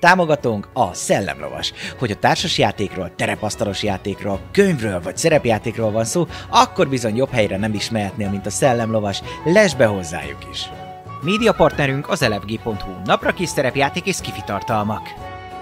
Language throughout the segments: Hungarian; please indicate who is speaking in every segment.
Speaker 1: Támogatónk a Szellemlovas. Hogy a társas játékról, terepasztalos játékról, könyvről vagy szerepjátékról van szó, akkor bizony jobb helyre nem is mehetnél, mint a Szellemlovas. Lesz be hozzájuk is! Média partnerünk az elefg.hu, napra kis szerepjáték és kifitartalmak.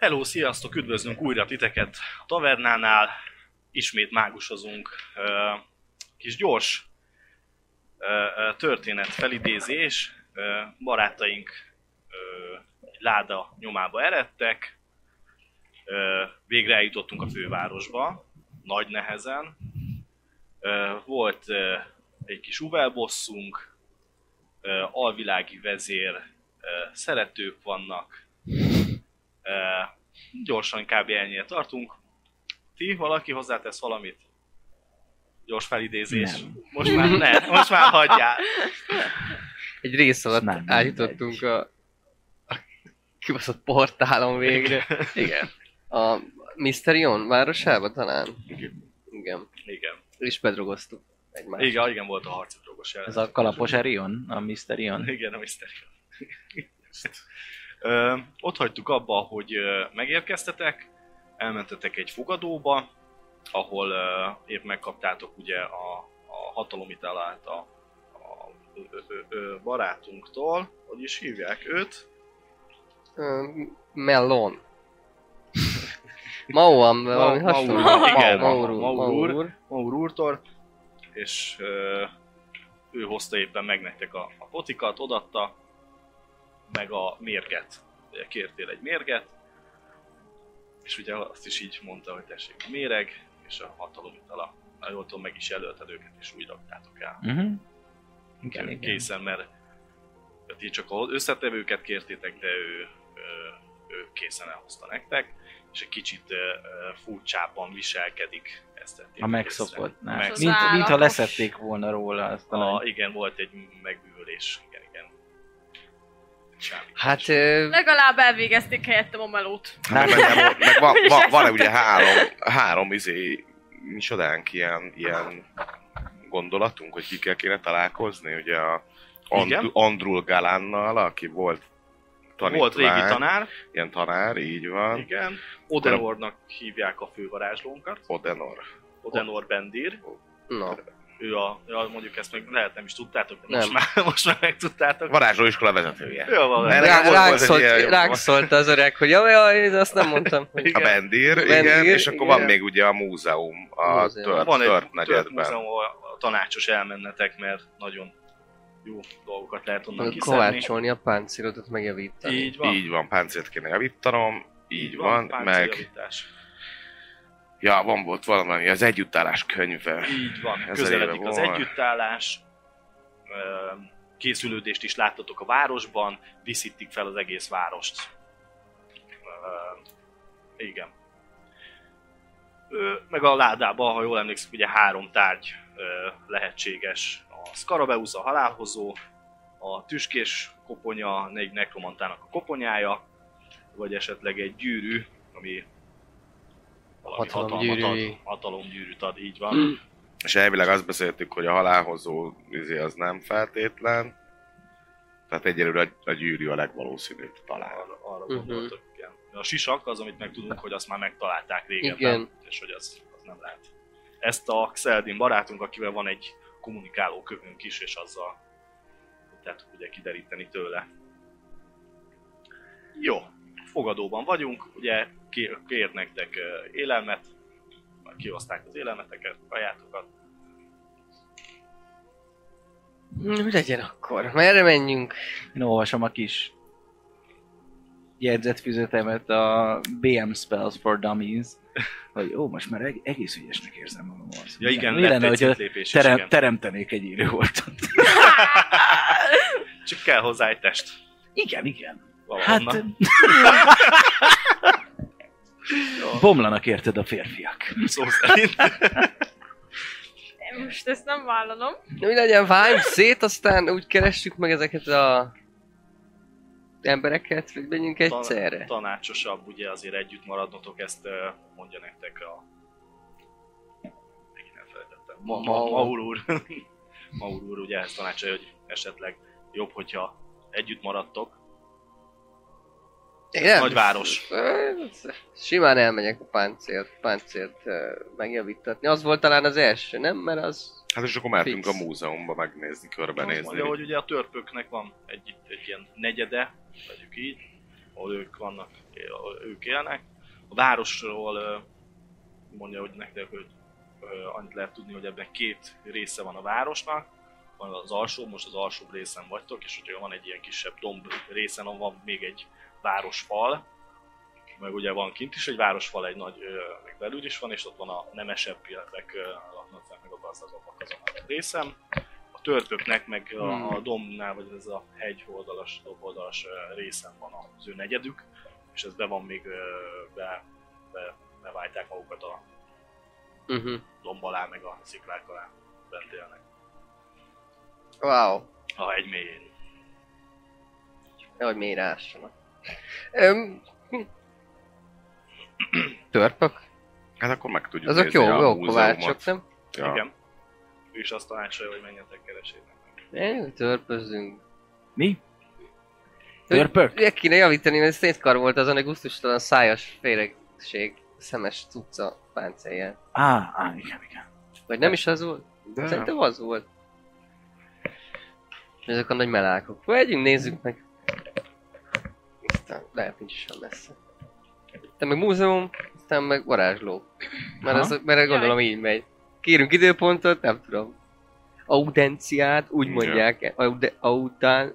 Speaker 2: Hello, sziasztok, üdvözlünk újra titeket a tavernánál. Ismét mágusozunk. Ö, Kis gyors ö, ö, történet felidézés. Ö, Barátaink ö, egy láda nyomába eredtek. Ö, Végre eljutottunk a fővárosba, nagy nehezen. Ö, Volt ö, egy kis uvelbosszunk, ö, alvilági vezér, ö, szeretők vannak, Ö, gyorsan kb. ennyire tartunk. Ti, valaki hozzátesz valamit? Gyors felidézés.
Speaker 1: Nem.
Speaker 2: Most már ne, most már hagyjál.
Speaker 3: Egy rész alatt
Speaker 1: Nem, nem
Speaker 3: eljutottunk a, a kibaszott portálon végre. Igen. A Mysterion városába talán?
Speaker 2: Igen.
Speaker 3: Igen.
Speaker 2: Igen,
Speaker 3: És bedrogoztuk egymást.
Speaker 2: igen, igen volt a harci drogos jelenet.
Speaker 4: Ez a kalapos Erion? A Mr. Ion?
Speaker 2: Igen, a Mr. Ö, ott hagytuk abba, hogy ö, megérkeztetek, elmentetek egy fogadóba, ahol ö, épp megkaptátok ugye a, a hatalomitalát a, a ö, ö, ö, barátunktól, hogy is hívják őt,
Speaker 3: Ö, Melon. Mauan, valami
Speaker 2: Ma-
Speaker 3: hasonló.
Speaker 2: Maur, igen,
Speaker 3: Maur,
Speaker 2: Maur.
Speaker 3: Maur. Maur.
Speaker 2: Maur úrtól, és ö, ő hozta éppen meg nektek a, a potikat, odatta, meg a mérget. Ugye kértél egy mérget, és ugye azt is így mondta, hogy tessék a méreg, és a hatalom itala. Na jól tudom, meg is jelölted őket, és úgy raktátok el.
Speaker 4: Mhm.
Speaker 2: Igen,
Speaker 4: Igen, igen.
Speaker 2: készen, mert ti csak az összetevőket kértétek, de ő, ö, ő készen elhozta nektek, és egy kicsit ö, ö, furcsábban viselkedik ezt tették észre.
Speaker 4: A megszokottnál.
Speaker 2: Meg,
Speaker 5: Az
Speaker 4: Mint, mint ha
Speaker 5: állatos.
Speaker 4: leszették volna róla azt
Speaker 2: a,
Speaker 4: a...
Speaker 2: igen, volt egy megbűvölés, igen, igen. Semmi.
Speaker 3: Hát ö,
Speaker 5: Legalább elvégezték helyettem a melót.
Speaker 6: Hát Meg,
Speaker 4: Hát,
Speaker 6: meg, meg, meg van, van, van ugye három, három izé, micsodánk ilyen, ilyen gondolatunk, hogy kikkel kéne találkozni, ugye a
Speaker 2: Igen.
Speaker 6: Andru, Andrul Galánnal, aki volt tanítvány,
Speaker 2: Volt régi tanár,
Speaker 6: ilyen tanár, így van,
Speaker 2: igen. Odenornak hívják a fővarázslónkat,
Speaker 6: Odenor.
Speaker 2: Odenor Bendir.
Speaker 3: no.
Speaker 2: Ő a, ja, mondjuk ezt még lehet nem is tudtátok, de most
Speaker 3: Nem.
Speaker 2: már, most már megtudtátok.
Speaker 6: Varázsló iskola vezetője.
Speaker 2: Jó van,
Speaker 6: Mert
Speaker 3: Rá-
Speaker 6: volt-
Speaker 3: Ránk
Speaker 6: volt egy
Speaker 3: szólt,
Speaker 6: ilyen-
Speaker 3: ránk szólt az öreg, hogy jaj, jaj, ez azt nem mondtam. hogy-
Speaker 6: A Bendir, igen,
Speaker 3: Bendir,
Speaker 6: és akkor van
Speaker 3: igen.
Speaker 6: még ugye a múzeum, a
Speaker 3: Múzeum.
Speaker 6: múzeum. tört,
Speaker 2: van egy
Speaker 6: tört
Speaker 2: tört
Speaker 6: negyedben.
Speaker 2: múzeum, ahol a tanácsos elmennetek, mert nagyon jó dolgokat lehet onnan kiszedni.
Speaker 3: Kovácsolni a páncélodat megjavítani.
Speaker 2: Így van.
Speaker 6: Így van, páncélt kéne javítanom, így van, meg...
Speaker 2: páncéljavítás.
Speaker 6: Ja, van volt valami, az együttállás könyve.
Speaker 2: Így van,
Speaker 6: Ezer
Speaker 2: közeledik
Speaker 6: éve
Speaker 2: az
Speaker 6: volt.
Speaker 2: együttállás, ö, készülődést is láttatok a városban, viszítik fel az egész várost. Ö, Igen. Ö, Meg a ládában, ha jól emlékszem, ugye három tárgy ö, lehetséges. A Scarabeus, a halálhozó, a tüskés koponya, egy nekromantának a koponyája, vagy esetleg egy gyűrű, ami valami
Speaker 3: Hatalomgyűrű.
Speaker 2: hatalmat ad, hatalomgyűrűt ad, így van.
Speaker 6: És elvileg azt beszéltük, hogy a halálhozó izé az nem feltétlen. Tehát egyelőre a, a gyűrű a legvalószínűbb talán.
Speaker 2: Arra, arra
Speaker 3: Mhm.
Speaker 2: gondoltok, igen. A sisak az, amit megtudunk, hogy azt már megtalálták régebben,
Speaker 3: Igen.
Speaker 2: és hogy az, az nem lehet. Ezt a Xeldin barátunk, akivel van egy kommunikáló kövünk is, és azzal tudtátok ugye kideríteni tőle. Jó, fogadóban vagyunk, ugye kér, kér nektek ö, élelmet, majd kioszták az élelmeteket, kajátokat.
Speaker 3: Hm, Mi legyen akkor? Merre menjünk?
Speaker 4: Én olvasom a kis jegyzetfüzetemet, a BM Spells for Dummies, hogy ó, most már eg- egész ügyesnek érzem magam az.
Speaker 2: Ja igen,
Speaker 4: Mi
Speaker 2: lett
Speaker 4: lenne,
Speaker 2: egy
Speaker 4: hogyha
Speaker 2: szintlépés is,
Speaker 4: terem,
Speaker 2: igen.
Speaker 4: teremtenék egy írőholtot?
Speaker 2: Csak kell hozzá egy test.
Speaker 4: Igen, igen.
Speaker 2: Valahonnan.
Speaker 4: Hát...
Speaker 2: Hát...
Speaker 4: Hát, Bomlanak érted a férfiak.
Speaker 2: Szó szerint.
Speaker 5: Én most ezt nem vállalom.
Speaker 3: Mi legyen, váljunk szét, aztán úgy keressük meg ezeket a embereket, hogy menjünk
Speaker 2: Talán-
Speaker 3: egyszerre.
Speaker 2: tanácsosabb ugye azért együtt maradnotok, ezt ö, mondja nektek a... Megint elfelejtettem. Ma, ma,
Speaker 3: Maul.
Speaker 2: Maul úr. Maul úr ugye ezt tanácsolja, hogy esetleg jobb, hogyha együtt maradtok.
Speaker 3: Igen?
Speaker 2: Nagyváros.
Speaker 3: Simán elmegyek a páncélt, páncélt ö, megjavítatni. Az volt talán az első, nem? Mert az...
Speaker 6: Hát és akkor mehetünk
Speaker 3: Fix.
Speaker 6: a múzeumba megnézni,
Speaker 2: Azt
Speaker 6: körbenézni.
Speaker 2: mondja, hogy ugye a törpöknek van egy, egy ilyen negyede, vegyük így, ahol ők vannak, él- ahol ők élnek. A városról ö, mondja, hogy nektek, hogy ö, annyit lehet tudni, hogy ebben két része van a városnak, van az alsó, most az alsóbb részen vagytok, és hogyha van egy ilyen kisebb domb részen, ahol van még egy városfal, meg ugye van kint is egy városfal, egy nagy, ö, meg belül is van, és ott van a nemesebb, illetve ö, laknak fel, meg a gazdagabbak azon a részen. A törpöknek, meg a, a dombnál, vagy ez a hegy oldalas, dob oldalas ö, részen van az ő negyedük, és ez be van még, ö, be, be, beválták magukat a
Speaker 3: Uh-huh.
Speaker 2: domb alá, meg a sziklák alá bent élnek.
Speaker 3: Wow.
Speaker 2: A hegy mélyén.
Speaker 3: Nehogy mélyre ássanak. Öm... hm. Törpök?
Speaker 6: Hát akkor meg tudjuk
Speaker 3: Azok
Speaker 6: nézni
Speaker 3: jó,
Speaker 6: a
Speaker 3: jó
Speaker 6: múzeumot.
Speaker 3: kovácsok, nem?
Speaker 6: Ja.
Speaker 2: Igen. Ő is azt tanácsolja, hogy menjetek keresének.
Speaker 3: Én törpözzünk.
Speaker 4: Mi? Törpök?
Speaker 3: Ugye kéne javítani, mert szétkar volt azon a gusztustalan szájas féregség szemes cucca páncéljel.
Speaker 4: Á, á, igen, igen.
Speaker 3: Vagy nem is az volt?
Speaker 6: De
Speaker 3: Szerintem az volt. Ezek a nagy melákok. Vegyünk, nézzük meg. Aztán lehet nincs is olyan messze. Aztán meg múzeum, aztán meg varázsló. Mert,
Speaker 4: Aha.
Speaker 3: ez, mert gondolom így megy. Kérünk időpontot, nem tudom. Audenciát, úgy
Speaker 6: Ja.
Speaker 3: mondják. Aude, audán,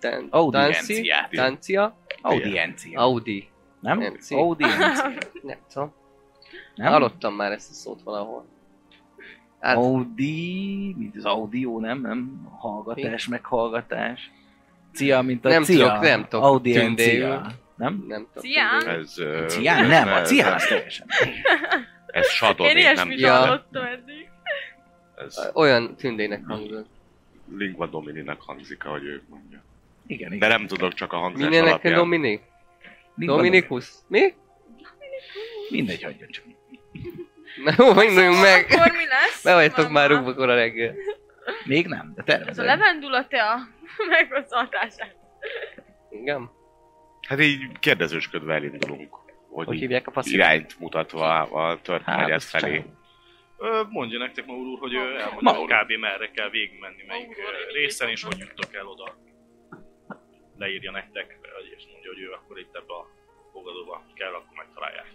Speaker 3: dan, danci,
Speaker 4: Audiencia.
Speaker 3: dancia,
Speaker 4: Audiencia.
Speaker 3: audi.
Speaker 4: Nem?
Speaker 3: Nancy.
Speaker 4: Audiencia.
Speaker 3: Nem tudom.
Speaker 4: Nem?
Speaker 3: Hallottam már ezt a szót valahol. Hát,
Speaker 4: Audi, mint az audio, nem? Nem hallgatás, meghallgatás. Cia, mint a
Speaker 3: Nem
Speaker 4: cia.
Speaker 3: tudok, nem tudok tündéül.
Speaker 4: Audiencia. Nem?
Speaker 3: nem tudom.
Speaker 5: Cián?
Speaker 6: ez... ö,
Speaker 4: Cia? Nem, a
Speaker 6: ez-
Speaker 4: cia az teljesen.
Speaker 6: Ez
Speaker 5: Én
Speaker 6: Sadoné, nem
Speaker 5: ilyesmit
Speaker 3: Ja.
Speaker 5: hallottam eddig.
Speaker 6: Ez
Speaker 3: Olyan tündének hangzott.
Speaker 6: Lingua Domininek hangzik, ahogy ő mondja.
Speaker 4: Igen,
Speaker 6: De
Speaker 4: igen.
Speaker 6: nem tudok csak a hangzás
Speaker 3: Mindenek
Speaker 6: alapján.
Speaker 3: Dominik?
Speaker 4: Mindegy,
Speaker 3: Dominikus? Mi?
Speaker 4: Mindegy, hagyja csak.
Speaker 3: Na jó, induljunk meg!
Speaker 5: Szóval Akkor mi lesz?
Speaker 3: Be vagytok
Speaker 5: Mama?
Speaker 3: már rúgva kora reggel.
Speaker 4: Még nem, de
Speaker 5: Ez a
Speaker 4: tervezem.
Speaker 5: levendula te a megoszlatását.
Speaker 3: Igen.
Speaker 6: Hát így kérdezősködve elindulunk, hogy,
Speaker 4: Hogy
Speaker 6: hogy
Speaker 4: hívják a faszit?
Speaker 6: irányt mutatva a tört
Speaker 4: Hát,
Speaker 6: hát,
Speaker 4: azt
Speaker 6: felé.
Speaker 4: csinálom.
Speaker 2: Ö, Mondja nektek Maur úr, hogy ő elmondja,
Speaker 4: Maur
Speaker 2: hogy
Speaker 4: úr.
Speaker 2: kb. merre kell végigmenni, melyik
Speaker 5: Maur úr,
Speaker 2: ö,
Speaker 5: én
Speaker 2: részen,
Speaker 5: így
Speaker 2: és hogy
Speaker 5: tudom.
Speaker 2: juttok el oda. Leírja nektek, ö, és mondja, hogy ő akkor itt ebbe a fogadóba kell, akkor megtalálják.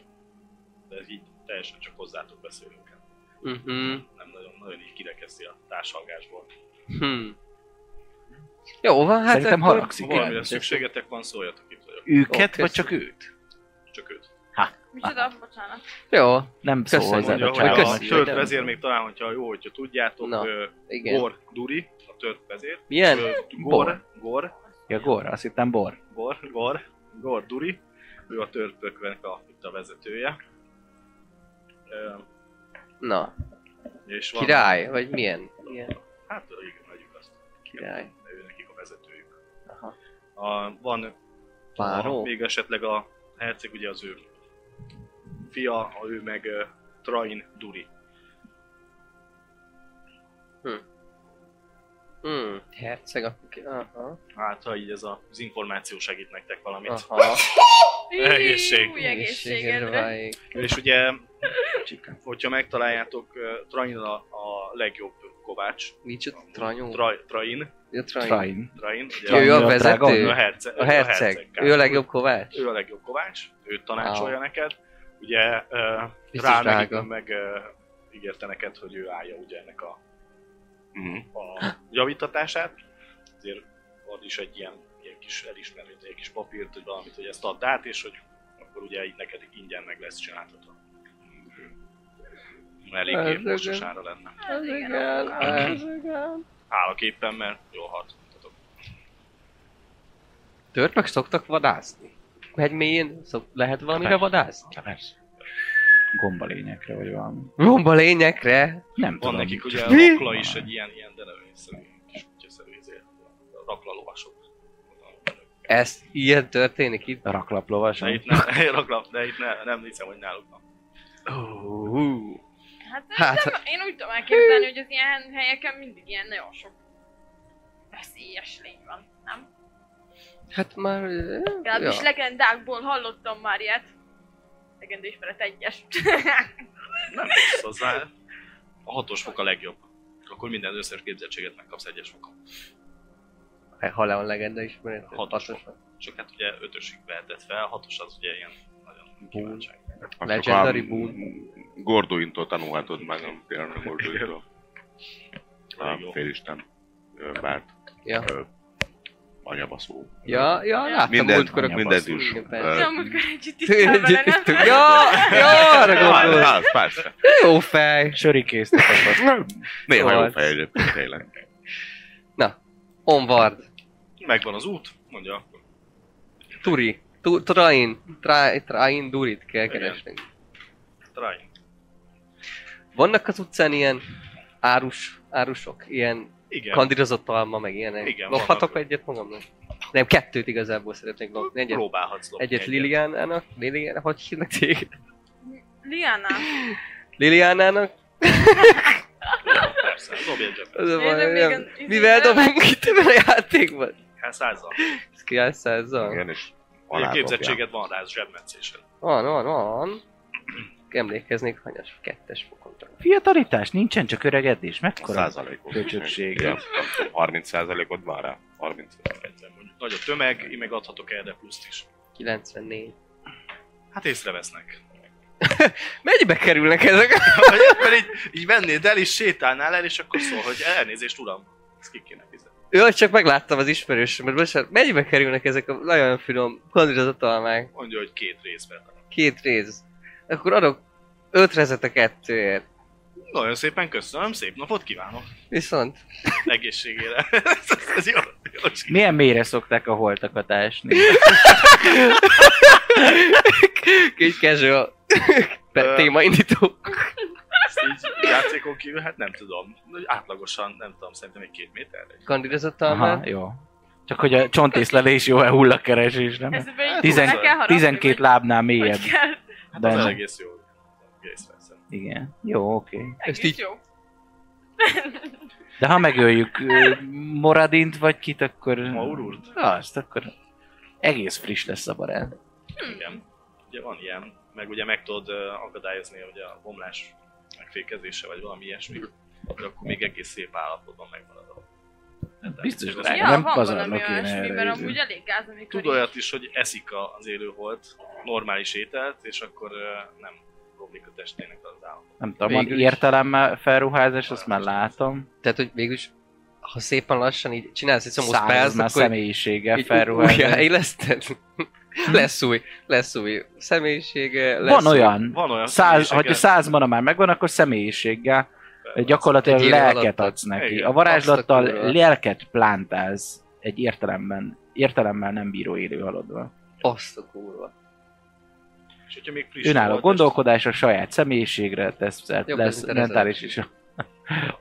Speaker 2: De ez így teljesen csak hozzátok beszélünk.
Speaker 3: Mhm.
Speaker 2: Nem nagyon, nagyon így kirekeszti a társalgásból.
Speaker 3: Hm. Jó van, hát
Speaker 4: Szerintem
Speaker 3: akkor...
Speaker 4: haragszik.
Speaker 2: Ha valamire
Speaker 4: Igen,
Speaker 2: szükségetek van, szóljatok itt vagyok.
Speaker 4: Őket,
Speaker 3: Oké,
Speaker 4: vagy csak őt?
Speaker 2: Csak őt.
Speaker 5: Micsoda? Bocsánat.
Speaker 3: Jó,
Speaker 4: Nem szól
Speaker 3: Köszönöm.
Speaker 4: hozzá,
Speaker 2: Mondja,
Speaker 4: bocsánat.
Speaker 2: hogy a
Speaker 3: Köszönjük.
Speaker 2: tört vezér még talán, hogyha jó, hogyha tudjátok,
Speaker 3: Na,
Speaker 2: ö,
Speaker 3: igen.
Speaker 2: Gor Duri, a tört vezér.
Speaker 3: Milyen?
Speaker 2: Ö, Gor,
Speaker 4: Bor.
Speaker 2: Gor,
Speaker 4: Ja, gor, azt hittem bor.
Speaker 2: Gor, Gor, Gor Duri, ő a törpöknek a, itt a vezetője. Ö,
Speaker 3: Na,
Speaker 2: és van,
Speaker 3: király, vagy milyen? Milyen
Speaker 2: Hát igen, vegyük azt.
Speaker 3: király?
Speaker 2: De ő nekik a vezetőjük.
Speaker 3: Aha.
Speaker 2: A, van a,
Speaker 3: Páró?
Speaker 2: még esetleg a herceg, ugye az ő fia, a ő meg ö, Train Duri.
Speaker 3: Hm, herceg, akkor ki... Aha.
Speaker 2: Hát, ha így ez a, az információ segít nektek valamit.
Speaker 3: Aha.
Speaker 2: Egészség.
Speaker 5: Új egészségedre.
Speaker 3: váljék.
Speaker 2: És ugye,
Speaker 4: Csika.
Speaker 2: hogyha megtaláljátok, ö, Train a, a legjobb kovács.
Speaker 3: Micsoda? Tranyó?
Speaker 2: Tra, train,
Speaker 3: Ja, Trine.
Speaker 4: Trine.
Speaker 2: Drain, ugye
Speaker 3: Ő, ő
Speaker 4: Trine,
Speaker 3: a
Speaker 4: a
Speaker 3: vezető.
Speaker 4: drágon?
Speaker 2: a herceg.
Speaker 3: A herceg.
Speaker 2: Károl.
Speaker 3: Ő a legjobb kovács.
Speaker 2: ő a legjobb kovács, ő tanácsolja neked. Ugye uh,
Speaker 3: Biztos
Speaker 2: rá
Speaker 3: drága.
Speaker 2: meg, meg uh, ígérte neked, hogy ő állja ugye ennek a,
Speaker 6: Mhm.
Speaker 2: a javítatását. Ezért ad is egy ilyen, ilyen kis elismerőt, egy kis papírt, hogy valamit, hogy ezt add át, és hogy akkor ugye így neked ingyen meg lesz csináltatva. Eléggé
Speaker 3: Ez
Speaker 2: most
Speaker 3: igen.
Speaker 2: ára lenne.
Speaker 5: Ez Hát igen.
Speaker 3: Igen, ez igen.
Speaker 2: Hálaképpen, mert jól hat. mutatok.
Speaker 3: Törpök szoktak vadászni. Hegy mélyén szok, lehet valamire vadászni?
Speaker 4: Persze. Gombalényekre vagy valami.
Speaker 3: Romba lényekre.
Speaker 4: Nem
Speaker 2: Van
Speaker 4: tudom.
Speaker 2: nekik ugye a
Speaker 3: Mi?
Speaker 2: rakla is egy ilyen, ilyen denevényszerű kis kutyaszerű izé, raklalovasok.
Speaker 3: Ez ilyen történik itt.
Speaker 4: Raklaplovas.
Speaker 2: De itt, ne, rakla, de itt ne, nem hiszem, hogy náluk van.
Speaker 3: Oh,
Speaker 5: Hát,
Speaker 3: Hát-
Speaker 5: hát nem, én úgy tudom elképzelni, hogy az ilyen helyeken mindig ilyen nagyon sok veszélyes lény van, nem?
Speaker 3: hát már...
Speaker 5: Legalábbis ja. legendákból hallottam már ilyet. Legenda ismeret egyes.
Speaker 2: Nem rossz hozzá. A hatos fok a legjobb. Akkor minden összes képzettséget megkapsz egyes fokon.
Speaker 3: Ja. Halál eh, legenda ismeret.
Speaker 2: Hatos
Speaker 3: Hatos.
Speaker 2: Csak hát ugye ötösig vehetett fel, hatos az ugye ilyen nagyon kíváncsi.
Speaker 6: Azt
Speaker 3: Legendary
Speaker 6: csak a-
Speaker 3: Boon.
Speaker 6: Gordointól tanulhatod meg, amit tényleg Gordointól.
Speaker 2: Elég
Speaker 6: A
Speaker 2: jó.
Speaker 6: félisten ö, várt
Speaker 3: Ja.
Speaker 6: ö, anyabaszó.
Speaker 3: Ja, ja, láttam
Speaker 6: Minden-
Speaker 3: múltkor a
Speaker 6: mindent
Speaker 3: basszú,
Speaker 6: is.
Speaker 3: igen,
Speaker 6: Ö,
Speaker 3: persze.
Speaker 5: Na, múltkor együtt itt
Speaker 3: Ja,
Speaker 5: vele, nem?
Speaker 3: ja, arra
Speaker 6: Ja,
Speaker 3: gondolsz.
Speaker 6: hát, persze.
Speaker 3: Jó fej. Szóval,
Speaker 4: Sörikészt akarsz.
Speaker 6: Néha jó
Speaker 3: Volt.
Speaker 6: fej egyébként tényleg.
Speaker 3: Onward.
Speaker 2: Megvan az út, mondja akkor.
Speaker 3: Turi. Tu- Train. Tra- Train Durit kell
Speaker 2: Igen.
Speaker 3: keresnünk.
Speaker 2: Try.
Speaker 3: Vannak az utcán ilyen árus, árusok, ilyen
Speaker 2: Igen.
Speaker 3: kandírozott alma, meg ilyenek.
Speaker 2: Igen,
Speaker 3: Lophatok
Speaker 2: vannak.
Speaker 3: egyet magamnak? Nem, kettőt igazából szeretnék lopni. Egyet,
Speaker 2: Próbálhatsz lopni
Speaker 3: egyet Liliánának, Liliánának, hogy hívnak téged?
Speaker 5: Liana,
Speaker 3: Liliánának?
Speaker 2: Persze, dobj egy zsebet.
Speaker 3: Az a
Speaker 5: Én
Speaker 3: baj,
Speaker 5: még
Speaker 3: nem.
Speaker 5: a-
Speaker 3: Mivel dobunk itt ebben a játékban?
Speaker 2: Hát százzal.
Speaker 3: Ez ki áll százzal?
Speaker 6: Igen, és
Speaker 2: Ugye
Speaker 6: alátopja.
Speaker 2: Képzettséged van rá, ez zsebmencésen.
Speaker 3: Van, van, van. Emlékeznék, hanyas, kettes fokon talán.
Speaker 4: Fiatalítás nincsen, csak öregedés. Mekkora?
Speaker 6: Százalékot.
Speaker 4: Köcsöpség.
Speaker 6: Igen, nem tudom, 30 százalékot van rá. 30
Speaker 2: Egyszer mondjuk. Nagy a tömeg, én meg adhatok erre pluszt is.
Speaker 3: 94.
Speaker 2: Hát észrevesznek.
Speaker 3: Mennyibe kerülnek ezek?
Speaker 2: Mert így, így mennéd el, és sétálnál el, és akkor szól, hogy elnézést, uram, ezt ki kéne fizetni.
Speaker 3: Jó, csak megláttam az ismerősömet, bocsánat, mennyibe kerülnek ezek a nagyon finom kandírozott almák?
Speaker 2: Mondja, hogy két részben.
Speaker 3: Két rész. Akkor adok öt rezet a kettőért.
Speaker 2: Nagyon szépen köszönöm, szép napot kívánok.
Speaker 3: Viszont
Speaker 2: Egészségére. ez, ez jó. jó siker.
Speaker 4: Milyen mélyre szokták a holtakat ásni?
Speaker 3: Egy casual
Speaker 2: Ö.
Speaker 3: témaindító.
Speaker 2: Ezt így játékon kívül, hát nem tudom. Átlagosan, nem tudom, szerintem egy két méterre.
Speaker 3: Kandírozott
Speaker 4: Aha,
Speaker 3: almát.
Speaker 4: jó. Csak hogy a csontészlelés jó, a hullakeresés, nem?
Speaker 5: ez be így
Speaker 4: Tizen-
Speaker 5: bele kell harapni,
Speaker 4: 12
Speaker 5: vagy-
Speaker 4: lábnál mélyebb.
Speaker 5: Hogy kell.
Speaker 2: Hát
Speaker 4: De
Speaker 2: az
Speaker 4: nem.
Speaker 2: egész jó. Egész veszem.
Speaker 4: Igen. Jó, oké. Okay.
Speaker 5: Egész
Speaker 3: így-
Speaker 5: jó.
Speaker 4: De ha megöljük ö, Moradint vagy kit, akkor...
Speaker 2: Maururt?
Speaker 4: Azt, akkor egész friss lesz a barát.
Speaker 2: Igen. Ugye van ilyen, meg ugye meg tudod ö, akadályozni ugye a bomlás megfékezése, vagy valami ilyesmi.
Speaker 4: Hm.
Speaker 2: De akkor még egész szép állapotban megmarad a
Speaker 4: Biztos,
Speaker 2: Ja,
Speaker 4: drága,
Speaker 5: Ja,
Speaker 4: nem
Speaker 5: van valami
Speaker 4: pazarlok én
Speaker 5: olyasmi,
Speaker 4: erre.
Speaker 5: mert
Speaker 4: izé.
Speaker 5: amúgy elég gáz, amikor
Speaker 2: Tud
Speaker 5: így-
Speaker 2: olyat is, hogy eszik a- az élő volt normális ételt, és akkor ö, nem romlik a testének az állapot.
Speaker 4: Nem tudom, van
Speaker 3: Végül is.
Speaker 4: értelemmel felruházás, azt már látom.
Speaker 3: Tehát, hogy végülis, ha szépen lassan így csinálsz egy csomó
Speaker 4: Száz
Speaker 3: spellt,
Speaker 4: már
Speaker 3: Szóval akkor így-
Speaker 4: személyiséggel
Speaker 3: így újjá
Speaker 4: felruházás.
Speaker 3: éleszted. Lesz új, lesz új személyisége, lesz
Speaker 4: Van
Speaker 3: új-
Speaker 4: olyan,
Speaker 2: Van olyan
Speaker 4: száz,
Speaker 2: személyiséggel-
Speaker 4: hogyha száz mana már megvan, akkor személyiséggel gyakorlatilag
Speaker 3: Egy év alatt
Speaker 4: lelket
Speaker 3: ad-
Speaker 4: adsz neki.
Speaker 2: igen,
Speaker 4: A varázslattal
Speaker 3: azt a kurva.
Speaker 4: lelket plántálsz egy értelemben, értelemmel nem bíró élő halodva.
Speaker 3: Azt a kurva.
Speaker 2: És hogyha még friss
Speaker 4: Önálló
Speaker 2: volt,
Speaker 4: gondolkodás a saját személyiségre tesz, szert,
Speaker 3: Jobb,
Speaker 4: lesz
Speaker 3: mint a rezet.
Speaker 4: mentális és a-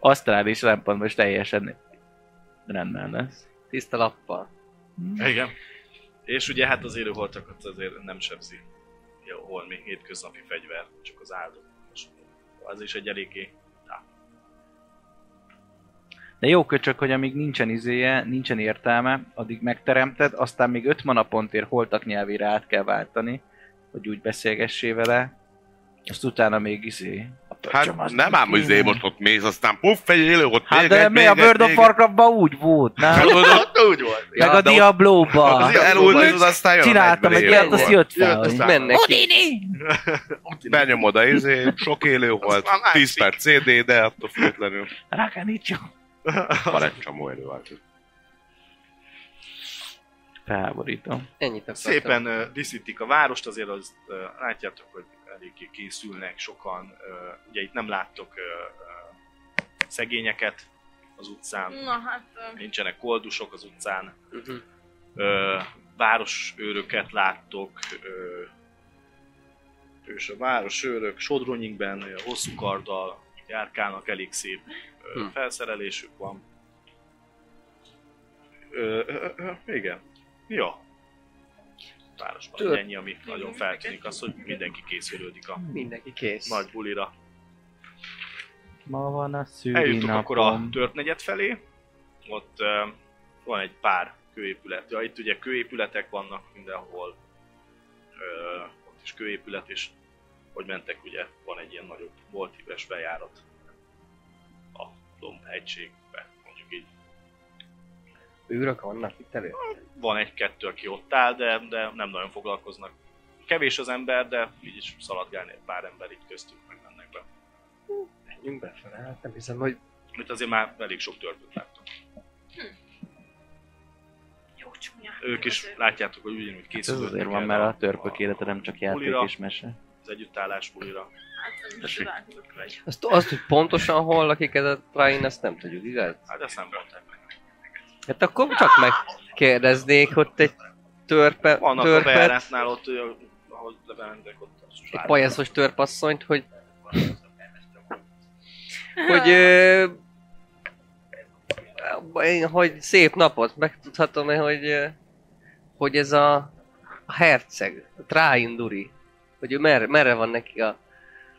Speaker 4: asztrális szempontból is teljesen rendben lesz.
Speaker 3: Tiszta lappal.
Speaker 2: és- Igen. És ugye hát az élő holtakat azért nem sebzi. Ugye, a holmi hétköznapi fegyver, csak az áldott. És Az is egy eléggé
Speaker 4: De jó köcsök, hogy amíg nincsen izéje, nincsen értelme, addig megteremted, aztán még öt manapontért holtak nyelvére át kell váltani, hogy úgy beszélgessé vele, azt utána még izé, a
Speaker 6: Hát nem ám, hogy izé most ott mész, aztán puff, egy élő, ott
Speaker 4: Hát de
Speaker 6: téged,
Speaker 4: mi a
Speaker 6: téged,
Speaker 4: World of
Speaker 6: téged.
Speaker 4: Warcraftban úgy volt, nem?
Speaker 6: Hát ott- ott-
Speaker 2: Ott úgy volt.
Speaker 4: Meg
Speaker 6: ja,
Speaker 4: a
Speaker 6: de ott-
Speaker 4: Diablo-ba.
Speaker 6: ott Elújtod, aztán jön a
Speaker 4: Ah. Csináltam
Speaker 6: 40
Speaker 4: egy
Speaker 6: élő
Speaker 4: ilyet,
Speaker 6: volt.
Speaker 4: azt jött fel.
Speaker 6: Jött,
Speaker 4: hogy-
Speaker 6: aztán
Speaker 3: Mennek ki.
Speaker 1: Odini!
Speaker 6: Benyom oda, izé, sok élő volt,
Speaker 2: már másik.
Speaker 6: 10 perc CD, de attól függetlenül
Speaker 4: Rákanítja.
Speaker 6: van egy csomó előváltó.
Speaker 4: Felborítom.
Speaker 3: Ennyit akartam.
Speaker 2: Szépen ö, díszítik a várost, azért az, ö, látjátok, hogy eléggé készülnek sokan. ö, Ugye itt nem láttok ö, ö, szegényeket az utcán,
Speaker 5: Na hát, ö,
Speaker 2: nincsenek koldusok az utcán,
Speaker 3: Mhm.
Speaker 2: ö, városőröket láttok, ö, és a városőrök sodronyikben, ö, hosszú karddal járkálnak, elég szép ö,
Speaker 3: Hm.
Speaker 2: felszerelésük van. Ö, ö, ö, igen. Ja. Városban
Speaker 3: Tört-
Speaker 2: Tört. ennyi, ami nagyon feltűnik, az, hogy mindenki készülődik a
Speaker 3: Mindenki kész.
Speaker 2: nagy bulira.
Speaker 4: Ma van a
Speaker 2: Eljutunk akkor a
Speaker 4: szülinapom.
Speaker 2: tört negyed felé, ott ö, van egy pár kőépület. Ja, itt ugye kőépületek vannak mindenhol, ö, ott is kőépület, és hogy mentek, ugye van egy ilyen nagyobb boltíves bejárat a domb hegységbe, mondjuk így.
Speaker 3: Őrök vannak itt elő.
Speaker 2: Van egy-kettő, aki ott áll, de, de nem nagyon foglalkoznak. Kevés az ember, de így is szaladgálni egy pár ember itt köztük, meg mennek be.
Speaker 3: Menjünk befele, hát nem hiszem, hogy
Speaker 2: Itt azért már elég sok törpöt láttam.
Speaker 5: jó csúnya.
Speaker 2: Ők is
Speaker 5: Azért.
Speaker 2: látjátok, hogy ugyanúgy
Speaker 4: Hát Ez
Speaker 2: készülnek.
Speaker 4: azért van, mert a törpök élete nem csak játék és mese.
Speaker 2: az együttállás bulira.
Speaker 5: Hát, nem is csodálkozok rajta.
Speaker 3: azt, azt, hogy pontosan hol lakik ez a Train, azt nem tudjuk, igaz?
Speaker 2: Hát ezt nem mondták meg.
Speaker 3: Hát akkor csak megkérdeznék ott egy törpe,
Speaker 2: Vannak a
Speaker 3: törpet,
Speaker 2: bejáratnál ott, ö, ahogy leberendek ott. az
Speaker 3: egy
Speaker 2: sárga.
Speaker 3: pajaszos törpasszonyt, hogy hogy, ö, én- hogy szép napot, megtudhatom-e, hogy, ö, hogy ez a, a herceg, a Tráinduri, hogy ő merre, merre van neki a,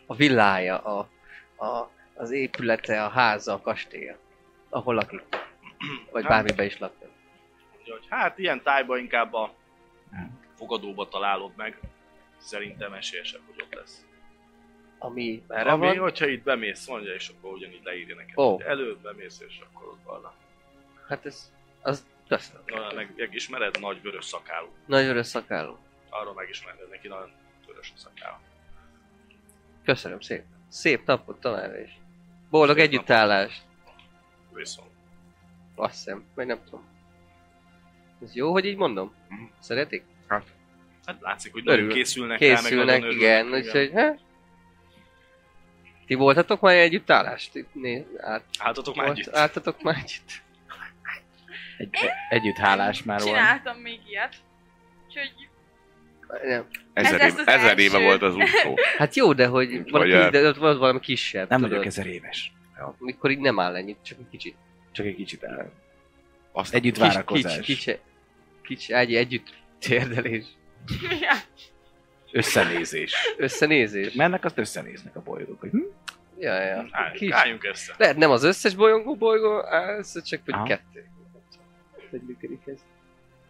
Speaker 3: a villája, a, a, az épülete, a háza, a kastélya, ahol lakik, vagy bármibe is laknak.
Speaker 2: Mondja, hogy Hát ilyen tájban inkább a
Speaker 3: Hm.
Speaker 2: fogadóba találod meg. Szerintem esélyesebb, hogy ott lesz.
Speaker 3: Ami merre
Speaker 2: Ami,
Speaker 3: van,
Speaker 2: hogyha itt bemész, mondja, és akkor ugyanígy leírja neked.
Speaker 3: Ó.
Speaker 2: Oh. Előbb bemész, és akkor ott van.
Speaker 3: hát ez, az, az
Speaker 2: Na, meg, megismered nagy vörös szakálú.
Speaker 3: nagy vörös szakálló.
Speaker 2: Arról megismered neki nagyon vörös a szakálú.
Speaker 3: Köszönöm szépen. Szép napot, tanár és boldog
Speaker 2: Szép
Speaker 3: együttállást.
Speaker 2: Viszont.
Speaker 3: Azt hiszem, vagy nem tudom. Ez jó, hogy így mondom?
Speaker 6: Mhm.
Speaker 3: Szeretik?
Speaker 2: Hát látszik, hogy nagyon
Speaker 3: Örül-
Speaker 2: készülnek, rá, meg
Speaker 3: Készülnek,
Speaker 2: nagyon
Speaker 3: igen,
Speaker 2: örülnek,
Speaker 3: úgyhogy hát... Ti voltatok már együttállást? Itt né, át,
Speaker 2: Álltatok már
Speaker 3: volt-
Speaker 2: együtt.
Speaker 3: Álltatok már együtt?
Speaker 4: Egy, együtt hálás már volt.
Speaker 5: Csináltam még ilyet. Úgyhogy
Speaker 3: Nem.
Speaker 6: Ezer,
Speaker 5: lesz
Speaker 6: év,
Speaker 5: az
Speaker 6: ezer
Speaker 5: első.
Speaker 6: éve volt az utó.
Speaker 3: Hát jó, de hogy
Speaker 6: Nincs
Speaker 3: van,
Speaker 6: magyar.
Speaker 3: kis, de ott volt valami kisebb,
Speaker 1: Nem
Speaker 3: tudod,
Speaker 1: vagyok ezer éves.
Speaker 3: Mikor így nem áll ennyit, csak egy kicsit.
Speaker 1: Csak egy kicsit el.
Speaker 6: Azt
Speaker 1: Együtt
Speaker 3: Kicsi, kicsi,
Speaker 1: várakozás.
Speaker 3: kicsi, kicsi, egy együtt térdelés,
Speaker 5: ja,
Speaker 1: Összenézés.
Speaker 3: összenézés.
Speaker 1: Mennek, azt összenéznek a bolyogok, hogy hm?
Speaker 3: Ja, ja.
Speaker 2: Álljunk,
Speaker 3: Kicsi.
Speaker 2: álljunk össze.
Speaker 3: Lehet nem az összes bolyongó bolygó, á, össze csak vagy
Speaker 1: Aha.
Speaker 3: kettő. Hogy működik ez?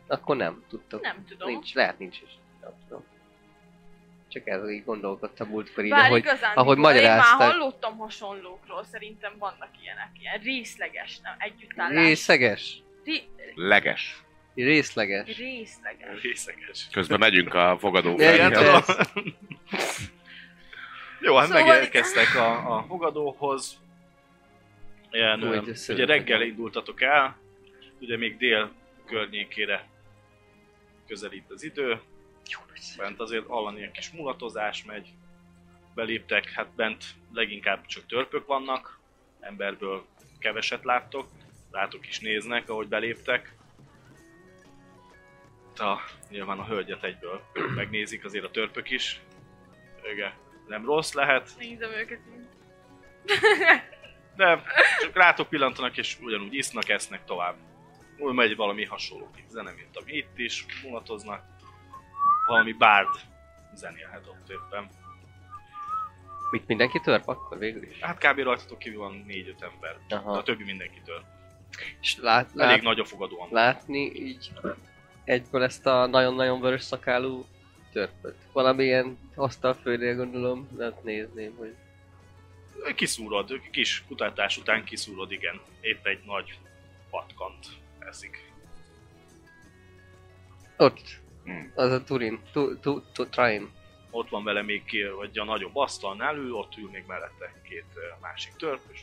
Speaker 3: Akkor nem tudtok.
Speaker 5: nem tudom.
Speaker 3: Nincs, lehet nincs is. Nem tudom. Csak ez így gondolkodtam múltkor így,
Speaker 5: Bár
Speaker 3: hogy
Speaker 5: igazán,
Speaker 3: ahogy
Speaker 5: Én már
Speaker 3: magyarázták.
Speaker 5: hallottam hasonlókról, szerintem vannak ilyenek, ilyen részleges, nem együttállás.
Speaker 3: részleges.
Speaker 5: Ré-
Speaker 6: leges.
Speaker 3: Részleges.
Speaker 5: részleges.
Speaker 2: Részeges.
Speaker 6: Közben megyünk a fogadó
Speaker 3: Ja,
Speaker 6: felé.
Speaker 3: igen, persze.
Speaker 2: Jó, hát
Speaker 5: Szóval-
Speaker 2: megérkeztek a, a fogadóhoz. Ilyen,
Speaker 3: Jó,
Speaker 2: ö,
Speaker 3: egy
Speaker 2: ugye
Speaker 3: szörnyű.
Speaker 2: reggel indultatok el, ugye még dél környékére közelít az idő, bent azért hallani egy kis mulatozás megy, beléptek, hát bent leginkább csak törpök vannak, emberből keveset láttok, látok is néznek, ahogy beléptek. Ta, nyilván a hölgyet egyből megnézik azért a törpök is. Öge, nem rossz lehet,
Speaker 5: Nézem őket. így.
Speaker 2: de csak rátok pillantanak, és ugyanúgy isznak, esznek tovább. Úgy megy valami hasonló itt zenemint, ami itt is, mulatoznak. Valami bárd zenélhet ott éppen.
Speaker 3: Mit mindenki törp akkor végül is?
Speaker 2: Hát kb. rajtatok kívül van négy-öt ember, de a
Speaker 3: Aha.
Speaker 2: többi mindenkitől.
Speaker 3: És lát,
Speaker 2: Elég
Speaker 3: lát,
Speaker 2: nagy a fogadóan.
Speaker 3: látni így egyből ezt a nagyon-nagyon vörös szakálú törpöt. Valamilyen asztalfőnél gondolom, lehet nézném, hogy
Speaker 2: Kiszúrod, kis kutatás után kiszúrod, igen. Épp egy nagy patkant eszik.
Speaker 3: Ott.
Speaker 2: Hmm.
Speaker 6: Mm.
Speaker 3: Az a Turin. Tu, tu, tu, Train.
Speaker 2: Ott van vele még ki, vagy a nagyobb asztalnál ül, ott ül még mellette két ö, másik törp, és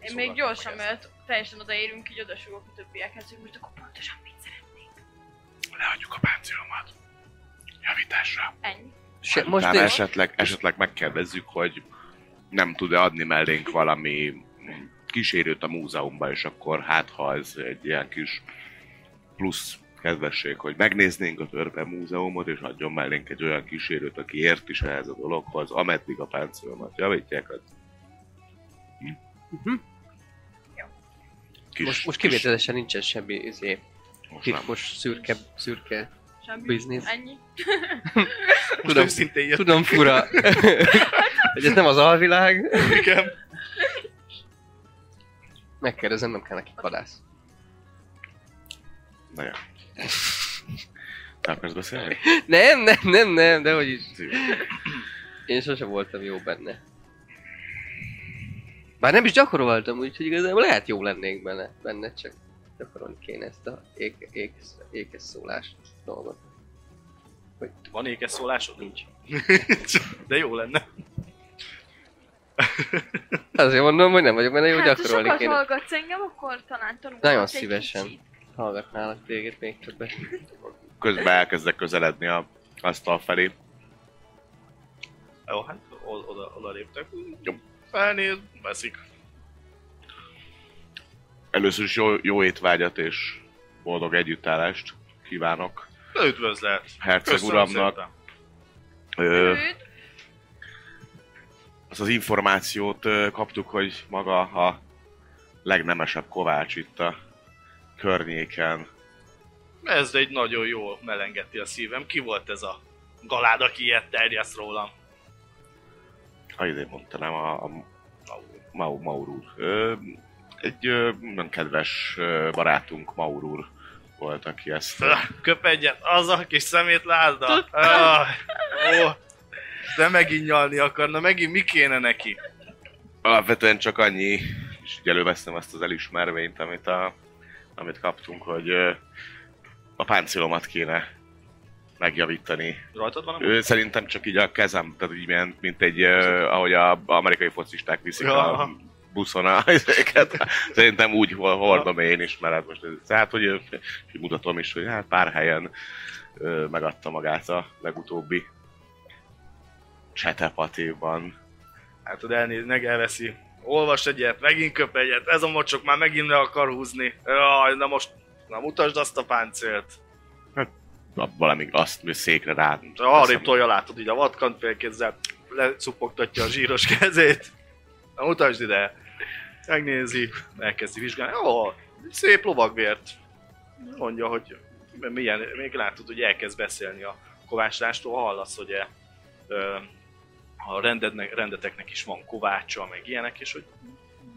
Speaker 5: Én
Speaker 2: szóval
Speaker 5: még gyorsan,
Speaker 2: meg
Speaker 5: mert teljesen odaérünk, így odasugok a többiekhez, hogy most akkor pontosan mit szeretnék.
Speaker 6: Leadjuk a páncélomat. Javításra.
Speaker 5: Ennyi.
Speaker 2: Hát,
Speaker 3: Se,
Speaker 6: Most
Speaker 3: most
Speaker 6: Utána
Speaker 3: nincs.
Speaker 6: esetleg, esetleg megkérdezzük, hogy nem tud-e adni mellénk valami kísérőt a múzeumban, és akkor hát, ha ez egy ilyen kis plusz kedvesség, hogy megnéznénk a törpe múzeumot, és adjon mellénk egy olyan kísérőt, aki ért is ehhez a dologhoz, ameddig a páncélomat javítják, az Hm?
Speaker 3: Mhm.
Speaker 6: kis,
Speaker 3: most, most
Speaker 6: kis-
Speaker 3: kivételesen nincsen semmi izé,
Speaker 6: most nem.
Speaker 3: titkos, szürke, szürke.
Speaker 5: Semmi.
Speaker 3: Business.
Speaker 5: Ennyi.
Speaker 2: Most
Speaker 3: Tudom,
Speaker 2: őszintén jött,
Speaker 3: tudom fura. hogy ez nem az alvilág.
Speaker 2: igen.
Speaker 3: Megkérdezem, nem kell neki vadász.
Speaker 6: Na jó. Nem akarsz beszélni?
Speaker 3: Nem, nem, nem, nem, de hogy is.
Speaker 6: Szívem.
Speaker 3: Én sose voltam jó benne. Bár nem is gyakoroltam, úgyhogy igazából lehet jó lennék benne, benne csak gyakorolni kéne ezt a ék, ék, ékes szólás dolgot.
Speaker 2: Van ékes szólásod? Nincs. De jó lenne.
Speaker 3: Azért mondom, hogy nem vagyok benne, jó
Speaker 5: hát, ha
Speaker 3: gyakorolni
Speaker 5: sokat
Speaker 3: kéne.
Speaker 5: hallgatsz engem, akkor talán tanulhatsz
Speaker 3: Nagyon
Speaker 5: egy
Speaker 3: szívesen.
Speaker 5: kicsit.
Speaker 3: Hallgatnálak téged még többet.
Speaker 6: Közben elkezdek közeledni a asztal felé.
Speaker 2: Jó, hát o- oda, oda léptek.
Speaker 6: Jó.
Speaker 2: Felnéz, veszik.
Speaker 6: Először is jó, jó étvágyat és boldog együttállást kívánok
Speaker 2: Üdvözlet.
Speaker 6: herceg
Speaker 2: Köszönöm
Speaker 6: uramnak.
Speaker 2: szépen.
Speaker 6: Ö,
Speaker 5: Üdv,
Speaker 6: azt az információt ö, kaptuk, hogy maga a legnemesebb kovács itt a környéken.
Speaker 2: Ez egy nagyon jó melengeti a szívem. Ki volt ez a galád, aki ilyet terjeszt rólam?
Speaker 6: Ha idén mondanám, a, a Mau, Maur úr. Ö, egy ö, nagyon kedves ö, barátunk Maur úr volt, aki ezt... ö,
Speaker 2: Köp egyet, az a kis szemét lázda. Ah, ó, de megint nyalni akarna, megint mi kéne neki?
Speaker 6: Alapvetően csak annyi, és így előveszem ezt az elismervényt, amit, a, amit kaptunk, hogy ö, a páncélomat kéne megjavítani.
Speaker 2: Rajtad van a
Speaker 6: Ő szerintem csak így a kezem, tehát így mint, mint egy, ö, ahogy az amerikai focisták viszik
Speaker 2: Ja.
Speaker 6: a buszon a ezeket. Szerintem úgy hol- hordom én is, mert hát most ez, tehát, hogy ö, és mutatom is, hogy hát pár helyen ö, megadta magát a legutóbbi csetepatéban.
Speaker 2: Hát tudod, elnéz, meg elveszi. Olvas egyet, megint köp egyet, ez a mocsok már megint le akar húzni. Jaj, na most, na mutasd azt a páncélt.
Speaker 6: Na, valami azt mi székre rá.
Speaker 2: Arrébb tolja, látod így a vatkant félkézzel, lecupogtatja a zsíros kezét. Na mutasd ide. Megnézi, elkezdi vizsgálni. Ó, szép lovagvért. Mondja, hogy milyen, még látod, hogy elkezd beszélni a kovácslástól, hallasz, hogy e, ö, a rendednek, rendeteknek is van kovácsa, meg ilyenek, és hogy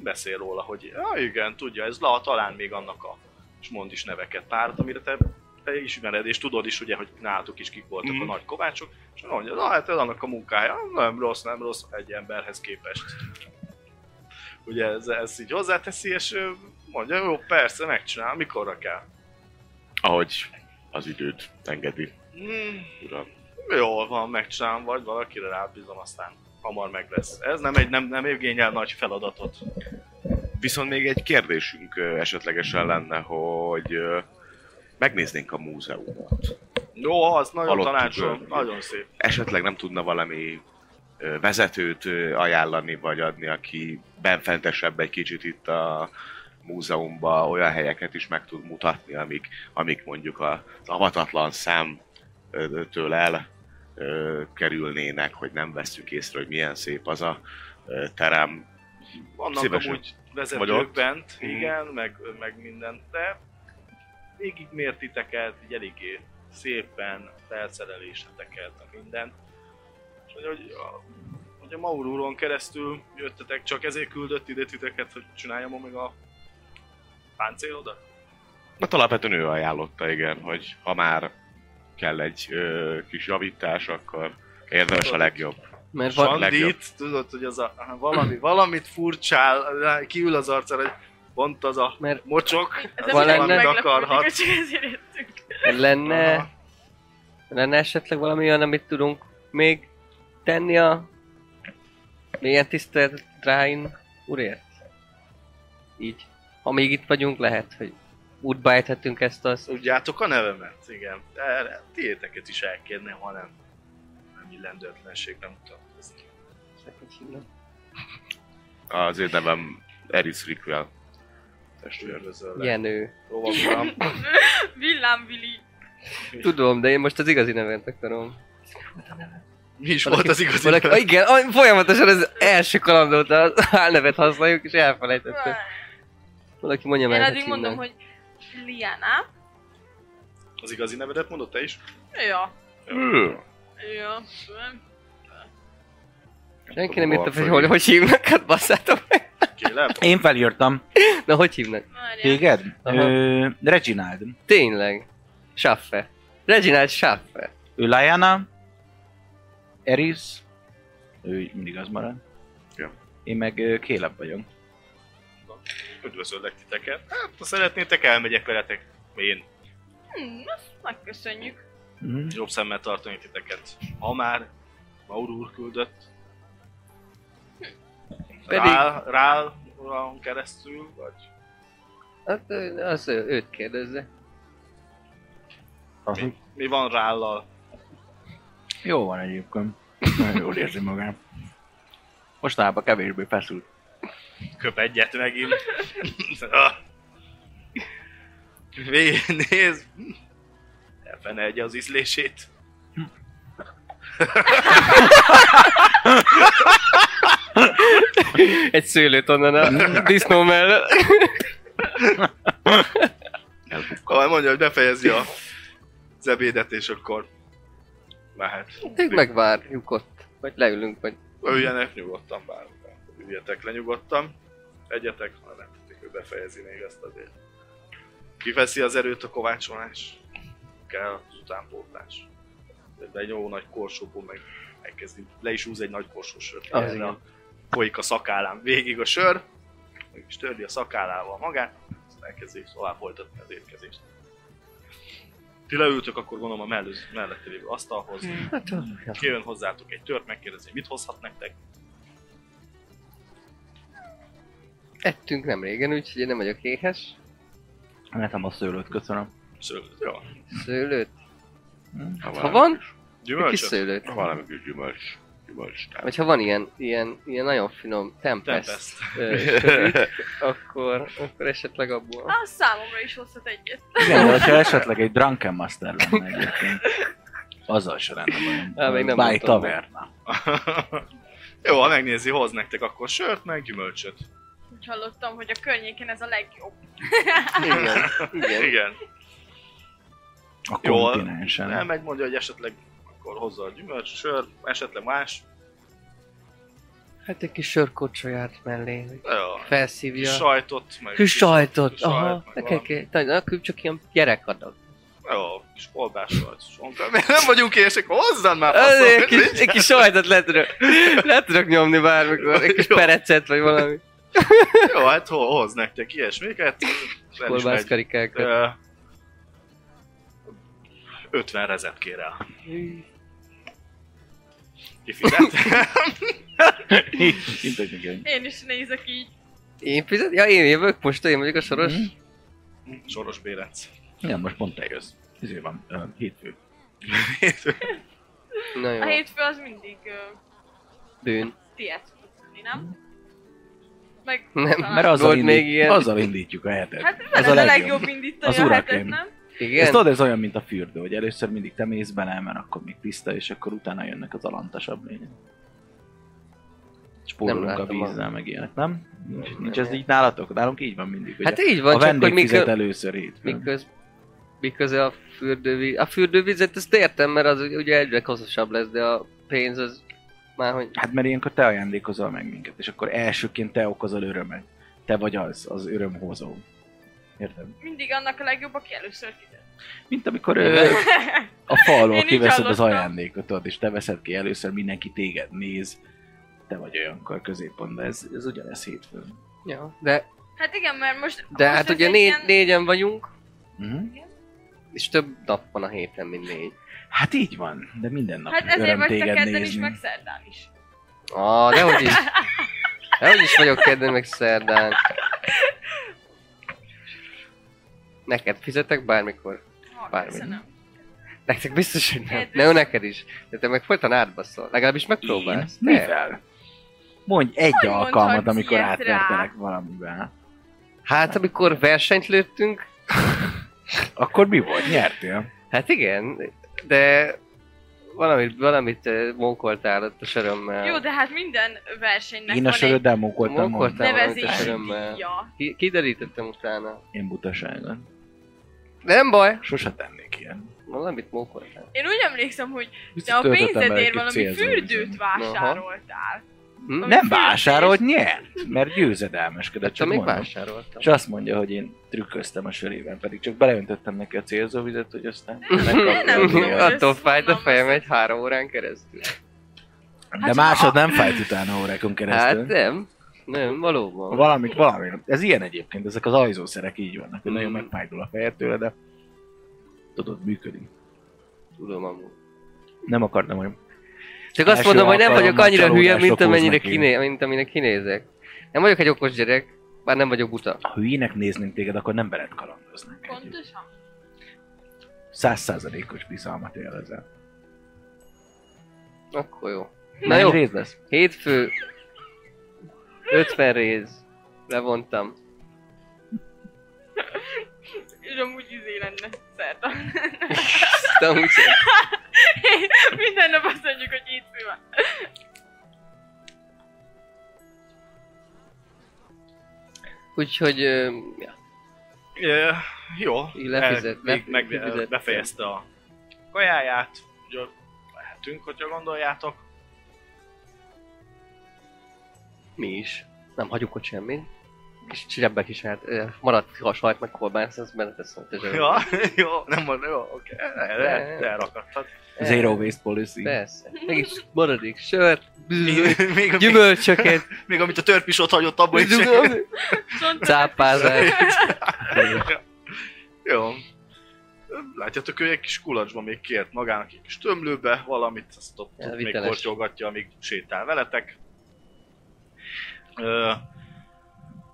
Speaker 2: beszél róla, hogy ja, igen, tudja, ez la, talán még annak a, és mond is neveket párat, amire te te ismered, és tudod is ugye, hogy nálatok is kik voltak mm.
Speaker 6: Mhm.
Speaker 2: a nagy kovácsok, és mondja, na hát ez annak a munkája, nem rossz, nem rossz egy emberhez képest. Ugye ez, ezt így hozzáteszi, és ö, mondja, jó, persze, megcsinál, mikorra kell.
Speaker 6: ahogy az időt engedi,
Speaker 2: Mm,
Speaker 6: uram.
Speaker 2: jól van, megcsinálom, vagy valakire rábízom, aztán hamar meg lesz. Ez nem egy, nem, nem igényel nagy feladatot.
Speaker 6: Viszont még egy kérdésünk ö, esetlegesen lenne, hogy ö, megnéznénk a múzeumot.
Speaker 2: Jó, az nagyon
Speaker 6: Halottuk
Speaker 2: tanácsolom,
Speaker 6: őt.
Speaker 2: nagyon szép.
Speaker 6: Esetleg nem tudna valami ö, vezetőt ö, ajánlani vagy adni, aki benfentesebb egy kicsit itt a múzeumban olyan helyeket is meg tud mutatni, amik, amik mondjuk a- az avatatlan szem ö, től el ö, kerülnének, hogy nem vesszük észre, hogy milyen szép az a ö, terem,
Speaker 2: Vannak
Speaker 6: Szívesen.
Speaker 2: Szívesen. amúgy
Speaker 6: Vagy
Speaker 2: vezetők
Speaker 6: ott?
Speaker 2: bent,
Speaker 6: Mhm.
Speaker 2: igen, meg, meg mindent, de végig mértiteket, így eléggé szépen felszereléseteket, meg mindent. És hogy, hogy, a, hogy a Maur úron keresztül jöttetek, csak ezért küldött ide titeket, hogy csináljam meg a páncélodat?
Speaker 6: Hát alapvetően ő ajánlotta, igen, hogy ha már kell egy ö, kis javítás, akkor érdemes a legjobb.
Speaker 3: Mert van...
Speaker 6: legjobb.
Speaker 2: Sandit, tudod, hogy az a aha, valami, valamit furcsál, rá- kiül az arcára, hogy pont az a
Speaker 3: Mert-
Speaker 2: mocsok,
Speaker 5: Ez
Speaker 2: az
Speaker 3: Van
Speaker 2: valamit
Speaker 5: valamit
Speaker 3: lenne-
Speaker 5: meglepődik,
Speaker 2: akarhat.
Speaker 5: hogy ezért jöttünk.
Speaker 2: Aha.
Speaker 3: Lenne... Lenne esetleg valami olyan, amit tudunk még tenni a... Milyen tisztelt Ráin úrért? Így. Amíg itt vagyunk, lehet, hogy útba ejthetünk ezt azt.
Speaker 2: Tudjátok a nevemet? Igen. Erre tiéteket is elkérném, ha nem, nem illendőtlenség nem mutatkozik.
Speaker 6: Az én nevem Eris Rickwell.
Speaker 2: Üdvözöllek.
Speaker 3: Jenő.
Speaker 2: Lovagram.
Speaker 5: Villámvili.
Speaker 3: Tudom, de én most az igazi nevet akarom.
Speaker 2: Mi is volt az igazi
Speaker 3: Valaki,
Speaker 2: neve?
Speaker 3: ah, igen, ah, folyamatosan az első kaland óta az álnevet használjuk, és elfelejtettem. Valaki mondja meg,
Speaker 5: Én
Speaker 3: hogy
Speaker 5: addig
Speaker 3: hívnám.
Speaker 5: mondom, hogy Liana.
Speaker 2: Az igazi nevedet mondod te is?
Speaker 5: Ja.
Speaker 6: Ő.
Speaker 5: Ja.
Speaker 3: Senki nem érte, hogy hol, hogy hívnak, hát basszátok meg.
Speaker 2: Kélem?
Speaker 4: Én felírtam.
Speaker 3: Na, hogy hívnak?
Speaker 5: Várjál.
Speaker 4: Téged?
Speaker 3: Aha.
Speaker 4: Ö, Reginald.
Speaker 3: Tényleg. Schaffe. Reginald Schaffe.
Speaker 4: Ő Lyanna. Eris. Ő így mindig az marad.
Speaker 6: Ja.
Speaker 4: Én meg ö, Caleb vagyok.
Speaker 2: Üdvözöllek titeket. Hát, ha szeretnétek, elmegyek veletek. Én
Speaker 5: Hm, azt megköszönjük.
Speaker 4: Mhm.
Speaker 2: jobb szemmel tartani titeket. Ha már Maur úr küldött.
Speaker 3: Pedig-
Speaker 2: Rál, rál uram keresztül, vagy
Speaker 3: Hát ö, az ő, őt kérdezze.
Speaker 2: mi van rállal?
Speaker 4: Jó van egyébként. Nagyon jól érzi magát. Mostanában kevésbé feszült.
Speaker 2: Köp egyet megint. Ah. Vé- Nézd! Elfene egy az ízlését.
Speaker 3: Egy szőlőt onnan a disznó mellett.
Speaker 2: Ha majd mondja, hogy befejezi a az ebédet, és akkor mehet.
Speaker 3: Tényleg megvárjuk ott. Vagy leülünk, vagy...
Speaker 2: Üljenek nyugodtan bár. Üljetek le nyugodtan. Egyetek, ha nem tudjuk, hogy befejezi még ezt azért. Kiveszi az erőt a kovácsolás. Kell az utánpótlás. De egy jó nagy korsóból meg elkezdi. Le is húz egy nagy korsó sört.
Speaker 3: Az
Speaker 2: Erre
Speaker 3: igen.
Speaker 2: a- Folyik a szakállán végig a sör. Meg is tördi a szakállával magát. Aztán elkezdi tovább folytatni az étkezést. Ti leültök, akkor gondolom a mellőz, mellette lévő asztalhoz.
Speaker 3: Hát,
Speaker 2: Kijön hozzátok egy tört, megkérdezi, mit hozhat nektek.
Speaker 3: ettünk nem régen, úgyhogy én nem vagyok éhes.
Speaker 4: Nekem a szőlőt köszönöm.
Speaker 2: Szőlőt. Jó.
Speaker 3: Szőlőt.
Speaker 6: Ha
Speaker 3: Ha
Speaker 6: valami,
Speaker 3: van, egy kis
Speaker 2: Gyümölcsöt?
Speaker 3: szőlőt.
Speaker 6: ha valami kis gyümölcs. Gyümölcs. tehát.
Speaker 3: Vagy ha van ilyen, ilyen, ilyen nagyon finom tempest, tempest.
Speaker 2: Tempest.
Speaker 3: Ö, sörük, akkor, akkor esetleg abból.
Speaker 5: Á, Ah, számomra is hozhat egyet.
Speaker 4: Igen, de hogyha esetleg egy Drunken Master lenne egyébként. Azzal se lenne bajom.
Speaker 3: Á, még nem
Speaker 4: By
Speaker 3: mondtam.
Speaker 4: Taverna.
Speaker 2: Jó, ha megnézi, hoz nektek akkor sört, meg gyümölcsöt.
Speaker 5: Úgy hallottam, hogy a környéken ez a legjobb.
Speaker 3: Igen, igen.
Speaker 2: Igen.
Speaker 4: A
Speaker 2: Jól.
Speaker 4: kontinensen.
Speaker 2: Elmegy, mondja, hogy esetleg akkor hozza a gyümölcs, sör, esetleg más.
Speaker 3: Hát egy kis sörkocsolyát mellé. hogy
Speaker 2: Jó. Kis
Speaker 3: Felszívja.
Speaker 2: sajtot, meg
Speaker 3: Kis sajtot,
Speaker 2: kis
Speaker 3: aha.
Speaker 2: sajt, meg
Speaker 3: Oké, oké. Tudod, akkor csak ilyen gyerekadag.
Speaker 2: Jó, kis kolbás sajt, sonka. Miért nem vagyunk érsek, hozzad már
Speaker 3: Az,
Speaker 2: faszom,
Speaker 3: Egy kis,
Speaker 2: nincs.
Speaker 3: egy kis sajtot le tudok, le tudok nyomni bármikor. Egy kis
Speaker 2: Jó.
Speaker 3: perecet vagy valami.
Speaker 2: Jó, hát ho- hoz nektek ilyesmiket. El is megy.
Speaker 3: Kolbászkarikákat.
Speaker 2: Ö, 50 rezet kér el. Kifizet?
Speaker 5: Én is nézek így.
Speaker 3: Én fizet? Ja, én jövök most, én vagyok a soros.
Speaker 4: Mhm.
Speaker 2: Soros Bérenc.
Speaker 4: Igen, most pont te jössz. Ezért van, ö, hétfő.
Speaker 3: Na
Speaker 5: A
Speaker 3: jó,
Speaker 5: hétfő az mindig ö,
Speaker 3: bűn.
Speaker 5: tiéd szokott lenni,
Speaker 4: Mhm.
Speaker 5: nem? Meg
Speaker 3: Nem,
Speaker 5: talán-
Speaker 4: Mert azzal,
Speaker 3: Volt
Speaker 4: indít,
Speaker 3: még ilyen.
Speaker 4: azzal indítjuk a hetet.
Speaker 5: Hát
Speaker 4: az
Speaker 5: veled
Speaker 4: a
Speaker 5: a
Speaker 4: legjobb.
Speaker 5: legjobb indítani
Speaker 4: Az
Speaker 5: a
Speaker 4: urakém.
Speaker 5: hetet, nem?
Speaker 4: Ez
Speaker 3: Igen?
Speaker 4: tudod, ez olyan, mint a fürdő, hogy először mindig te mész bele, mert akkor még tiszta, és akkor utána jönnek az alantasabb lények. Spórolunk a
Speaker 3: láttam a-
Speaker 4: vízzel, meg ilyenek, nem? Nincs, nincs ez
Speaker 3: nem.
Speaker 4: így nálatok? Nálunk így van mindig, hogy
Speaker 3: Hát
Speaker 4: hát,
Speaker 3: így
Speaker 4: a
Speaker 3: van, csak hogy
Speaker 4: vendég
Speaker 3: mikor...
Speaker 4: fizet először hétfőn.
Speaker 3: Miköz, miköze a fürdővíz... A fürdővizet ezt értem, mert az ugye egyre kaszosabb lesz, de a pénz az már hogy...
Speaker 4: Hát mert ilyenkor te ajándékozol meg minket, és akkor elsőként te okozol örömet. Te vagy az, az örömhozó. Érted?
Speaker 5: Mindig annak a legjobb, aki először fizet.
Speaker 4: Mint amikor ö, a falról
Speaker 5: Én így
Speaker 4: kiveszed az
Speaker 5: hallottam.
Speaker 4: ajándékot, tudod, és te veszed ki először, mindenki téged néz. Te vagy olyankor középpontban, ez, ez ugyanez hétfőn.
Speaker 3: Ja, de,
Speaker 5: Hát igen, mert most...
Speaker 3: de
Speaker 5: most
Speaker 3: hát
Speaker 5: ez
Speaker 3: ugye
Speaker 5: egy
Speaker 3: négy,
Speaker 5: ilyen-
Speaker 3: négyen vagyunk,
Speaker 5: Mhm.
Speaker 4: Uh-huh.
Speaker 3: és több nap van a héten, mint négy.
Speaker 4: Hát így van, de minden nap
Speaker 5: Hát ezért
Speaker 4: öröm
Speaker 5: vagy te
Speaker 4: téged
Speaker 5: kedden is,
Speaker 4: nézni.
Speaker 5: meg szerdán is.
Speaker 3: Á, dehogy is. Dehogy is vagyok kedden meg szerdán. Neked fizetek bármikor.
Speaker 5: Ha,
Speaker 3: Bármi.
Speaker 5: köszönöm.
Speaker 3: Nektek biztos, hogy nem.
Speaker 5: Érdekes.
Speaker 3: Ne, ő neked is. De te meg folyton átbaszol. Legalábbis megpróbálsz.
Speaker 4: Én?
Speaker 3: Te.
Speaker 4: Mivel? Mondj egy
Speaker 5: Hogy
Speaker 4: alkalmat,
Speaker 5: mondhatsz
Speaker 4: amikor
Speaker 5: ilyet rá?
Speaker 4: átvertelek valamiben.
Speaker 3: Hát amikor versenyt lőttünk,
Speaker 4: Akkor mi volt? Nyertél?
Speaker 3: hát igen, de valamit, valamit ö, mókoltál ott a sörömmel.
Speaker 5: Jó, de hát minden versenynek
Speaker 4: Én a
Speaker 5: van egy
Speaker 4: söröddel mókoltam,
Speaker 3: Mókoltam.
Speaker 4: mondtam.
Speaker 5: nevezési
Speaker 3: valamit a sörömmel.
Speaker 5: díja.
Speaker 3: Ki- kiderítettem utána.
Speaker 4: Én butaságon.
Speaker 3: De nem baj,
Speaker 4: Sose tennék ilyen.
Speaker 3: valamit mókoltál.
Speaker 5: Én úgy emlékszem, hogy
Speaker 4: Biztos
Speaker 5: te a
Speaker 4: töltöttem vele
Speaker 5: pénzedért
Speaker 4: egy
Speaker 5: valami
Speaker 4: célzó
Speaker 5: fürdőt
Speaker 4: üzemet.
Speaker 5: vásároltál.
Speaker 3: Hm?
Speaker 5: Ami
Speaker 4: Nem
Speaker 5: fürdés.
Speaker 4: vásárolt, nyert, mert győzedelmeskedett,
Speaker 3: Csak
Speaker 4: csak
Speaker 3: még
Speaker 4: mondom.
Speaker 3: vásároltam.
Speaker 4: És azt mondja, hogy én trükköztem a sörében, pedig csak beleöntöttem neki a célzóvizet, hogy aztán... megkapja
Speaker 5: nem
Speaker 4: a
Speaker 5: tudom,
Speaker 4: díjat.
Speaker 5: hogy
Speaker 3: Attól
Speaker 5: ezt
Speaker 3: fájt a
Speaker 5: honnan
Speaker 3: fejem
Speaker 5: veszed.
Speaker 3: egy három órán keresztül.
Speaker 4: De másod nem fájt utána órákon
Speaker 3: Hát
Speaker 4: keresztül.
Speaker 3: nem. Nem, valóban.
Speaker 4: Valamit, valami. Ez ilyen egyébként, ezek az ajzószerek így vannak, hogy nagyon
Speaker 3: Mhm.
Speaker 4: megfájdul a fejed tőle, de tudod, működik.
Speaker 3: Tudom amúgy.
Speaker 4: Nem akartam, hogy
Speaker 3: Csak azt
Speaker 4: Első
Speaker 3: mondom, hogy nem vagyok
Speaker 4: alkalommal
Speaker 3: annyira hülye,
Speaker 4: csalódásra
Speaker 3: mint amennyire,
Speaker 4: fogsz neki.
Speaker 3: kiné, mint aminek kinézek. Nem vagyok egy okos gyerek, bár nem vagyok buta.
Speaker 4: ha hülyének néznénk téged, akkor nem veled kalandoznánk. együtt.
Speaker 5: Pontosan.
Speaker 4: Százszázalékos bizalmat élvezel.
Speaker 3: Akkor jó. Na
Speaker 4: Mennyi
Speaker 3: jó,
Speaker 4: rész lesz?
Speaker 3: hétfő, 50 rész, levontam.
Speaker 5: És amúgy izé lenne szerda.
Speaker 3: De úgy,
Speaker 5: Minden nap azt mondjuk, hogy így van.
Speaker 3: úgyhogy, ö, ja,
Speaker 2: Ö, jó.
Speaker 3: Így lefizet-
Speaker 2: El- még
Speaker 3: lef-
Speaker 2: meg,
Speaker 3: kifizet-
Speaker 2: befejezte a kajáját. Ugye lehetünk, hogyha gondoljátok.
Speaker 3: mi is. Nem hagyjuk ott semmit. És csirebbek is, hát ö, maradt a sajt meg kolbász, az beleteszem. a zsebembe.
Speaker 2: Ja, jó, nem mond, jó, oké. Okay. Lehet, elrakadtad.
Speaker 4: Zero waste policy.
Speaker 3: Eh, Persze. Mégis maradék sört, bűző,
Speaker 2: Még, még, még,
Speaker 3: gyümölcsöket,
Speaker 2: még, amit a törpis ott hagyott, abban is.
Speaker 3: cápázás.
Speaker 2: Jó. Látjátok, ő egy kis kulacsban még kért magának egy kis tömlőbe valamit, azt ott, ott még
Speaker 3: Elviteles.
Speaker 2: kortyolgatja, amíg sétál veletek. Ö,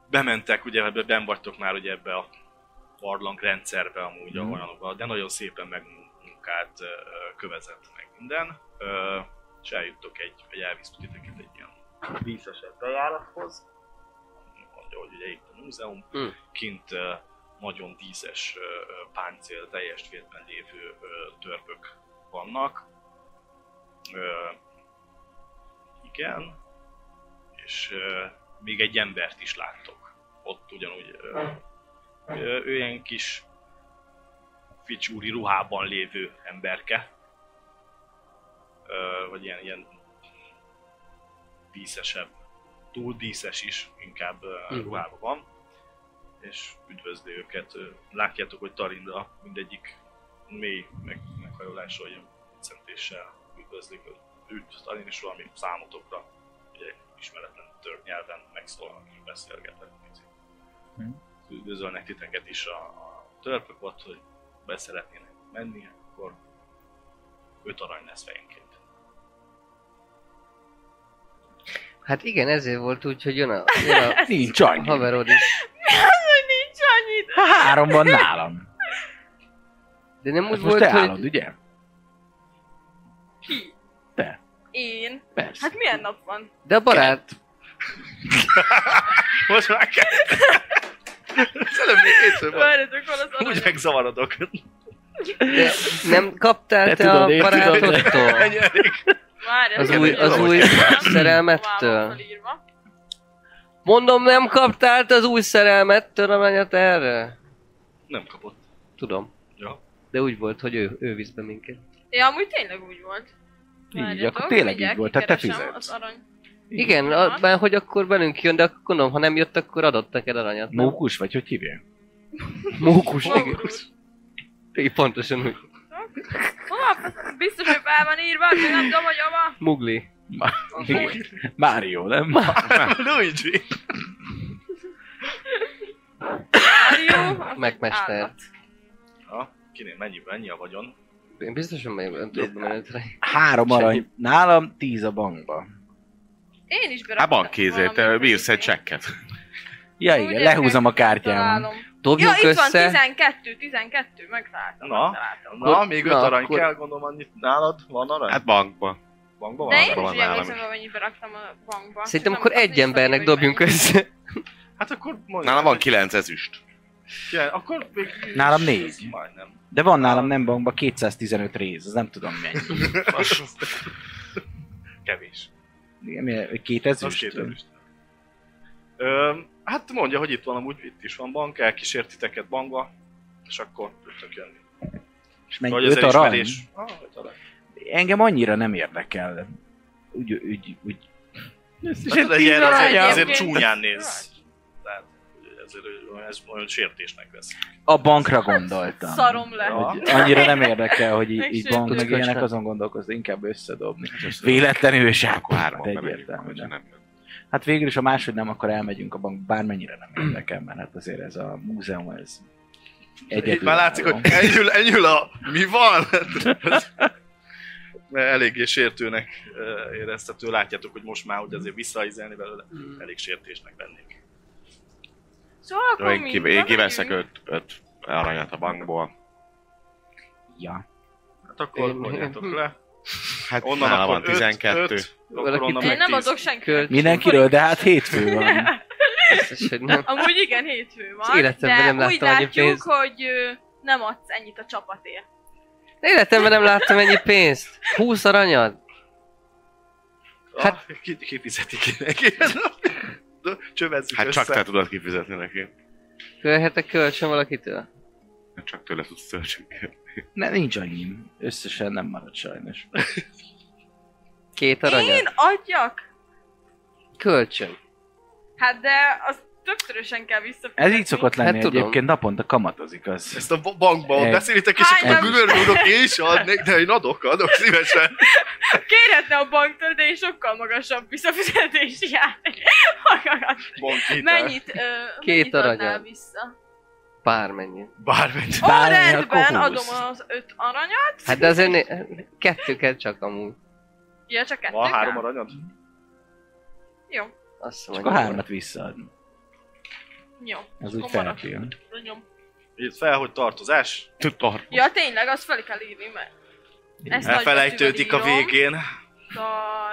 Speaker 2: bementek, ugye ebbe ben vagytok már ugye ebbe a barlang rendszerbe amúgy,
Speaker 4: Mhm.
Speaker 2: mm. ahol de nagyon szépen megmunkált ö, kövezet meg minden. Ö, és eljuttok egy, vagy elvisz titeket egy ilyen díszesebb bejárathoz. Mondja, hogy ugye itt a múzeum,
Speaker 3: Mm.
Speaker 2: kint ö, nagyon díszes ö, ö, páncél teljes vérben lévő ö, törpök vannak. Ö, igen, és ö, még egy embert is láttok. Ott ugyanúgy ö, ö, ő ilyen kis ficsúri ruhában lévő emberke. Ö, vagy ilyen, ilyen díszesebb, túl díszes is, inkább ö,
Speaker 3: Mhm.
Speaker 2: ruhában van. És üdvözli őket. Ö, Látjátok, hogy Tarinda mindegyik mély meg, meghajolásra, ilyen szentéssel üdvözlik, hogy üdv, Tarin is valami számotokra, ugye ismeretlen törnyelven megszólalnak és beszélgetnek.
Speaker 4: Hm.
Speaker 2: Üdvözölnek titeket is a, a törpök ott, hogy beszeretnének menni, akkor 5 arany lesz fejenként.
Speaker 3: Hát igen, ezért volt úgy, hogy jön a, jön a
Speaker 4: Nincs annyi.
Speaker 3: haverod is.
Speaker 5: Az, hogy nincs annyit.
Speaker 4: Három van nálam.
Speaker 3: De nem úgy
Speaker 4: Hát Most
Speaker 3: volt,
Speaker 4: te állod,
Speaker 3: hogy...
Speaker 4: ugye?
Speaker 5: Ki?
Speaker 4: Te.
Speaker 5: Én?
Speaker 4: Persze.
Speaker 5: Hát milyen nap van?
Speaker 3: De a barát,
Speaker 2: Most már kell! Szerintem még kétfő van.
Speaker 5: Várjatok, hol az
Speaker 2: Úgy
Speaker 5: aranyat?
Speaker 2: megzavarodok.
Speaker 3: de nem kaptál
Speaker 4: Te
Speaker 3: te a
Speaker 4: tudod, én
Speaker 3: barátodtól?
Speaker 2: Ennyi elég.
Speaker 5: Várjatok,
Speaker 3: Az új, az új szerelmettől. Mondom, nem kaptál te az új szerelmettől, amennyet erre?
Speaker 2: Nem kapott.
Speaker 3: Tudom.
Speaker 2: Ja.
Speaker 3: De úgy volt, hogy ő, ő visz be minket.
Speaker 5: Ja, amúgy tényleg úgy volt.
Speaker 4: Így,
Speaker 5: Várjatok,
Speaker 4: akkor tényleg így
Speaker 5: mindjárt
Speaker 4: volt, tehát te
Speaker 5: kikeresem Az
Speaker 4: fizetsz.
Speaker 5: arany.
Speaker 3: Igen, a, mert hogy akkor velünk jön, de akkor gondolom, ha nem jött, akkor adott neked aranyat. nem?
Speaker 4: Mókus vagy, hogy hívják?
Speaker 3: Mókus.
Speaker 5: Mókus.
Speaker 3: Így pontosan úgy.
Speaker 5: Hova? fasz- Biztos, hogy fel van írva, de nem tudom, hogy hova.
Speaker 3: Mugli.
Speaker 4: Mário, nem?
Speaker 2: Luigi!
Speaker 5: Jó, az
Speaker 3: Megmester.
Speaker 5: állat.
Speaker 2: Na, kinél mennyi, mennyi a vagyon?
Speaker 3: Én biztosan még nem tudok menetre.
Speaker 4: Három
Speaker 3: Semmi.
Speaker 4: arany nálam, tíz a bankba.
Speaker 5: Én is
Speaker 6: Hát
Speaker 5: beraktam.
Speaker 6: van kézért,
Speaker 5: valamit,
Speaker 6: te bírsz egy
Speaker 5: izé.
Speaker 6: csekket.
Speaker 4: Ja
Speaker 5: Úgy
Speaker 4: igen,
Speaker 5: érkezik,
Speaker 4: lehúzom a kártyámon.
Speaker 5: Találom. Ja,
Speaker 3: Dobjunk
Speaker 5: itt van
Speaker 3: össze.
Speaker 5: 12, 12, megtaláltam.
Speaker 2: Na.
Speaker 5: megtaláltam.
Speaker 2: Na, még öt
Speaker 3: na,
Speaker 2: arany
Speaker 3: akkor-
Speaker 2: kell, gondolom annyit nálad van arany?
Speaker 6: Hát bankban.
Speaker 2: bankban van
Speaker 5: De
Speaker 2: arany?
Speaker 5: én
Speaker 6: Van
Speaker 5: is úgy
Speaker 6: nálam
Speaker 5: emlékszem, hogy mennyit beraktam a bankba.
Speaker 3: Szerintem
Speaker 5: Nem,
Speaker 3: akkor
Speaker 5: azt
Speaker 3: egy
Speaker 5: nincs
Speaker 3: embernek
Speaker 5: meg, hogy
Speaker 3: dobjunk
Speaker 5: mennyi.
Speaker 3: össze.
Speaker 2: Hát akkor mondjuk.
Speaker 6: Nálam van kilenc ezüst.
Speaker 2: Ja, akkor még...
Speaker 4: Nálam négy.
Speaker 2: Ez Majdnem.
Speaker 4: De van nálam nem bankba 215 rész, az nem tudom mennyi.
Speaker 2: Az- Kevés.
Speaker 4: Igen, mi- Két
Speaker 2: Az
Speaker 4: ezüst?
Speaker 2: két ezüst. Ö, hát mondja, hogy itt van, amúgy itt is van bank, elkísért titeket bankba, és akkor tudtok jönni.
Speaker 4: És mennyi?
Speaker 2: Vagy
Speaker 4: Öt arany?
Speaker 2: elismerés. Ah, öt arany.
Speaker 4: Engem annyira nem érdekel. Úgy, úgy, úgy.
Speaker 2: És hát legyen, azért,
Speaker 5: aranya.
Speaker 2: azért
Speaker 5: Egyébként.
Speaker 2: csúnyán néz. Tehát, ezért ő- ez olyan sértésnek vesz.
Speaker 4: A bankra gondoltam.
Speaker 5: Szarom le.
Speaker 2: Ja.
Speaker 4: Hogy annyira nem érdekel, hogy így,
Speaker 5: Meg
Speaker 4: így
Speaker 5: sőt,
Speaker 4: bank, meg
Speaker 3: kocka.
Speaker 4: ilyenek azon gondolkozni, inkább összedobni. Véletlenül és
Speaker 6: Akkor hárman
Speaker 4: hát
Speaker 6: bemegyünk, hogyha
Speaker 4: egyértelműen.
Speaker 6: nem jön.
Speaker 4: Hát végül is a máshogy nem, akkor elmegyünk a bank, bármennyire nem érdekel, mert hát azért ez a múzeum, ez egyedül.
Speaker 2: Itt már látszik, hogy enyhül, enyhül a... Mi van? Mert eléggé sértőnek ö, éreztető. Látjátok, hogy most már hogy azért visszaizelni belőle elég sértésnek lennék.
Speaker 5: Szóval
Speaker 6: Jó,
Speaker 5: akkor
Speaker 6: Én,
Speaker 5: mi?
Speaker 6: ki, én
Speaker 5: Na,
Speaker 6: kiveszek
Speaker 5: megyünk.
Speaker 6: öt, öt aranyat a bankból.
Speaker 4: Ja.
Speaker 2: Hát akkor
Speaker 3: Én-
Speaker 2: mondjátok le.
Speaker 6: Hát
Speaker 2: Onnan
Speaker 6: nálam
Speaker 2: akkor
Speaker 6: van
Speaker 2: öt,
Speaker 6: 12.
Speaker 2: öt, akkor
Speaker 3: Valaki
Speaker 2: onnan
Speaker 3: tíz.
Speaker 2: meg
Speaker 5: Én nem
Speaker 2: 10.
Speaker 5: adok senkit.
Speaker 3: Költ.
Speaker 4: Mindenkiről, de hát hétfő van.
Speaker 3: Biztos, hogy nem.
Speaker 5: Amúgy igen, hétfő
Speaker 3: Az
Speaker 5: van,
Speaker 3: életemben
Speaker 5: de
Speaker 3: nem
Speaker 5: úgy
Speaker 3: láttam annyi
Speaker 5: látjuk,
Speaker 3: pénzt.
Speaker 5: hogy ö, nem adsz ennyit a csapatért.
Speaker 3: Életemben nem láttam ennyi pénzt. 20 aranyad?
Speaker 2: Hát ki, ki fizeti ki neki? Csövezzük
Speaker 6: Hát
Speaker 2: össze.
Speaker 6: csak te tudod kifizetni neki.
Speaker 3: Kölhetek kölcsön valakitől?
Speaker 6: Hát Csak tőle tudsz töltsünk.
Speaker 4: Ne, nincs annyim. Összesen nem marad sajnos.
Speaker 3: Két aranyat?
Speaker 5: Én adjak?
Speaker 3: Kölcsön.
Speaker 5: Hát de az többszörösen kell visszafizetni.
Speaker 4: Ez így szokott lenni
Speaker 3: Hát
Speaker 4: hát,
Speaker 3: tudom.
Speaker 4: egyébként, naponta kamatozik az.
Speaker 2: Ezt a ba- bankban ott
Speaker 4: Egy.
Speaker 2: beszélitek, és
Speaker 5: Hány
Speaker 2: akkor
Speaker 5: nem-
Speaker 2: gülörgülök, én is adnék, de én adok, adok szívesen.
Speaker 5: Kérhetne a banktól, de én sokkal magasabb visszafizetési játék.
Speaker 2: Bankhitel.
Speaker 5: Mennyit, ö,
Speaker 3: Két
Speaker 5: mennyit adnál
Speaker 3: aranyat.
Speaker 5: vissza?
Speaker 3: Bármennyi.
Speaker 2: Bármit.
Speaker 5: Ó,
Speaker 4: Bármi,
Speaker 5: rendben,
Speaker 4: akkor
Speaker 5: adom
Speaker 4: húsz.
Speaker 5: az öt aranyat.
Speaker 3: Hát de azért né- kettő kell csak amúgy.
Speaker 5: Ja, csak kettő
Speaker 2: Van három
Speaker 5: kell?
Speaker 2: aranyod?
Speaker 5: Jó,
Speaker 3: Azt
Speaker 4: Csak
Speaker 3: mondja.
Speaker 4: a hármat visszaadni.
Speaker 5: jó.
Speaker 4: Az úgy
Speaker 5: Akkor marad.
Speaker 4: felpillan.
Speaker 5: Aranyom.
Speaker 2: Itt fel, hogy tartozás.
Speaker 6: Tudod,
Speaker 5: Ja, tényleg, azt fel kell írni, mert ezt nagybetűvel
Speaker 2: Elfelejtődik a
Speaker 5: írom.
Speaker 2: végén.
Speaker 5: Tartozás.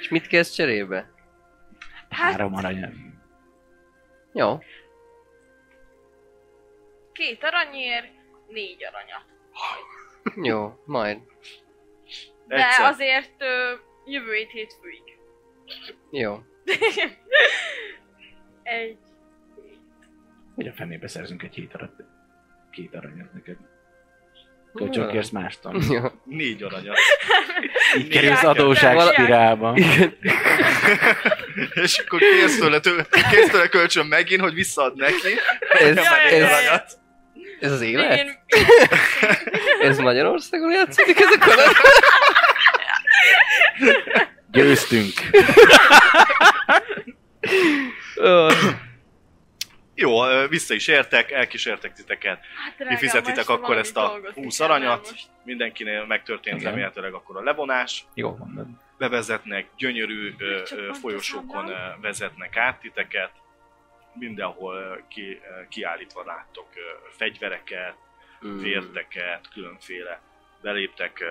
Speaker 3: És mit kezd cserébe?
Speaker 5: Hát,
Speaker 4: Három aranyat.
Speaker 3: Jó.
Speaker 5: két aranyér, négy aranya.
Speaker 3: Jó, majd.
Speaker 5: De
Speaker 2: Egyszer.
Speaker 5: azért ö, jövő hét hétfőig.
Speaker 3: Jó.
Speaker 5: Egy,
Speaker 4: Hogy a fenébe szerzünk egy hét aranyat? Két aranyat neked.
Speaker 3: Ja.
Speaker 4: Kölcsön kérsz mástól.
Speaker 3: Jó.
Speaker 2: Négy aranyat.
Speaker 4: Így kerülsz
Speaker 5: Diák-
Speaker 4: adóság
Speaker 5: Diák-
Speaker 4: spirálba.
Speaker 2: És akkor kérsz tőle, tő- kérsz tőle kölcsön megint, hogy visszaad neki.
Speaker 3: Ez,
Speaker 5: Ja, ja, ja,
Speaker 3: ez,
Speaker 5: ja.
Speaker 3: ez az élet?
Speaker 5: én,
Speaker 3: Ez Magyarországon játszódik ez a kaland?
Speaker 4: Győztünk.
Speaker 2: Jó, ö, vissza is értek, elkísértek titeket.
Speaker 5: hát
Speaker 2: Ti
Speaker 5: drágám,
Speaker 2: fizetitek
Speaker 5: most
Speaker 2: akkor
Speaker 5: valami
Speaker 2: ezt a
Speaker 5: dolgozni
Speaker 2: 20
Speaker 5: kell, mert
Speaker 2: aranyat.
Speaker 5: most
Speaker 2: Mindenkinél megtörtént
Speaker 4: Igen.
Speaker 2: remélhetőleg akkor a levonás.
Speaker 4: Jó mondod.
Speaker 2: bevezetnek, gyönyörű ö,
Speaker 5: Csak
Speaker 2: ö,
Speaker 5: pont
Speaker 2: folyosókon
Speaker 5: az
Speaker 2: ö, vezetnek át titeket, mindenhol ö, ki, ö, kiállítva láttok ö, fegyvereket,
Speaker 3: Hmm.
Speaker 2: vérteket, különféle beléptek, ö,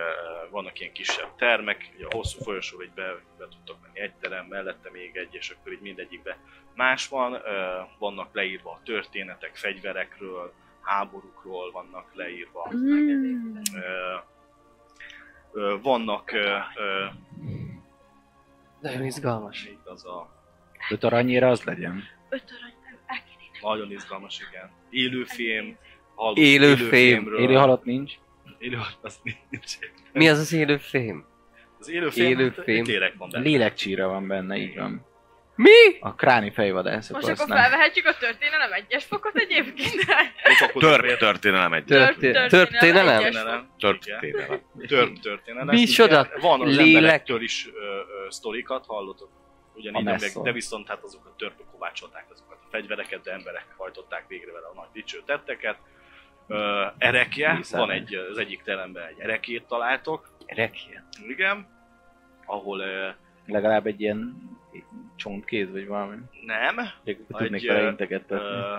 Speaker 2: vannak ilyen kisebb termek, ugye a hosszú folyosó, hogy be, be tudtok menni egy terem, mellette még egy, és akkor így mindegyikbe más van, ö, vannak leírva a történetek fegyverekről, háborúkról vannak leírva, ö, ö, vannak ö, ö,
Speaker 3: Nagyon izgalmas.
Speaker 2: Így az a
Speaker 4: Öt aranyéra az legyen.
Speaker 5: Öt arany, nem, el kéne
Speaker 2: nagyon izgalmas, igen. Élőfilm. hallott-
Speaker 3: Élőfilm.
Speaker 2: élőfilmről.
Speaker 4: Élő halott nincs.
Speaker 2: Élő az nincs.
Speaker 3: Mi az az élő fém?
Speaker 2: Az élőfilm,
Speaker 3: Élőfilm.
Speaker 2: élőfilm. tényleg van benne.
Speaker 4: Lélekcsíra van benne, így van.
Speaker 3: Mi?
Speaker 4: A kráni fejvadászok
Speaker 5: Most akkor
Speaker 4: használ.
Speaker 5: felvehetjük a történelem egyes fokot egyébként. Hát,
Speaker 6: Tör, történelem egy.
Speaker 3: Tört- történelem?
Speaker 5: egyes fok.
Speaker 6: Történelem.
Speaker 2: Tört történelem.
Speaker 3: Micsoda
Speaker 2: Igen, Van az
Speaker 3: lélek.
Speaker 2: emberektől is ö, ö, sztorikat, hallotok? Ugyanígy,
Speaker 4: A
Speaker 2: emberek,
Speaker 4: messzol.
Speaker 2: de viszont hát azok a törpök kovácsolták azokat a fegyvereket, de emberek hajtották végre vele a nagy dicső tetteket. Ö, erekje,
Speaker 4: Hiszem.
Speaker 2: van egy, az egyik teremben egy erekjét találtok,
Speaker 4: Rekje.
Speaker 2: igen, ahol ö,
Speaker 4: Legalább egy ilyen csontkéz, vagy valami.
Speaker 2: nem,
Speaker 4: Még
Speaker 2: Egy,
Speaker 4: Tudnék
Speaker 2: ö,
Speaker 4: vele integettetni.
Speaker 2: ö,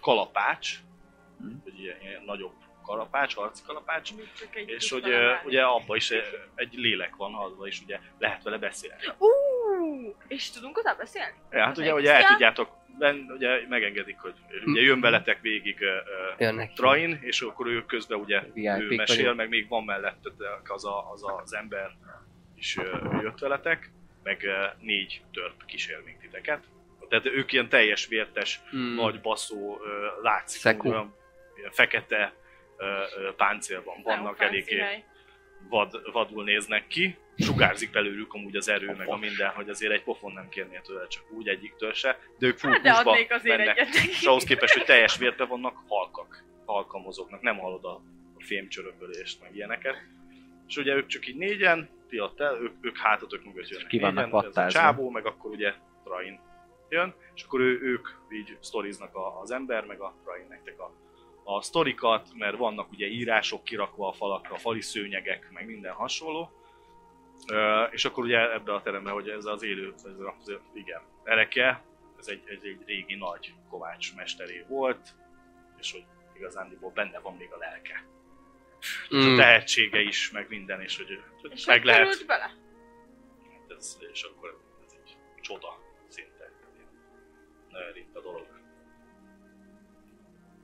Speaker 2: kalapács,
Speaker 4: Mhm.
Speaker 2: egy ilyen, ilyen nagyobb kalapács, harci kalapács,
Speaker 5: Még csak egy
Speaker 2: és
Speaker 5: kis
Speaker 2: hogy ö,
Speaker 5: találmány.
Speaker 2: ugye abban is ö, egy lélek van abban is ugye lehet vele beszélni.
Speaker 5: Ú, és tudunk oda beszélni?
Speaker 2: Ja, hát
Speaker 5: Az
Speaker 2: ugye,
Speaker 5: egy
Speaker 2: ugye
Speaker 5: szia.
Speaker 2: el tudjátok, ben, ugye megengedik, hogy ugye jön veletek végig ö, ö,
Speaker 3: Jönnek.
Speaker 2: Train, és akkor ő közben ugye ő
Speaker 3: VIP-k
Speaker 2: mesél,
Speaker 3: vagyunk.
Speaker 2: meg még van mellettetek az, a, az a- az ember is ö, jött veletek, meg ö, négy törp kísér még titeket. Tehát ők ilyen teljes vértes,
Speaker 3: Mm.
Speaker 2: nagy baszó, ö, látszik,
Speaker 3: Szekú.
Speaker 2: hogy olyan ilyen fekete ö, ö, páncélban vannak,
Speaker 5: Nem,
Speaker 2: eléggé
Speaker 5: fancy hely.
Speaker 2: vad, vadul néznek ki. Sugárzik belőlük amúgy az erő, meg a
Speaker 6: Pofon.
Speaker 2: minden, hogy azért egy pofon nem kérnél tőle, csak úgy egyiktől se. De ők
Speaker 5: Hát de
Speaker 2: fúkusba
Speaker 5: adnék azért
Speaker 2: mennek
Speaker 5: egyet neki.
Speaker 2: és ahhoz képest, hogy teljes vérbe vannak, halkak, halkan mozognak, nem hallod a fémcsörömbölést, meg ilyeneket. És ugye ők csak így négyen, ti ott el, ők, ők hátatok mögött jönnek.
Speaker 4: ki vannak
Speaker 2: négyen, ez a
Speaker 4: vattázva.
Speaker 2: csávó, meg akkor ugye Train jön, és akkor ő, ők így sztoriznak a, az ember, meg a Train nektek a, a sztorikat, mert vannak ugye írások kirakva a falakra, fali szőnyegek, meg minden hasonló. Ö, és akkor ugye ebbe a terembe, hogy ez az élő, ez a, az, igen, ereke, ez egy, ez egy régi nagy kovács mesteré volt, és hogy igazándiból benne van még a lelke. Mm.
Speaker 3: Mm.
Speaker 2: Tehetsége is, meg minden, és hogy, hogy
Speaker 5: És
Speaker 2: meg
Speaker 5: hogy
Speaker 2: lehet.
Speaker 5: került bele?
Speaker 2: Ez, és akkor ez egy csoda szinte. Nagyon ritka dolog.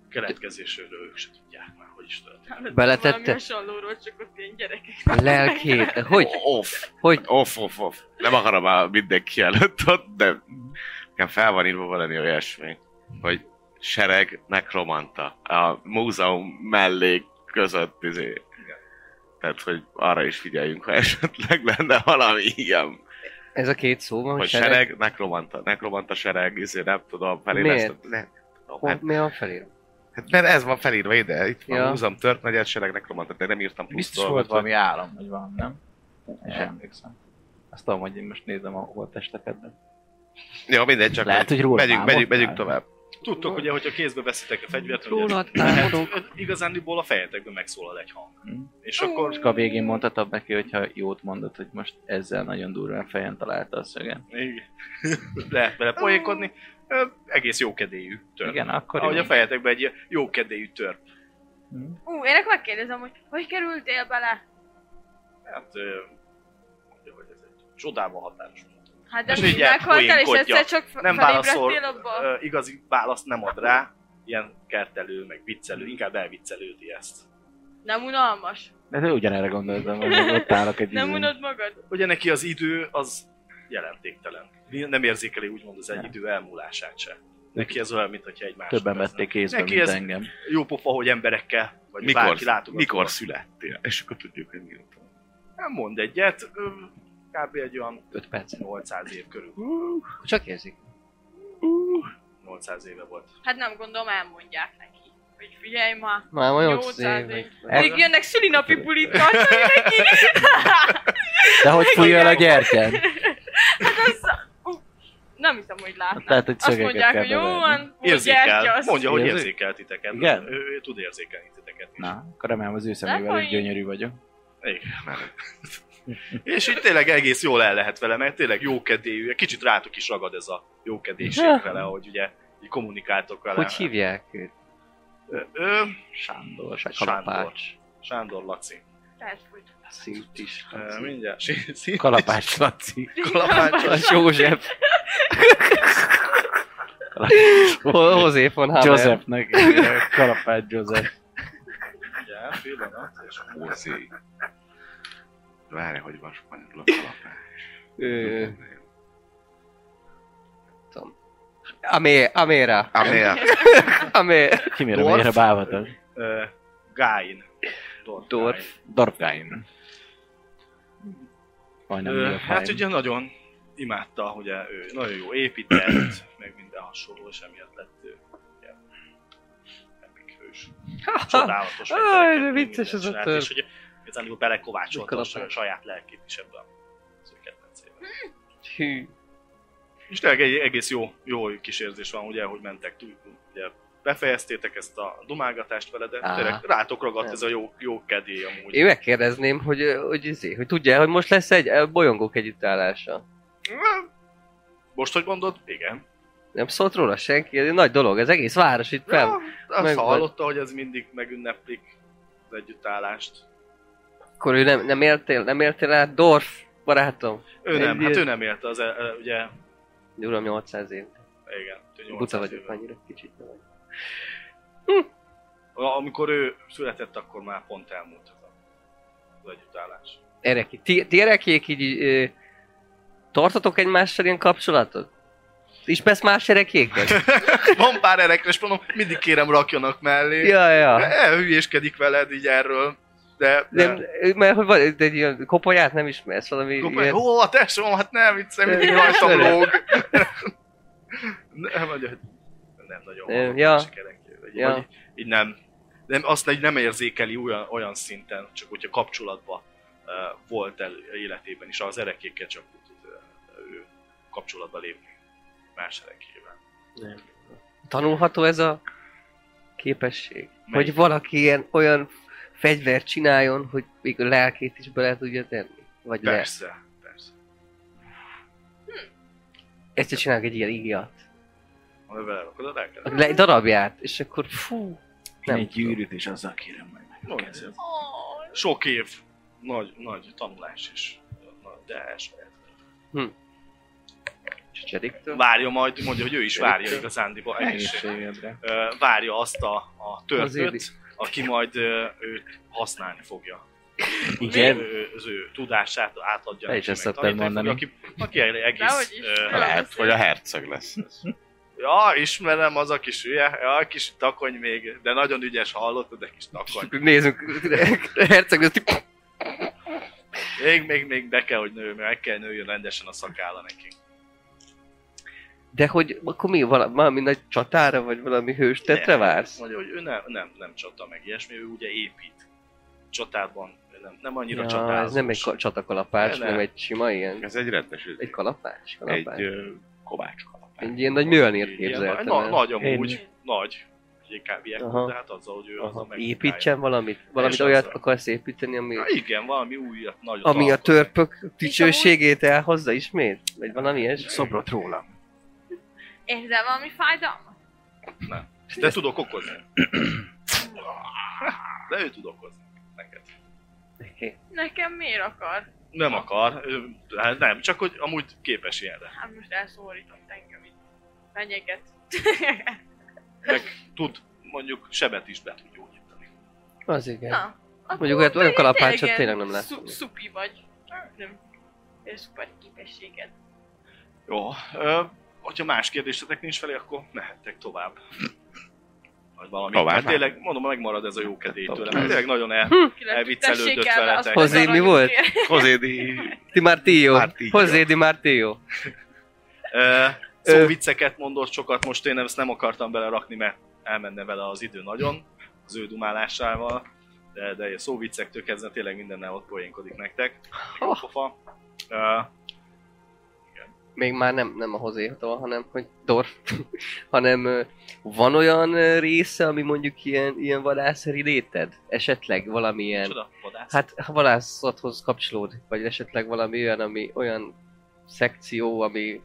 Speaker 2: Keletkezéséről ők se tudják már, hogy is történt.
Speaker 5: Hallottam
Speaker 3: Beletette?
Speaker 5: Valami hasonlóról, csak ott ilyen gyerekek.
Speaker 3: A lelkét. De Hogy?
Speaker 6: Off,
Speaker 3: Hogy?
Speaker 6: off, off, off. Nem akarom már mindenki előtt ott, de nekem fel van írva valami olyasmi, hogy sereg nekromanta. A múzeum mellé között, izé. Tehát, hogy arra is figyeljünk, ha esetleg lenne valami ilyen.
Speaker 3: Ez a két szó van,
Speaker 6: Hogy
Speaker 3: hogy
Speaker 6: sereg,
Speaker 3: sereg.
Speaker 6: sereg nekromanta, nekromanta sereg, izé, nem tudom,
Speaker 3: Miért?
Speaker 6: felélesztem. Nem tudom, hát
Speaker 3: Hogy mi a felé?
Speaker 6: Hát mert ez van felírva ide, itt van,
Speaker 3: Ja.
Speaker 6: ja. húzom tört, nagy sereg romant, de nem írtam plusz
Speaker 4: Biztos
Speaker 6: dolgot,
Speaker 4: volt valami állam, vagy valami, nem? És
Speaker 6: Nem.
Speaker 4: emlékszem. Azt tudom, hogy én most nézem a holttesteket, de...
Speaker 6: hogy- Jó, mindegy, csak
Speaker 4: Lehet, hogy róla
Speaker 6: megyünk, megyünk,
Speaker 4: álmodtál.
Speaker 6: megyünk tovább.
Speaker 2: Tudtok ugye, hogyha kézbe veszitek a fegyvert,
Speaker 3: Róla
Speaker 2: ugye,
Speaker 3: támadok.
Speaker 2: hát, igazándiból a fejetekben megszólal egy hang.
Speaker 4: Hm.
Speaker 2: És akkor...
Speaker 4: Csak a végén mondhatom neki, hogyha jót mondott, hogy most ezzel nagyon durván fejen találta a szögen.
Speaker 2: Igen. Lehet vele poénkodni. Ö, Egész jókedélyű törp.
Speaker 4: Igen, akkor
Speaker 2: Ahogy
Speaker 4: jó.
Speaker 2: a fejetekben egy jókedélyű törp.
Speaker 4: Hm.
Speaker 5: Ú, én akkor megkérdezem, hogy hogy kerültél bele?
Speaker 2: Hát, ö, mondja, hogy ez egy csodával határos mondat.
Speaker 5: Hát de
Speaker 2: És
Speaker 5: mi
Speaker 2: így el-
Speaker 5: meghaltál, és
Speaker 2: poénkodja.
Speaker 5: egyszer csak f-
Speaker 2: Nem válaszol,
Speaker 5: felébredtél abból?
Speaker 2: ö, igazi választ nem ad rá. Ilyen kertelő, meg viccelő, inkább elviccelődi ezt.
Speaker 5: Nem unalmas?
Speaker 4: De ő ugyanerre gondoltam, hogy ott állok egy
Speaker 2: Mm.
Speaker 5: Nem
Speaker 4: izé-
Speaker 5: unod magad?
Speaker 2: Ugye neki az idő az jelentéktelen. Nem érzékeli úgymond az egy
Speaker 4: Nem.
Speaker 2: idő elmúlását se. Neki ez olyan, mintha egy másodperc.
Speaker 4: Többen vették észbe,
Speaker 2: Neki
Speaker 4: mint
Speaker 2: ez-
Speaker 4: engem.
Speaker 2: Jó pofa, hogy emberekkel, vagy
Speaker 6: Mikor,
Speaker 2: bárki látogatóval.
Speaker 6: mikor születtél? És akkor tudjuk, hogy mióta.
Speaker 2: Nem mond egyet, ö, kb. egy olyan
Speaker 3: 5 perc.
Speaker 2: 800 év körül.
Speaker 3: Csak érzik.
Speaker 2: 800 éve volt.
Speaker 5: Hát nem gondolom elmondják neki. Hogy figyelj ma,
Speaker 3: Már ma
Speaker 5: 800
Speaker 3: 800
Speaker 5: év.
Speaker 3: év.
Speaker 5: Még jönnek szülinapi bulit tartani neki.
Speaker 4: De hogy fújja el a gyertyán?
Speaker 5: hát az... Ú, nem hiszem, hogy
Speaker 3: Hát
Speaker 5: látnak.
Speaker 4: Tehát, hogy
Speaker 5: Azt
Speaker 4: szögeket
Speaker 5: mondják,
Speaker 4: kell
Speaker 5: hogy jó
Speaker 4: beverni.
Speaker 5: van, hogy
Speaker 2: Érzékel,
Speaker 5: gyertyasz.
Speaker 2: mondja, hogy
Speaker 4: Érzé-
Speaker 2: érzékel titeket.
Speaker 4: Igen?
Speaker 2: Ő, ő tud érzékelni titeket is.
Speaker 4: Na, akkor remélem az ő szemével,
Speaker 5: hogy-
Speaker 4: hogy gyönyörű vagyok.
Speaker 2: Igen. És így tényleg egész jól el lehet vele, mert tényleg jókedélyű, kicsit rátok is ragad ez a jókedélység vele, hogy ugye így kommunikáltok vele.
Speaker 3: Hogy hívják őt?
Speaker 2: Ö, ö,
Speaker 4: Sándor.
Speaker 2: Sándor.
Speaker 3: Kalapács.
Speaker 2: Sándor Laci.
Speaker 5: Tehát fújt.
Speaker 3: Szint is.
Speaker 2: Ö, Mindjárt. sí- sí-
Speaker 4: Kalapács Laci.
Speaker 3: Kalapács. József. Ho- Hozé von Hammer.
Speaker 4: Josephnek. Kalapács Joseph.
Speaker 2: Mindjárt, pillanat. És
Speaker 6: Mózi. Várj, hogy van spanyolul a kalapács.
Speaker 3: Ö, Tom. Amé, Améra.
Speaker 6: Amél.
Speaker 3: Amé.
Speaker 4: Kimére
Speaker 3: Dorf.
Speaker 4: megyre bávatos.
Speaker 2: Ö, Gáin. Dorf.
Speaker 3: Dorf.
Speaker 4: Dorfgain. Majdnem
Speaker 2: Ö,
Speaker 4: mi a
Speaker 2: hát
Speaker 4: fájm.
Speaker 2: ugye nagyon imádta, ugye ő nagyon jó épített, meg minden hasonló, és emiatt lett ő ilyen epic hős. Csodálatos.
Speaker 3: Aj,
Speaker 2: fegyvereket,
Speaker 3: de
Speaker 2: meg
Speaker 3: vicces
Speaker 2: mindent
Speaker 3: az a
Speaker 2: csinált,
Speaker 3: tör.
Speaker 2: És hogy igazán belekovácsolta a
Speaker 3: Mikor a-
Speaker 2: saj- saját lelkét is ebbe az ő kedvencébe.
Speaker 3: Hű.
Speaker 2: És tényleg egy egész jó, jó kis érzés van, ugye, hogy mentek túl, ugye, befejeztétek ezt a dumálgatást vele, de
Speaker 3: Aha.
Speaker 2: tényleg rátok ragadt
Speaker 3: Nem.
Speaker 2: ez a jó, jó kedély amúgy.
Speaker 3: Én megkérdezném, hogy, ö, hogy, izé, hogy tudja, hogy most lesz egy ö, bolyongók együttállása.
Speaker 2: Most, hogy mondod? Igen.
Speaker 3: Nem szólt róla senki, ez egy nagy dolog, ez egész város itt fel.
Speaker 2: Ja, azt
Speaker 3: meg-
Speaker 2: hallotta, hogy ez mindig megünneplik az együttállást.
Speaker 3: Akkor ő nem, nem éltél, nem éltél át, Dorf, barátom.
Speaker 2: Ő
Speaker 3: Egy
Speaker 2: nem, hát
Speaker 3: ilyen-
Speaker 2: ő nem élte, az, e- e, ugye,
Speaker 3: Uram, 800 év.
Speaker 2: igen, ő 800
Speaker 3: Buta vagyok
Speaker 2: éve.
Speaker 3: annyira kicsit. nem vagyok.
Speaker 2: A- Amikor ő született, akkor már pont elmúlt az, a- az együttállás.
Speaker 3: Ereki, ti, ti erekiek így ö, tartotok egymással ilyen kapcsolatot? Ismersz más erekéket?
Speaker 2: Van pár erekre, és mondom, mindig kérem rakjanak mellé.
Speaker 3: ja, ja.
Speaker 2: Elhülyéskedik veled így erről. De,
Speaker 3: Nem, mert hogy van, de egy ilyen koponyát nem ismersz, valami
Speaker 2: Akkor meg,
Speaker 3: ilyen...
Speaker 2: Ó, a tesóm, hát nem, itt mindig
Speaker 3: Nem,
Speaker 2: rajtam
Speaker 3: nem.
Speaker 2: lóg. nem, vagy, hogy nem nagyon
Speaker 3: Nem,
Speaker 2: van,
Speaker 3: ja.
Speaker 2: sikerek, vagy,
Speaker 3: Ja.
Speaker 2: vagy így nem, nem, azt így nem érzékeli olyan, olyan szinten, csak hogyha kapcsolatban uh, volt el életében is, az erekékkel csak úgy, uh, ő kapcsolatba lépni más erekével.
Speaker 3: Tanulható ez a képesség?
Speaker 2: Melyik?
Speaker 3: Hogy valaki ilyen olyan fegyvert csináljon, hogy még a lelkét is bele tudja tenni? Vagy le.
Speaker 2: Persze, persze.
Speaker 3: Ezt csinálok egy ilyen igiat.
Speaker 2: Ha vele rakod, el kell.
Speaker 3: Le, egy darabját, és akkor fú,
Speaker 4: Én
Speaker 3: nem
Speaker 4: egy
Speaker 3: tudom.
Speaker 4: gyűrűt, és azzal kérem majd meg. a
Speaker 2: Nagyon
Speaker 4: kezed.
Speaker 2: szép.
Speaker 5: Ó,
Speaker 2: Sok év, nagy, nagy tanulás is, Na, de elsajátítani.
Speaker 3: Csecseriktől.
Speaker 2: várja majd, mondja, hogy ő is várja igazándiból egészséget.
Speaker 4: Egészségedre.
Speaker 2: Ö, Várja azt a, a
Speaker 3: Az Édi.
Speaker 2: törpöt, aki majd ö, őt használni fogja.
Speaker 4: Igen.
Speaker 2: Ő, az ő tudását átadja.
Speaker 3: Te is
Speaker 2: neki,
Speaker 3: ezt
Speaker 2: meg
Speaker 3: szoktam
Speaker 2: tanítani
Speaker 3: mondani.
Speaker 2: Fogja, aki, aki el- egész...
Speaker 5: Dehogy is.
Speaker 2: ö,
Speaker 5: Dehogy.
Speaker 6: Lehet, hogy a herceg lesz. ez.
Speaker 2: ja, ismerem az a kis hülye, ja, a kis takony még, de nagyon ügyes hallottad, de kis
Speaker 3: És
Speaker 2: takony.
Speaker 3: akkor Nézzünk, herceg, azt így-
Speaker 2: Még, még, még be kell, hogy nő, meg kell nőjön rendesen a szakálla neki.
Speaker 3: de hogy akkor mi, vala- valami nagy csatára, vagy valami hőstetre
Speaker 2: Nem.
Speaker 3: vársz?
Speaker 2: Mondja, hogy ő nem, nem, nem csata meg ilyesmi, ő ugye épít. Csatában ő nem, nem annyira
Speaker 3: Ja,
Speaker 2: csatázós.
Speaker 3: ez nem egy ka- csatakalapács,
Speaker 2: Ne, ne.
Speaker 3: hanem egy sima ilyen,
Speaker 6: Ez egy rendes,
Speaker 3: egy kalapács,
Speaker 6: egy
Speaker 3: kalapács.
Speaker 6: ö, kovács kalapács.
Speaker 3: Egy ilyen nagy műanyírt
Speaker 2: Így, ilyen
Speaker 3: képzeltem
Speaker 2: na-
Speaker 3: el.
Speaker 2: Nagy amúgy,
Speaker 5: Én-
Speaker 2: nagy. Egy inkább ilyenkor,
Speaker 3: Aha.
Speaker 2: de hát azzal, hogy ő az a
Speaker 3: Aha.
Speaker 2: meg.
Speaker 3: Építsen valamit, valamit
Speaker 2: Teljesen
Speaker 3: olyat
Speaker 2: azzal.
Speaker 3: akarsz építeni, ami,
Speaker 2: Hát igen, valami újat, nagyot.
Speaker 3: ami a
Speaker 2: alkot.
Speaker 3: törpök dicsőségét elhozza ismét? Vagy valami ilyesmi?
Speaker 4: Szobrot rólam.
Speaker 5: Érzel valami fájdalmat?
Speaker 2: De tudok okozni. De ő tud okozni neked.
Speaker 3: Oké.
Speaker 5: Nekem miért akar?
Speaker 2: Nem akar, ő, hát nem, csak hogy amúgy képes ilyenre.
Speaker 5: Hát most elszólított engem itt. Fenyeget.
Speaker 2: Tud mondjuk sebet is be tud gyógyítani.
Speaker 3: Az igen.
Speaker 5: Na. akkor
Speaker 3: Mondjuk hát olyan
Speaker 5: pedig
Speaker 3: kalapácsot
Speaker 5: tényleg
Speaker 3: tényleg nem láttam.
Speaker 5: szu- Szupi vagy. Nem. Ő szuper
Speaker 2: Hm,
Speaker 5: képességed.
Speaker 2: Jó, ö, hogyha más kérdésetek nincs felé, akkor mehettek tovább. Vagy valami.
Speaker 6: Tovább.
Speaker 2: Hát tényleg, mondom, megmarad ez a jó kedély tőle. Mert tényleg nagyon el, Elviccelődött
Speaker 5: Tessék el,
Speaker 2: veletek.
Speaker 5: az
Speaker 3: Hozé, mi
Speaker 5: aranyok
Speaker 3: volt?
Speaker 5: ér.
Speaker 6: Hozédi
Speaker 3: Di Martillo.
Speaker 6: Martillo.
Speaker 3: José Di Martillo.
Speaker 2: Ö,
Speaker 3: Ö.
Speaker 2: Szó vicceket mondott sokat, most én nem- ezt nem akartam belerakni, mert elmenne vele az idő nagyon, az ő dumálásával, de, de szóviccektől kezdve tényleg mindennel ott poénkodik nektek. Jó
Speaker 3: Oh.
Speaker 2: pofa. Ö,
Speaker 3: Még már nem, nem a hozétól, hanem hogy Dorf. hanem ö, van olyan ö, része, ami mondjuk ilyen, ilyen vadászeri léted? Esetleg valamilyen
Speaker 2: Csoda, vadász.
Speaker 3: Hát ha valászathoz kapcsolódik, vagy esetleg valami olyan, ami olyan szekció, ami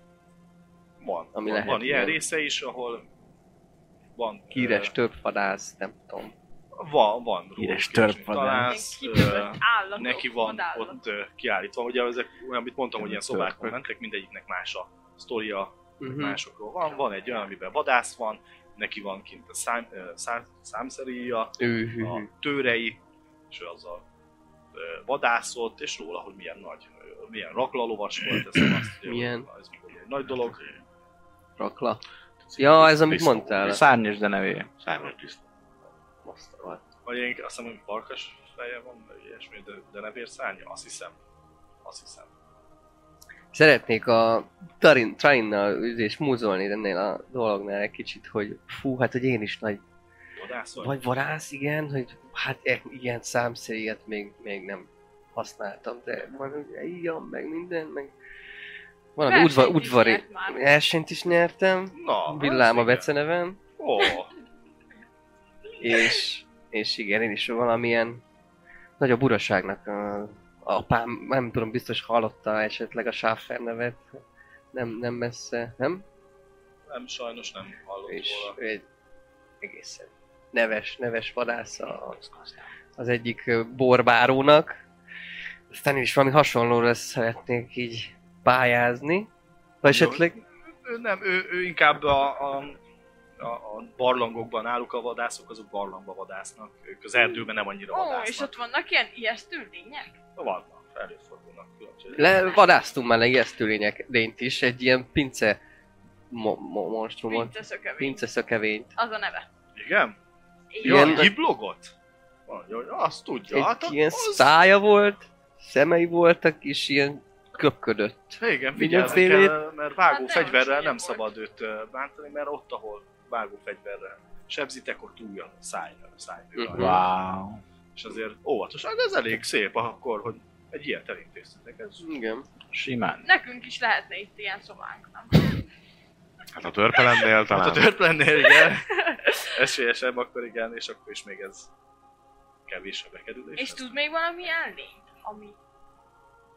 Speaker 2: van,
Speaker 3: ami
Speaker 2: van,
Speaker 3: lehet,
Speaker 2: van ilyen
Speaker 3: igen.
Speaker 2: része is, ahol van...
Speaker 3: híres több vadász, nem tudom.
Speaker 2: Ö, van, van róluk
Speaker 4: Híres
Speaker 2: is,
Speaker 4: törp
Speaker 2: mit
Speaker 4: vadász.
Speaker 2: találsz,
Speaker 5: Ilyen
Speaker 2: ö,
Speaker 5: kidőlt állatok,
Speaker 2: neki van
Speaker 5: vadállat.
Speaker 2: ott ö, kiállítva, ugye ezek, olyan, amit mondtam, hogy ilyen
Speaker 4: Törpök.
Speaker 2: szobákon mentek, mindegyiknek más a sztoria,
Speaker 3: Mhm.
Speaker 2: másokról van. Van egy olyan, amiben vadász van, neki van kint a szám, ö, szám, számszeríja,
Speaker 3: Ő, hű,
Speaker 2: a
Speaker 3: hű.
Speaker 2: tőrei, és ő azzal ö, vadászott, és róla, hogy milyen nagy, ö, milyen raklalovas volt, ez azt, hogy
Speaker 3: Milyen?
Speaker 2: ez egy nagy dolog.
Speaker 3: rakla. Ja, ez amit
Speaker 6: Disznó.
Speaker 3: mondtál.
Speaker 4: Szárnyas denevér.
Speaker 6: Szárnyas disznó.
Speaker 2: Vagy én azt hiszem, hogy farkas feje van, vagy ilyesmi, de, de nevér szárnya, azt hiszem. Azt hiszem.
Speaker 3: Szeretnék a Tarin, Trainnal és múzolni ennél a dolognál egy kicsit, hogy fú, hát hogy én is nagy
Speaker 2: Vadász vagy?
Speaker 3: vagy varász, igen, hogy hát e- ilyen számszerűet még, még nem használtam, de van ugye ilyen, meg minden, meg valami
Speaker 5: Versenyt
Speaker 3: udva,
Speaker 5: is
Speaker 3: udvari
Speaker 5: nyert már.
Speaker 3: versenyt is nyertem,
Speaker 2: Na,
Speaker 3: villám a
Speaker 2: az igen.
Speaker 3: beceneven,
Speaker 2: Ó,
Speaker 3: és, és igen, én is valamilyen nagyobb uraságnak a, apám, nem tudom, biztos hallotta esetleg a Schaffer nevet, nem, nem messze, nem?
Speaker 2: nem, sajnos nem hallott
Speaker 3: és
Speaker 2: róla.
Speaker 3: ő egy egészen neves, neves vadász a, az egyik ö, borbárónak. Aztán én is valami hasonlóra szeretnék így pályázni. Ha esetleg
Speaker 2: Ő nem, ő, ő inkább a, a, a, a barlangokban álluk a vadászok, azok barlangba vadásznak. Ők az erdőben nem annyira
Speaker 5: Ó, és
Speaker 2: vadásznak.
Speaker 5: ott vannak ilyen ijesztő lények?
Speaker 2: Vannak, előfordulnak. különböző-
Speaker 3: le, vadáztunk már le ijesztő lények, lényt is, egy ilyen pince mo, mo, monstrumot,
Speaker 5: Pinceszökevény.
Speaker 3: pince szökevényt.
Speaker 5: Az a neve.
Speaker 2: Igen? Jó,
Speaker 3: Ilyen-
Speaker 2: a hiblogot? Van, jó, azt tudja.
Speaker 3: Egy
Speaker 2: hát
Speaker 3: ilyen
Speaker 2: az...
Speaker 3: szája volt, szemei voltak, és ilyen köpködött.
Speaker 2: Igen, vigyázni
Speaker 3: Mindösszélét.
Speaker 2: kell, mert vágó
Speaker 5: Hát nem,
Speaker 2: fegyverrel
Speaker 5: csúnya
Speaker 2: nem
Speaker 5: volt.
Speaker 2: szabad őt ö, bántani, mert ott, ahol vágó fegyverrel sebzitek, ott újjan a szájra, a szájra.
Speaker 3: Mhm.
Speaker 4: Wow.
Speaker 2: És azért óvatosan, ez elég szép akkor, hogy egy ilyet elintéztetek. Ez
Speaker 3: Igen.
Speaker 4: Simán.
Speaker 5: Nekünk is lehetne itt ilyen szobánk, nem?
Speaker 6: Hát a törpelemnél
Speaker 2: Hát a
Speaker 6: talán...
Speaker 2: törplennél, igen. Esélyesebb akkor igen, és akkor is még ez kevésebb bekerülés.
Speaker 5: És tud még valami ilyen lény, ami...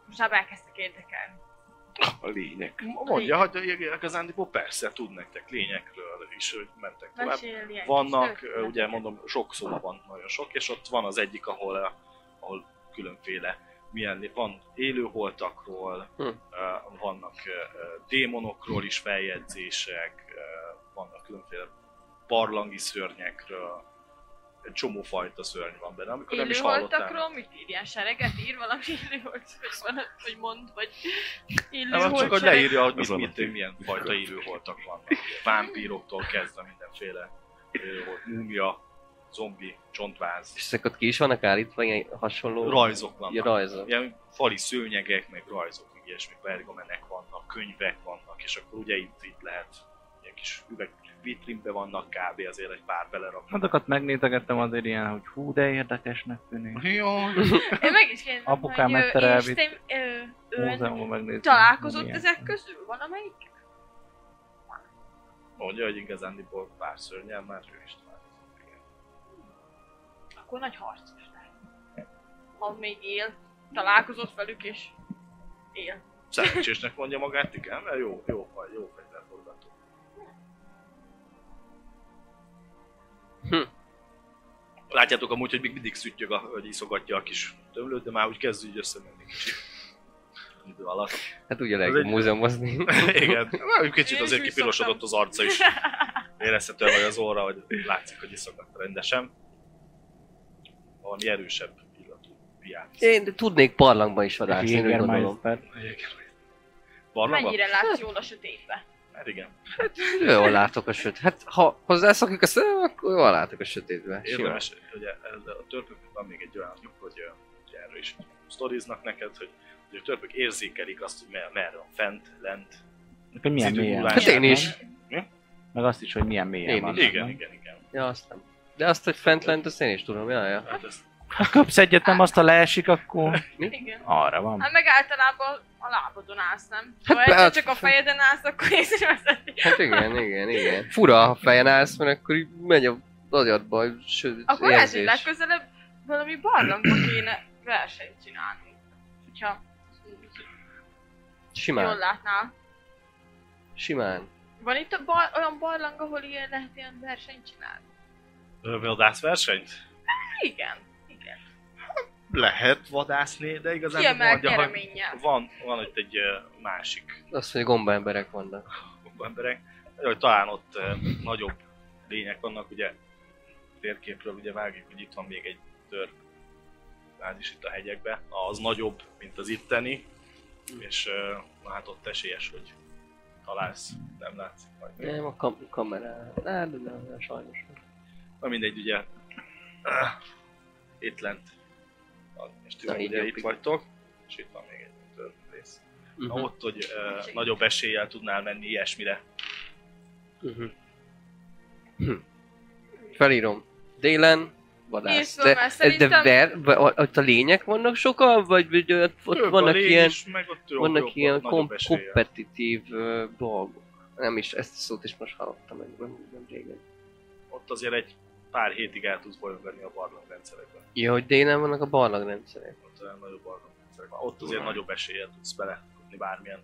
Speaker 5: Most már elkezdtek érdekelni.
Speaker 6: A lényeg.
Speaker 2: Mondja, hogy igazándiból persze tud nektek lényekről is, hogy mentek tovább.
Speaker 5: Mesélj egy
Speaker 2: Vannak,
Speaker 5: kis
Speaker 2: ö, ugye
Speaker 5: történeteket.
Speaker 2: mondom, sok szóba van nagyon sok, és ott van az egyik, ahol, eh, ahol különféle milyen, lé- van élőholtakról,
Speaker 3: Hm.
Speaker 2: hm. vannak eh, eh, démonokról is feljegyzések, eh, vannak különféle barlangi szörnyekről, egy csomó fajta szörny van benne, amikor nem is hallottál.
Speaker 5: Élőholtakról mit ír? Ilyen sereget ír valami élőholt, vagy van, vagy mond, vagy
Speaker 2: Nem, hát
Speaker 5: élőholt
Speaker 2: csak hogy
Speaker 5: sereg?
Speaker 2: leírja, hogy mit,
Speaker 6: Azon
Speaker 2: mit,
Speaker 6: a-
Speaker 2: milyen fajta élőholtak vannak. Vámpíroktól kezdve mindenféle élőholt, múmia, zombi,
Speaker 3: És
Speaker 2: csontváz,
Speaker 3: ezek ott ki is vannak állítva, ilyen hasonló
Speaker 2: rajzok vannak.
Speaker 3: Ilyen rajzok.
Speaker 2: ilyen fali szőnyegek, meg rajzok, meg ilyesmi pergamenek vannak, könyvek vannak, és akkor ugye itt, itt lehet ilyen kis üveg vitrinbe vannak, kb. azért egy pár beleraknak.
Speaker 4: Azokat megnézegettem azért ilyen, hogy hú, de érdekesnek tűnik.
Speaker 3: Hát
Speaker 2: Jaj,
Speaker 5: Én meg is kérdezem,
Speaker 4: Apukám
Speaker 5: hogy
Speaker 4: egyszer
Speaker 5: ö,
Speaker 4: elvitt
Speaker 5: Einstein, ö, ön
Speaker 4: Múzeumban megnéztem.
Speaker 5: találkozott
Speaker 4: Milyen.
Speaker 5: ezek közül? Van amelyik?
Speaker 2: mondja, hogy igazándiból pár szörnyel már ő is találkozott. Igen.
Speaker 5: Akkor nagy harcos lehet. Ha még él, találkozott velük és él.
Speaker 2: Szerencsésnek mondja magát, igen, mert jó, jó, faj, jó fegyverforgató.
Speaker 3: Hm.
Speaker 2: Látjátok amúgy, hogy még mindig szüttyög, a, hogy iszogatja a kis tömlőt, de már úgy kezd így összemenni kicsit. Idő alatt.
Speaker 3: Hát ugye lehet
Speaker 2: Ez egy-
Speaker 3: múzeumozni.
Speaker 2: Igen, már úgy kicsit
Speaker 5: Én is
Speaker 2: azért
Speaker 5: úgy
Speaker 2: kipirosododt az arca is. Érezhető vagy az óra, hogy látszik, hogy iszogat rendesen. Valami erősebb illatú piát.
Speaker 3: Én tudnék barlangban is vadászni, én úgy gondolom.
Speaker 4: Jägermeister.
Speaker 2: Barlangban?
Speaker 5: Mennyire látsz jól a sötétbe?
Speaker 2: Hát igen.
Speaker 3: Jól látok a sötét. Hát ha hozzászokjuk a szemem, akkor jól látok a sötétbe. Simán.
Speaker 2: Érdemes, ugye ez a törpöknek van még egy olyan lyuk, hogy ö, ugye erről is sztoriznak neked, hogy hogy a törpök érzékelik azt, hogy mer- merre van fent, lent.
Speaker 4: Hogy milyen
Speaker 2: Cidulás.
Speaker 4: mélyen.
Speaker 3: Hát én is.
Speaker 4: Meg azt is, hogy milyen mélyen
Speaker 3: Én
Speaker 4: van.
Speaker 3: is.
Speaker 2: Igen, igen, igen.
Speaker 3: Ja, azt nem. De azt, hogy fent lent, azt én is tudom, ja, ja.
Speaker 2: Hát ezt
Speaker 4: Ha köpsz egyet, nem azt, ha leesik, akkor
Speaker 5: Igen.
Speaker 4: arra van.
Speaker 5: Hát meg általában a lábadon állsz, nem?
Speaker 3: Hát
Speaker 5: Hát, ha egyszer
Speaker 3: be-
Speaker 5: csak a fejeden állsz, akkor észreveszed.
Speaker 3: Hát igen, igen, igen. Fura, ha fejen állsz, mert akkor így megy a agyadba, sőt,
Speaker 5: Akkor lehet, hogy
Speaker 3: érzés.
Speaker 5: legközelebb valami barlangba kéne versenyt csinálni. Hogyha jól
Speaker 3: Simán,
Speaker 5: látnál.
Speaker 3: simán.
Speaker 5: Van itt a bar- olyan barlang, ahol ilyen lehet ilyen versenyt csinálni?
Speaker 2: Ö, vadászversenyt?
Speaker 5: Igen. Igen.
Speaker 2: Lehet vadászni, de igazán
Speaker 5: Kiemelt
Speaker 2: mondja, hogy
Speaker 5: nyereménnyel.
Speaker 2: van, van itt egy ö, másik
Speaker 3: Azt mondja, gomba emberek vannak.
Speaker 2: emberek, hogy talán ott eh, nagyobb lények vannak, ugye térképről ugye vágjuk, hogy itt van még egy törp bázis itt a hegyekbe, az nagyobb, mint az itteni, és eh, na hát ott esélyes, hogy találsz, nem látszik majd.
Speaker 3: Nem, a kam- kamera. Nem, de nem, nem, sajnos.
Speaker 2: Na mindegy, ugye eh, itt lent, és ti
Speaker 3: Na, így
Speaker 2: ugye
Speaker 3: jobb,
Speaker 2: itt
Speaker 3: igen.
Speaker 2: vagytok, és itt van még egy törp rész.
Speaker 3: Uh-huh.
Speaker 2: Na ott, hogy ö, nagyobb eséllyel tudnál menni ilyesmire.
Speaker 3: Uh-huh. Hm. Felírom. Délen, vadász.
Speaker 5: Nézd, Román,
Speaker 3: de, de
Speaker 5: szerintem-
Speaker 3: ver, ver, ott a lények vannak sokan, vagy, vagy ott, ott
Speaker 2: Ők a
Speaker 3: vannak
Speaker 2: lény
Speaker 3: ilyen,
Speaker 2: is, meg ott ők
Speaker 3: vannak
Speaker 2: jobb-
Speaker 3: ilyen
Speaker 2: nagyobb
Speaker 3: kom-
Speaker 2: eséllyel.
Speaker 3: kompetitív uh, dolgok? Nem is, ezt a szót is most hallottam meg, nem, nem régen.
Speaker 2: Ott azért egy pár hétig el tudsz bolyongani a barlangrendszerekben.
Speaker 3: Ja, hogy délen vannak a barlangrendszerek.
Speaker 2: Ott olyan nagyobb barlangrendszerekben. Ott azért nagyobb eséllyel tudsz belekapni bármilyen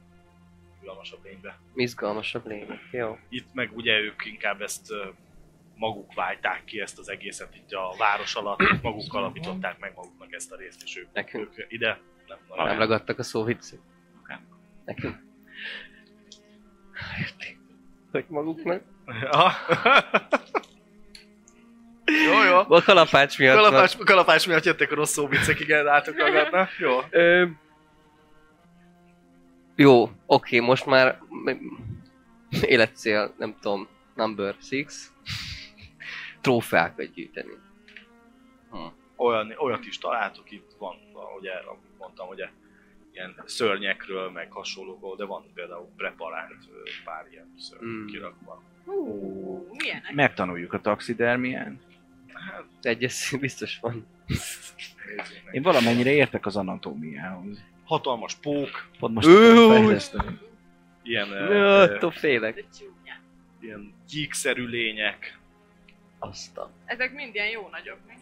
Speaker 2: villanyosabb lénybe.
Speaker 3: Izgalmasabb lények. Jó.
Speaker 2: Itt meg ugye ők inkább ezt ö, maguk válták ki ezt az egészet itt a város alatt, maguk alapították meg maguknak ezt a részt, és ők,
Speaker 3: Nekünk.
Speaker 2: ők ide nem
Speaker 3: Nem
Speaker 2: nagyon.
Speaker 3: ragadtak a szó viccük. Nekünk. Érték. Hogy maguknak?
Speaker 2: Jó, jó.
Speaker 3: A kalapács miatt van.
Speaker 2: Kalapás, kalapás miatt jöttek a rossz szóbicek, igen, látok magadna. Jó.
Speaker 3: Ö... Jó, oké, most már m- életcél, nem tudom, number 6. Trófeákat gyűjteni.
Speaker 2: Olyan, olyat is találtok, itt van, a- ugye, amit mondtam, ugye, ilyen szörnyekről, meg hasonlókról, de van például preparált ö, pár ilyen szörny
Speaker 3: Mm.
Speaker 2: mm. kirakva.
Speaker 5: Hú, milyenek?
Speaker 4: Megtanuljuk a taxidermián.
Speaker 3: Egyes szín biztos van.
Speaker 2: Nézzünk meg.
Speaker 4: Én valamennyire értek az anatómiához.
Speaker 2: Hatalmas pók,
Speaker 4: Pont most
Speaker 3: Ő,
Speaker 4: akarom
Speaker 3: hogy-
Speaker 4: fejleszteni.
Speaker 2: ilyen, ö,
Speaker 3: Jó,
Speaker 2: ö,
Speaker 3: attól félek.
Speaker 5: De csúnya.
Speaker 2: ilyen gyíkszerű lények,
Speaker 3: Azt a...
Speaker 5: Ezek mind ilyen jó nagyok, mi?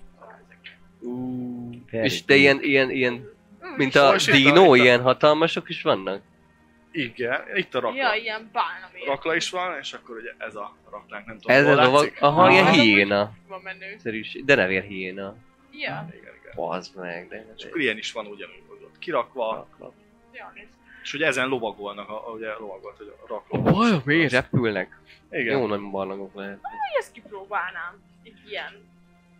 Speaker 4: Ú,
Speaker 3: És de ilyen, ilyen, ilyen, mint a
Speaker 2: Most itt a-
Speaker 3: dinó,
Speaker 2: itt a-
Speaker 3: ilyen hatalmasok is vannak?
Speaker 2: igen, itt a rakla.
Speaker 5: Ja, ilyen bálna méret.
Speaker 2: rakla is van, és akkor ugye ez a raklánk, nem tudom,
Speaker 3: Ez
Speaker 2: hol
Speaker 3: a lovag...
Speaker 2: látszik?
Speaker 3: Aha, ilyen
Speaker 5: Ah.
Speaker 3: hiéna.
Speaker 5: Van menő.
Speaker 3: Szerűség. De nem ér hiéna.
Speaker 5: Ja,
Speaker 2: Igen, igen.
Speaker 3: Bazd meg, de...
Speaker 2: És akkor ilyen is van ugyanúgy, hogy ott kirakva,
Speaker 5: ja, nézd.
Speaker 2: és ugye ezen lovagolnak, a, a- ugye lovagolt, hogy a rakló.
Speaker 3: Vajon miért repülnek?
Speaker 2: Igen.
Speaker 3: Jó nagy barlangok lehet.
Speaker 5: Hogy ezt kipróbálnám? Egy ilyen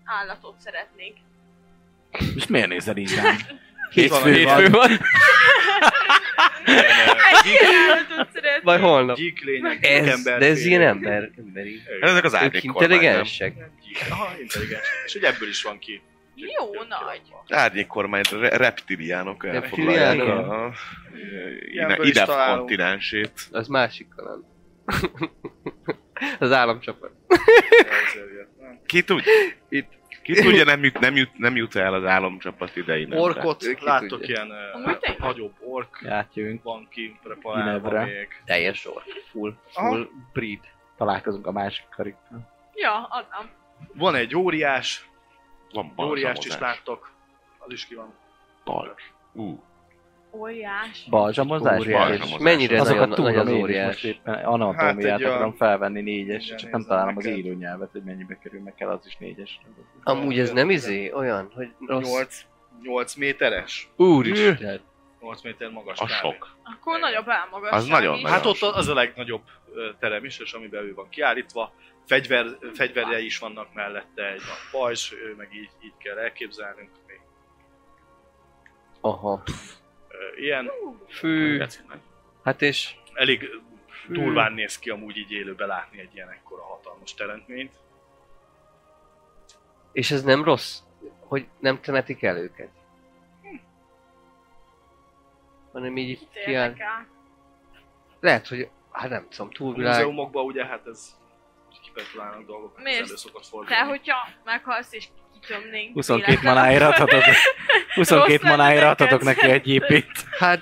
Speaker 5: állatot szeretnék.
Speaker 4: És miért nézel így rám?
Speaker 2: Hétfő
Speaker 4: van.
Speaker 3: Hétfő van.
Speaker 5: Állatot szeretnék.
Speaker 3: Vagy holnap.
Speaker 2: Gyík lények,
Speaker 3: Ez,
Speaker 2: ember.
Speaker 3: de ez ilyen ember, emberi.
Speaker 6: Hát Ezek az
Speaker 3: Ők
Speaker 6: árnyék
Speaker 3: intelligensek.
Speaker 2: Aha, intelligens. És ugye ebből is van ki.
Speaker 5: Jó nagy.
Speaker 6: Árnyék kormány, re- reptiliánok elfoglalják
Speaker 3: Reptiliánok?
Speaker 6: a, a
Speaker 2: Ilyenből is
Speaker 6: IDEF
Speaker 2: találunk.
Speaker 6: kontinensét.
Speaker 3: Az másik kaland. Az államcsapat.
Speaker 6: Ki, tud,
Speaker 3: Itt.
Speaker 6: ki tudja, nem jut, nem, jut, nem jut el az államcsapat idején.
Speaker 2: Orkot,
Speaker 3: Ők ki
Speaker 2: láttok
Speaker 3: tudja.
Speaker 2: ilyen ö,
Speaker 5: Amúgy tényleg.
Speaker 2: nagyobb ork,
Speaker 4: Átjövünk,
Speaker 2: van ki preparálva
Speaker 4: Ginevra.
Speaker 2: még.
Speaker 3: Teljes sor. Full, full
Speaker 2: Aha.
Speaker 3: breed.
Speaker 4: találkozunk a másik karikkal.
Speaker 5: Ja, adnám.
Speaker 2: Van egy óriás,
Speaker 6: Van
Speaker 2: óriást is
Speaker 6: balzsamozás.
Speaker 2: láttok. Az is ki van.
Speaker 6: Balzs. Ú,
Speaker 5: Óriás.
Speaker 4: Balzsamozás?
Speaker 6: Óriás.
Speaker 4: Balzsamozás.
Speaker 3: Mennyire
Speaker 6: Ez
Speaker 4: Azokat
Speaker 3: nagyon, nagy
Speaker 4: tudom
Speaker 3: az
Speaker 4: én is most
Speaker 3: óriás.
Speaker 4: éppen anatómiát
Speaker 2: Hát egy a-
Speaker 4: akarom felvenni négyes,
Speaker 2: Igen,
Speaker 4: csak nem
Speaker 2: nézzem
Speaker 4: találom az
Speaker 2: neked.
Speaker 4: író nyelvet, hogy mennyibe kerül, meg kell az is négyes.
Speaker 3: Amúgy ez nem izé, olyan, hogy rossz.
Speaker 2: 8, 8 méteres.
Speaker 3: Úristen.
Speaker 2: 8 méter magas.
Speaker 6: a
Speaker 2: kb.
Speaker 6: sok.
Speaker 5: Akkor nagyobb elmagasság
Speaker 6: Az nagyon
Speaker 5: is.
Speaker 6: nagy.
Speaker 2: Hát ott az a legnagyobb ö, terem is, és amiben ő van kiállítva. Fegyver, fegyverjei is vannak mellette, egy nagy pajzs, ő meg így, így kell elképzelnünk. Még,
Speaker 3: Aha.
Speaker 2: ö, Ilyen,
Speaker 5: Hú,
Speaker 3: Fű. Hát és...
Speaker 2: elég ö,
Speaker 3: fű.
Speaker 2: durván néz ki amúgy így élőbe látni egy ilyen ekkora hatalmas teremtményt.
Speaker 3: És ez nem rossz, hogy nem temetik el őket. Hanem így
Speaker 5: kit
Speaker 3: kiáll.
Speaker 5: érnek el?
Speaker 3: Lehet, hogy... Hát nem tudom,
Speaker 2: A
Speaker 3: túlvilág.
Speaker 2: múzeumokban ugye hát ez kipetrálnak dolgok, ez
Speaker 5: Miért?
Speaker 2: elő szokott fordulni.
Speaker 5: Te, hogyha meghalsz és kitömnénk
Speaker 4: 22 manáira adhatok, 22
Speaker 5: Rossz
Speaker 4: manáira
Speaker 5: ötleteket.
Speaker 4: adhatok neki egy épít.
Speaker 3: Hát...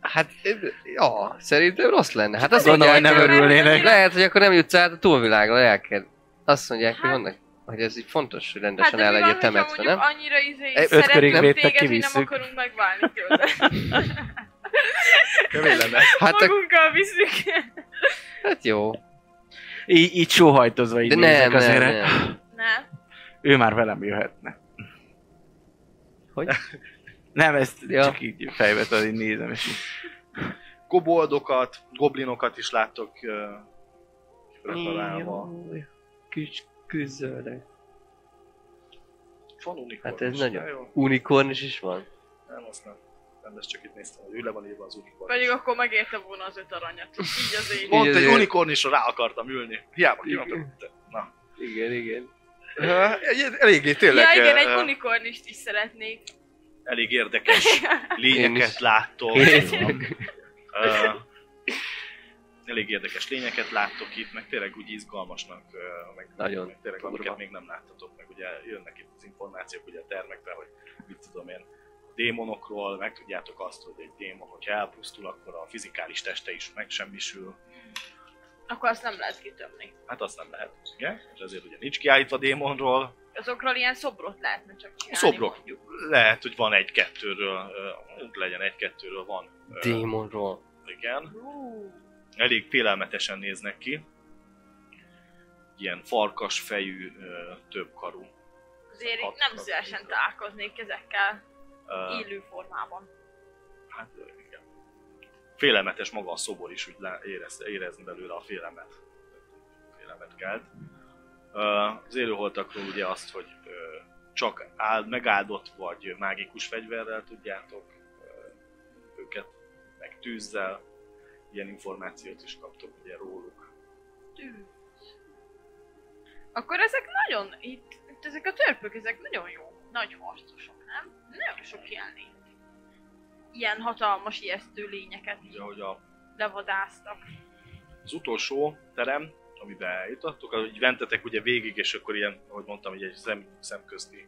Speaker 3: Hát, ja, szerintem rossz lenne. Hát azt
Speaker 4: Gondolom,
Speaker 3: mondják,
Speaker 4: hogy nem
Speaker 3: hogy
Speaker 4: örülnének.
Speaker 3: lehet, hogy akkor nem jutsz át a túlvilágra, el kell. Azt mondják, hogy
Speaker 5: Hát-
Speaker 3: vannak, hogy ez így fontos, hogy
Speaker 5: Hát
Speaker 3: rendesen
Speaker 5: de
Speaker 3: el
Speaker 5: mi
Speaker 3: legyen
Speaker 5: van, hogyha
Speaker 3: temetve,
Speaker 5: mondjuk
Speaker 3: nem?
Speaker 5: annyira izé,
Speaker 3: Öt
Speaker 5: szeretnek
Speaker 4: körigvédnek
Speaker 5: téged, hogy nem
Speaker 4: kivisszük.
Speaker 5: akarunk megválni tőle.
Speaker 2: Kemény lenne.
Speaker 3: Hát, ak-
Speaker 5: Magunkkal viszük.
Speaker 3: hát jó.
Speaker 4: Így, így sóhajtozva így
Speaker 3: De
Speaker 4: de
Speaker 3: nem,
Speaker 4: nézek
Speaker 3: nem,
Speaker 4: azért.
Speaker 3: nem.
Speaker 5: Nem.
Speaker 4: Ő már velem jöhetne.
Speaker 3: Hogy?
Speaker 4: Nem, ezt
Speaker 3: Ja.
Speaker 4: ja. csak így fejbe tudod, így nézem, és így
Speaker 2: Koboldokat, goblinokat is láttok ö, kipreparálva.
Speaker 3: Jaj, Kis küzölök.
Speaker 2: Van unikorn
Speaker 3: Hát ez
Speaker 2: is,
Speaker 3: nagyon-
Speaker 2: de jó?
Speaker 3: Unikornis is van.
Speaker 2: Nem, azt nem. Nem, ezt csak itt néztem, hogy ő le van írva az unikorn.
Speaker 5: Pedig akkor megérte volna az öt aranyat. Így az én.
Speaker 2: Pont egy
Speaker 3: azért-
Speaker 2: unikornisra rá akartam ülni. Hiába kimondtam. Na.
Speaker 3: Igen, igen.
Speaker 2: Ö, egy- egy- Eléggé tényleg eh,
Speaker 5: Ja igen,
Speaker 2: ö,
Speaker 5: egy unikornist is szeretnék.
Speaker 2: elég érdekes
Speaker 3: Én
Speaker 2: lényeket
Speaker 3: is.
Speaker 2: láttok. Ö, elég érdekes lényeket láttok itt, meg tényleg úgy izgalmasnak, ö, meg,
Speaker 3: Nagyon
Speaker 2: meg tényleg
Speaker 3: durva.
Speaker 2: amiket még nem láttatok, meg ugye jönnek itt az információk ugye a termekbe, hogy mit tudom én, démonokról, meg tudjátok azt, hogy egy démon, hogyha elpusztul, akkor a fizikális teste is megsemmisül.
Speaker 5: Akkor azt nem lehet kitömni.
Speaker 2: Hát azt nem lehet, igen? És ezért ugye nincs kiállítva démonról.
Speaker 5: Azokról ilyen szobrot lehetne csak
Speaker 2: A
Speaker 5: csinálni.
Speaker 2: szobrok. Lehet, hogy van egy-kettőről, ö, legyen egy-kettőről van. ö,
Speaker 3: Démonról.
Speaker 2: Igen.
Speaker 5: Hú,
Speaker 2: elég félelmetesen néznek ki. Ilyen farkas fejű, ö, több karú.
Speaker 5: azért
Speaker 2: Hat Eh.
Speaker 5: itt nem
Speaker 2: darab
Speaker 5: szívesen
Speaker 2: nézve.
Speaker 5: találkoznék ezekkel
Speaker 2: Ö,
Speaker 5: élő formában.
Speaker 2: Hát ö, igen. Félelmetes maga a szobor is, úgy lá- érez, érezni belőle a félelmet. Félelmet kelt. Ö, Az élőholtakról ugye azt, hogy ö, csak áld, megáldott vagy mágikus fegyverrel tudjátok ö, őket, meg tűzzel. Ilyen információt is kaptok ugye róluk.
Speaker 5: Tű. Akkor ezek nagyon, itt, itt ezek a törpök, ezek nagyon jó, nagy harcosok, nem? Nagyon sok ilyen lény. Ilyen hatalmas, ijesztő lényeket így
Speaker 2: Ugye, hogy a
Speaker 5: levadáztak.
Speaker 2: az utolsó terem, amiben eljutottuk, az, hogy mentetek ugye végig, és akkor ilyen, ahogy mondtam, így egy szem, szemközti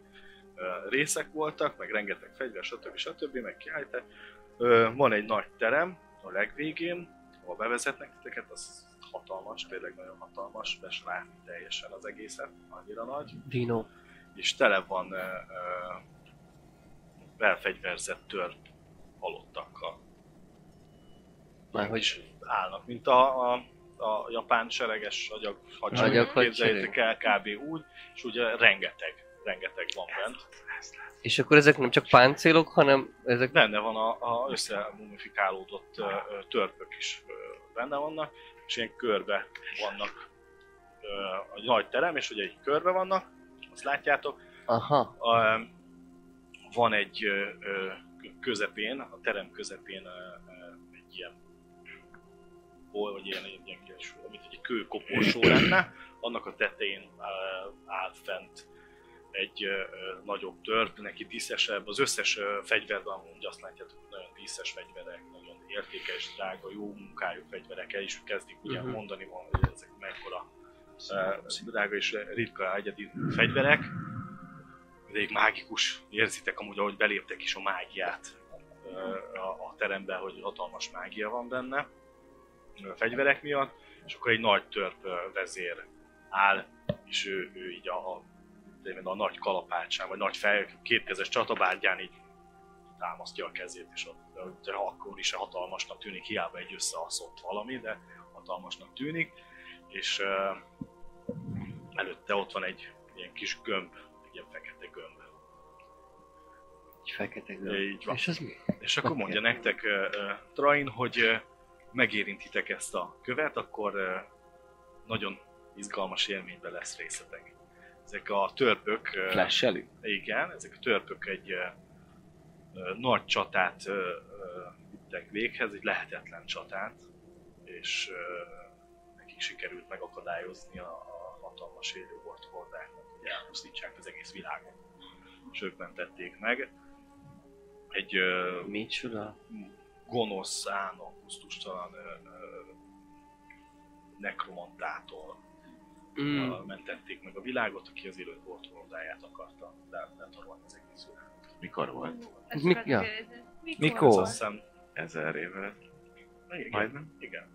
Speaker 2: ö, részek voltak, meg rengeteg fegyver, stb. stb. meg kiállítás. Ö, Van egy nagy terem a legvégén, ahol bevezetnek titeket, az hatalmas, tényleg nagyon hatalmas, és látni teljesen az egészet, annyira nagy,
Speaker 3: Dino.
Speaker 2: és tele van ö, ö, belfegyverzett tört halottakkal
Speaker 3: Már hogy
Speaker 2: is állnak, mint a, a, a japán sereges agyag hadsereg,
Speaker 3: Agyag
Speaker 2: képzeljétek el kb. úgy, és ugye rengeteg, rengeteg van bent.
Speaker 3: És akkor ezek nem csak páncélok, hanem ezek...
Speaker 2: Benne van a, a összemumifikálódott ö, ö, törpök is ö, benne vannak, és ilyen körbe vannak ö, a nagy terem, és ugye egy körbe vannak, azt látjátok,
Speaker 3: Aha.
Speaker 2: A, van egy ö, ö, közepén, a terem közepén ö, ö, egy ilyen hol, vagy ilyen, ilyen, ilyen kis, amit egy kőkoporsó lenne, annak a tetején ö, áll fent egy ö, ö, nagyobb törp, neki díszesebb, az összes ö, fegyverben mondja, azt látjátok, hogy nagyon díszes fegyverek, nagyon értékes, drága, jó munkájú fegyverek, el is kezdik ugye
Speaker 3: Mhm.
Speaker 2: mondani, van, hogy ezek mekkora ö, drága és ritka egyedi fegyverek, elég mágikus. Érzitek amúgy, ahogy beléptek is a mágiát ö, a, a teremben, hogy hatalmas mágia van benne ö, a fegyverek miatt, és akkor egy nagy törp ö, vezér áll, és ő, ő így a, a, tényleg a nagy kalapácsán, vagy nagy fej, kétkezes csatabárgyán így támasztja a kezét, és ott, ott akkor is hatalmasnak tűnik, hiába egy összeaszott valami, de hatalmasnak tűnik, és ö, előtte ott van egy ilyen kis gömb, egy ilyen fekete gömb.
Speaker 3: Egy fekete gömb.
Speaker 2: Így van.
Speaker 3: És az mi?
Speaker 2: És akkor mondja nektek ö, ö, Train, hogy ö, megérintitek ezt a követ, akkor ö, nagyon izgalmas élményben lesz részetek. Ezek a törpök, ö,
Speaker 4: Flash-elünk?
Speaker 2: igen, ezek a törpök egy ö, ö, nagy csatát ö, ö, vittek véghez, egy lehetetlen csatát, és ö, nekik sikerült megakadályozni a, a hatalmas élőbolt hordáknak, hogy elpusztítsák az egész világot. És ők mentették meg. Egy ö,
Speaker 3: Micsoda?
Speaker 2: gonosz, álma, pusztustalan ö, ö, nekromantától
Speaker 3: Mm.
Speaker 2: mm. mentették meg a világot, aki az élő volt hordáját akarta le- letarolni az egész világot.
Speaker 6: Mikor volt?
Speaker 5: Ezt
Speaker 3: Mi-
Speaker 5: akartam
Speaker 3: ja.
Speaker 5: kérdezni.
Speaker 1: Mikor?
Speaker 2: Ez azt hiszem,
Speaker 6: Ezer évvel?
Speaker 2: igen,
Speaker 6: Majdnem?
Speaker 2: igen.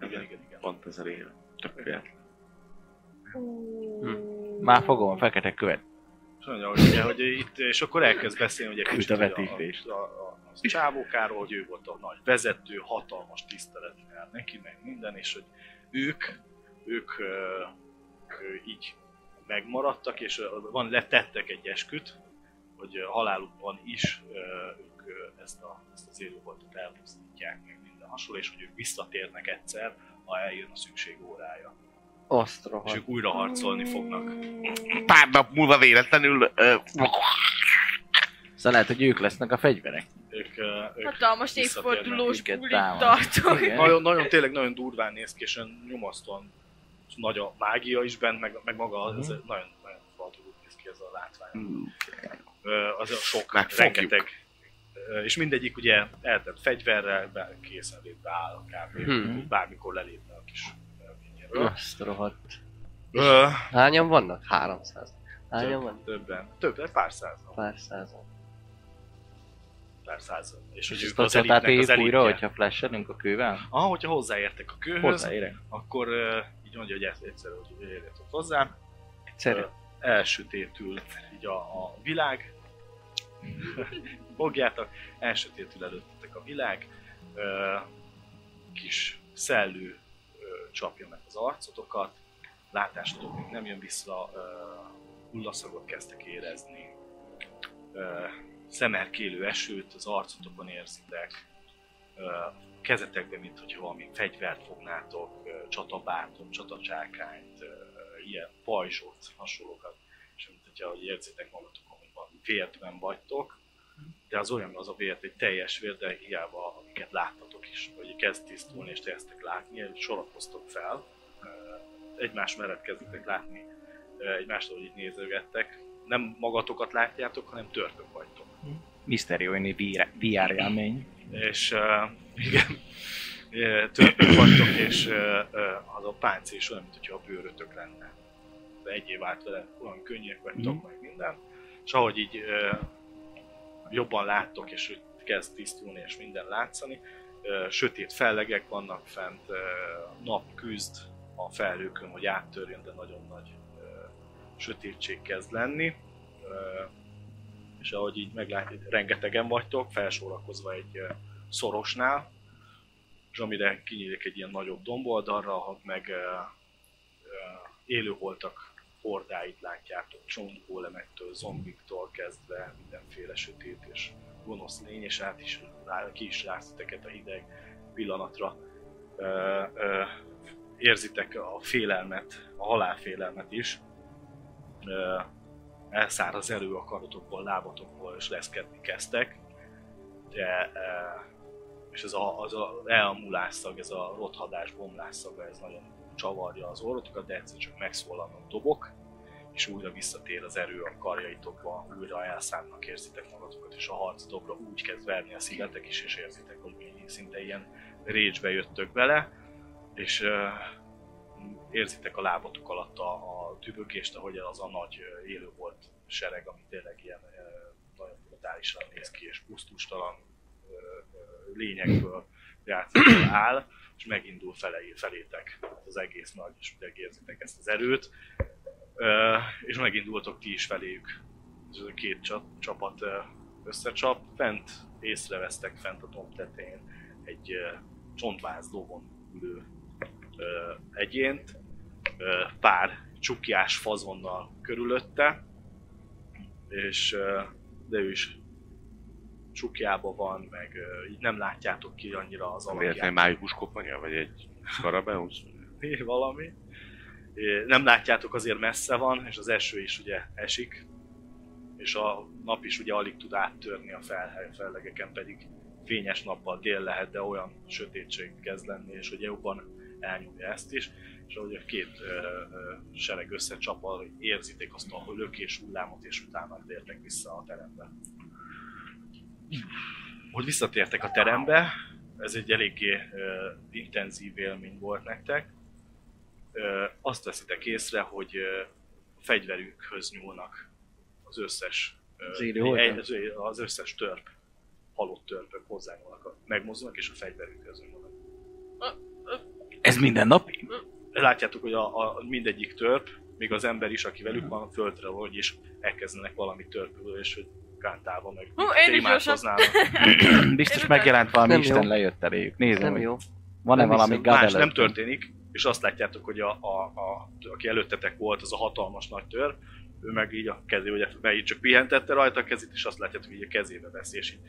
Speaker 2: Igen, igen, igen.
Speaker 6: Pont ezer éve. Tök véletlen.
Speaker 3: Hm.
Speaker 4: Már fogom a fekete követ.
Speaker 2: Sajnálom, hogy, ugye, hogy itt, és akkor elkezd beszélni ugye
Speaker 4: Küld
Speaker 2: kicsit
Speaker 4: a
Speaker 2: ugye
Speaker 4: vetítést.
Speaker 2: a, a, a, a csávókáról, hogy ő volt a nagy vezető, hatalmas tisztelet jár neki, meg minden, és hogy ők, ők ö, ö, így megmaradtak, és ö, van letettek egy esküt, hogy ö, halálukban is ö, ők ö, ezt, a, ezt az élőboltot elpusztítják, meg minden hasonló, és hogy ők visszatérnek egyszer, ha eljön a szükség órája.
Speaker 3: Azt
Speaker 2: És
Speaker 3: rohadt.
Speaker 2: ők újra harcolni fognak.
Speaker 6: Pár nap múlva véletlenül... Ö,
Speaker 4: Szóval lehet, hogy ők lesznek a fegyverek.
Speaker 2: Ők, ö, ők
Speaker 5: Hatalmas
Speaker 2: visszatérnek
Speaker 5: évfordulós
Speaker 4: minket
Speaker 5: bulit
Speaker 4: támad.
Speaker 5: tartok.
Speaker 4: Igen.
Speaker 2: Nagyon, nagyon, tényleg nagyon durván néz ki, és olyan nyomasztóan nagy
Speaker 4: Mhm.
Speaker 2: a mágia is bent, meg, meg maga, ez nagyon, nagyon fantasztikus néz ki ez a látvány. Ö, az a sok,
Speaker 6: Megfogjuk.
Speaker 2: rengeteg. Ö, És mindegyik ugye eltett fegyverrel, be- készen lépve áll, akár
Speaker 4: Mhm.
Speaker 3: Hmm.
Speaker 2: bármikor lelépne a kis lényéről.
Speaker 3: Azt rohadt.
Speaker 2: Ö,
Speaker 3: Hányan vannak? 300. Hányan
Speaker 2: több,
Speaker 3: van?
Speaker 2: többen. Többen, pár százan.
Speaker 3: Pár százan.
Speaker 2: Pár százan. És hogy
Speaker 4: És ezt
Speaker 2: ők az
Speaker 4: azt mondtál
Speaker 2: elitnek az
Speaker 4: téged újra,
Speaker 2: elitje.
Speaker 4: hogyha flashelünk a kővel?
Speaker 2: Ah, hogyha hozzáértek a kőhöz,
Speaker 4: Hozzáérek.
Speaker 2: akkor ö, így mondja, hogy ez egyszerű, hogy érjetek hozzám.
Speaker 3: Egyszerű.
Speaker 2: elsötétül így a, a világ. Fogjátok, elsötétül előttetek a világ. Ö, kis szellő ö, csapja meg az arcotokat. Látástotok még nem jön vissza, ö, hullaszagot kezdtek érezni. Ö, szemerkélő esőt az arcotokon érzitek. Ö, kezetekben, mint hogy valami fegyvert fognátok, ö, csatabátot, csatacsákányt, ö, ilyen pajzsot, hasonlókat, és mint hogyha hogy érzitek magatokon, hogy valami vértben vagytok, de az olyan az a vért, egy teljes vér, de hiába amiket láttatok is, hogy kezd tisztulni és kezdtek látni, egy sorakoztok fel, ö, egymás mellett kezdtek látni, ö, egymástól így nézőgettek, nem magatokat látjátok, hanem törtök vagytok.
Speaker 4: Miszterióini VR élmény.
Speaker 2: És uh, igen, ö, törpök vagytok, és uh, uh, az a pánc is olyan, mintha a bőrötök lenne. De egy év állt vele, olyan könnyek vagytok,
Speaker 4: Mhm.
Speaker 2: meg minden. És ahogy így uh, jobban láttok, és úgy kezd tisztulni, és minden látszani, uh, sötét fellegek vannak fent, uh, nap küzd a felhőkön, hogy áttörjön, de nagyon nagy uh, sötétség kezd lenni. Uh, és ahogy így meglátjuk, rengetegen vagytok, felsorakozva egy ö, szorosnál, és amire kinyílik egy ilyen nagyobb domboldalra, ahol meg ö, ö, élőholtak hordáit látjátok, csontgólemektől, zombiktól kezdve, mindenféle sötét és gonosz lény, és át is, rá, ki is látsz titeket a hideg pillanatra. Ö, ö, érzitek a félelmet, a halálfélelmet is. Ö, elszáll az erő a karotokból, lábatokból, és leszkedni kezdtek. De, e, és ez a, az a elmulás szag, ez a rothadás, bomlás szaga, ez nagyon csavarja az orrotokat, de egyszer csak megszólalnak dobok, és újra visszatér az erő a karjaitokba, újra elszánnak, érzitek magatokat, és a harcotokra úgy kezd verni a szigetek is, és érzitek, hogy mi szinte ilyen rage jöttök bele, és ö, érzitek a lábatok alatt a, a tübökést, ahogy az a nagy ö, élő volt sereg, ami tényleg ilyen ö, nagyon brutálisan néz ki, és pusztustalan ö, ö, lényekből játszóból áll, és megindul felé, felétek Hát az egész nagy, és ugye érzitek ezt az erőt, ö, és megindultok ti is feléjük. És ez a két csa- csapat ö, összecsap, fent észrevesztek fent a domb tetején egy ö, csontváz lovon ülő ö, egyént, ö, pár csukjás fazonnal körülötte, és ö, de ő is csukjába van, meg ö, így nem látjátok ki annyira az
Speaker 6: Miért egy
Speaker 2: alakját.
Speaker 6: május koponya, vagy egy szkarabeusz?
Speaker 2: Mi valami. Ö, Nem látjátok, azért messze van, és az eső is ugye esik, és a nap is ugye alig tud áttörni a felhely, fellegeken pedig fényes nappal dél lehet, de olyan sötétség kezd lenni, és ugye jobban elnyomja ezt is, és ahogy a két ö, ö, sereg összecsapal, érzitek azt a lökés hullámot, és utána tértek vissza a terembe. Hogy visszatértek a terembe, ez egy eléggé ö, intenzív élmény volt nektek. Ö, azt veszitek észre, hogy ö, a fegyverükhöz nyúlnak az összes ö,
Speaker 4: Az élő holtak?
Speaker 2: egy- az, az összes törp, halott törpök hozzányúlnak, a- megmozdulnak és a fegyverükhöz nyúlnak.
Speaker 4: Ez minden nap?
Speaker 2: látjátok, hogy a, a mindegyik törp, még az ember is, aki velük van, földre hogy is elkezdenek valami törpülő, és hogy kántálva meg
Speaker 5: Hú, én is
Speaker 2: imádkoznának.
Speaker 4: Biztos megjelent valami
Speaker 3: Nem
Speaker 4: Isten
Speaker 3: jó.
Speaker 4: lejött eléjük. Nézem,
Speaker 3: Nem
Speaker 4: hogy
Speaker 3: jó.
Speaker 4: van-e
Speaker 3: Nem
Speaker 4: valami
Speaker 3: hiszem.
Speaker 4: gad
Speaker 2: Más nem
Speaker 4: előtt.
Speaker 2: történik, és azt látjátok, hogy a, a, a, aki előttetek volt, az a hatalmas nagy törp, ő meg így a kezé, ugye, mert így csak pihentette rajta a kezét, és azt látjátok, hogy így a kezébe veszi, és így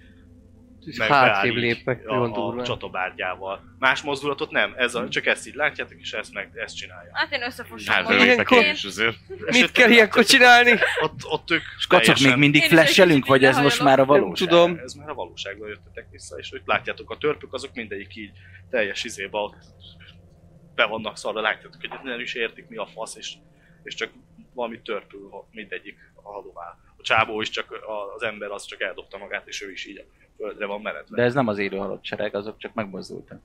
Speaker 2: meg
Speaker 3: Hátrébb
Speaker 2: beáll így
Speaker 3: lépek, nagyon Hmm.
Speaker 2: a, a
Speaker 3: durván.
Speaker 2: csatabárgyával. Más mozdulatot nem, ez a, csak ezt így látjátok, és ezt meg ezt csinálja.
Speaker 5: Hát én összefosom
Speaker 6: Hát,
Speaker 5: magam.
Speaker 6: de
Speaker 3: Ilyenkor-
Speaker 6: még nekem
Speaker 5: Én,
Speaker 6: is azért.
Speaker 3: Mit kell ilyenkor csinálni?
Speaker 2: Ott, ott ők
Speaker 4: És kacok még
Speaker 2: teljesen-
Speaker 4: mindig
Speaker 5: Én is egy
Speaker 4: flashelünk,
Speaker 5: kicsit
Speaker 4: vagy ez most már a
Speaker 3: Nem
Speaker 4: valóság?
Speaker 3: tudom.
Speaker 2: Ez már a valóságban jöttetek vissza, és hogy látjátok a törpök, azok mindegyik így teljes izébe ott be vannak szarra, látjátok, hogy nem is értik mi a fasz, és, és csak valami törpül van mindegyik a halomál. csábó is, csak a- az ember az csak eldobta magát, és ő is így a földre van menetve.
Speaker 4: De ez nem az élő halott sereg, azok csak megmozdultak.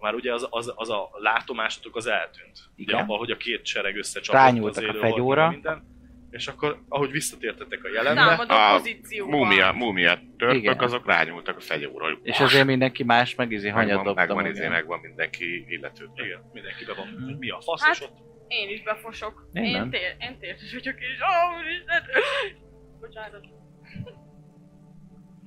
Speaker 2: Már ugye az, az, az a látomásotok az eltűnt. Ugye
Speaker 4: Igen.
Speaker 2: abban, hogy a két sereg összecsapott
Speaker 4: Rányúltak
Speaker 2: az
Speaker 4: a
Speaker 2: élő
Speaker 4: fegyóra.
Speaker 2: volt, meg minden. És akkor, ahogy visszatértetek a jelenbe,
Speaker 5: Támadó
Speaker 6: a
Speaker 5: pozícióban.
Speaker 6: Múmia, múmia törpök,
Speaker 4: Igen.
Speaker 6: azok rányúltak a fegyóról.
Speaker 4: És azért mindenki más meg izi hanyat
Speaker 6: Ah. megvan,
Speaker 4: dobta
Speaker 6: megvan,
Speaker 4: magát.
Speaker 6: izé, megvan mindenki illetődve.
Speaker 2: igen, mindenki be van, hogy mi a fasz,
Speaker 5: Hát,
Speaker 2: és ott
Speaker 5: Én is befosok.
Speaker 4: Én
Speaker 5: Én,
Speaker 4: nem.
Speaker 5: tér, én térdes vagyok, és ó, úristen! Bocsánat.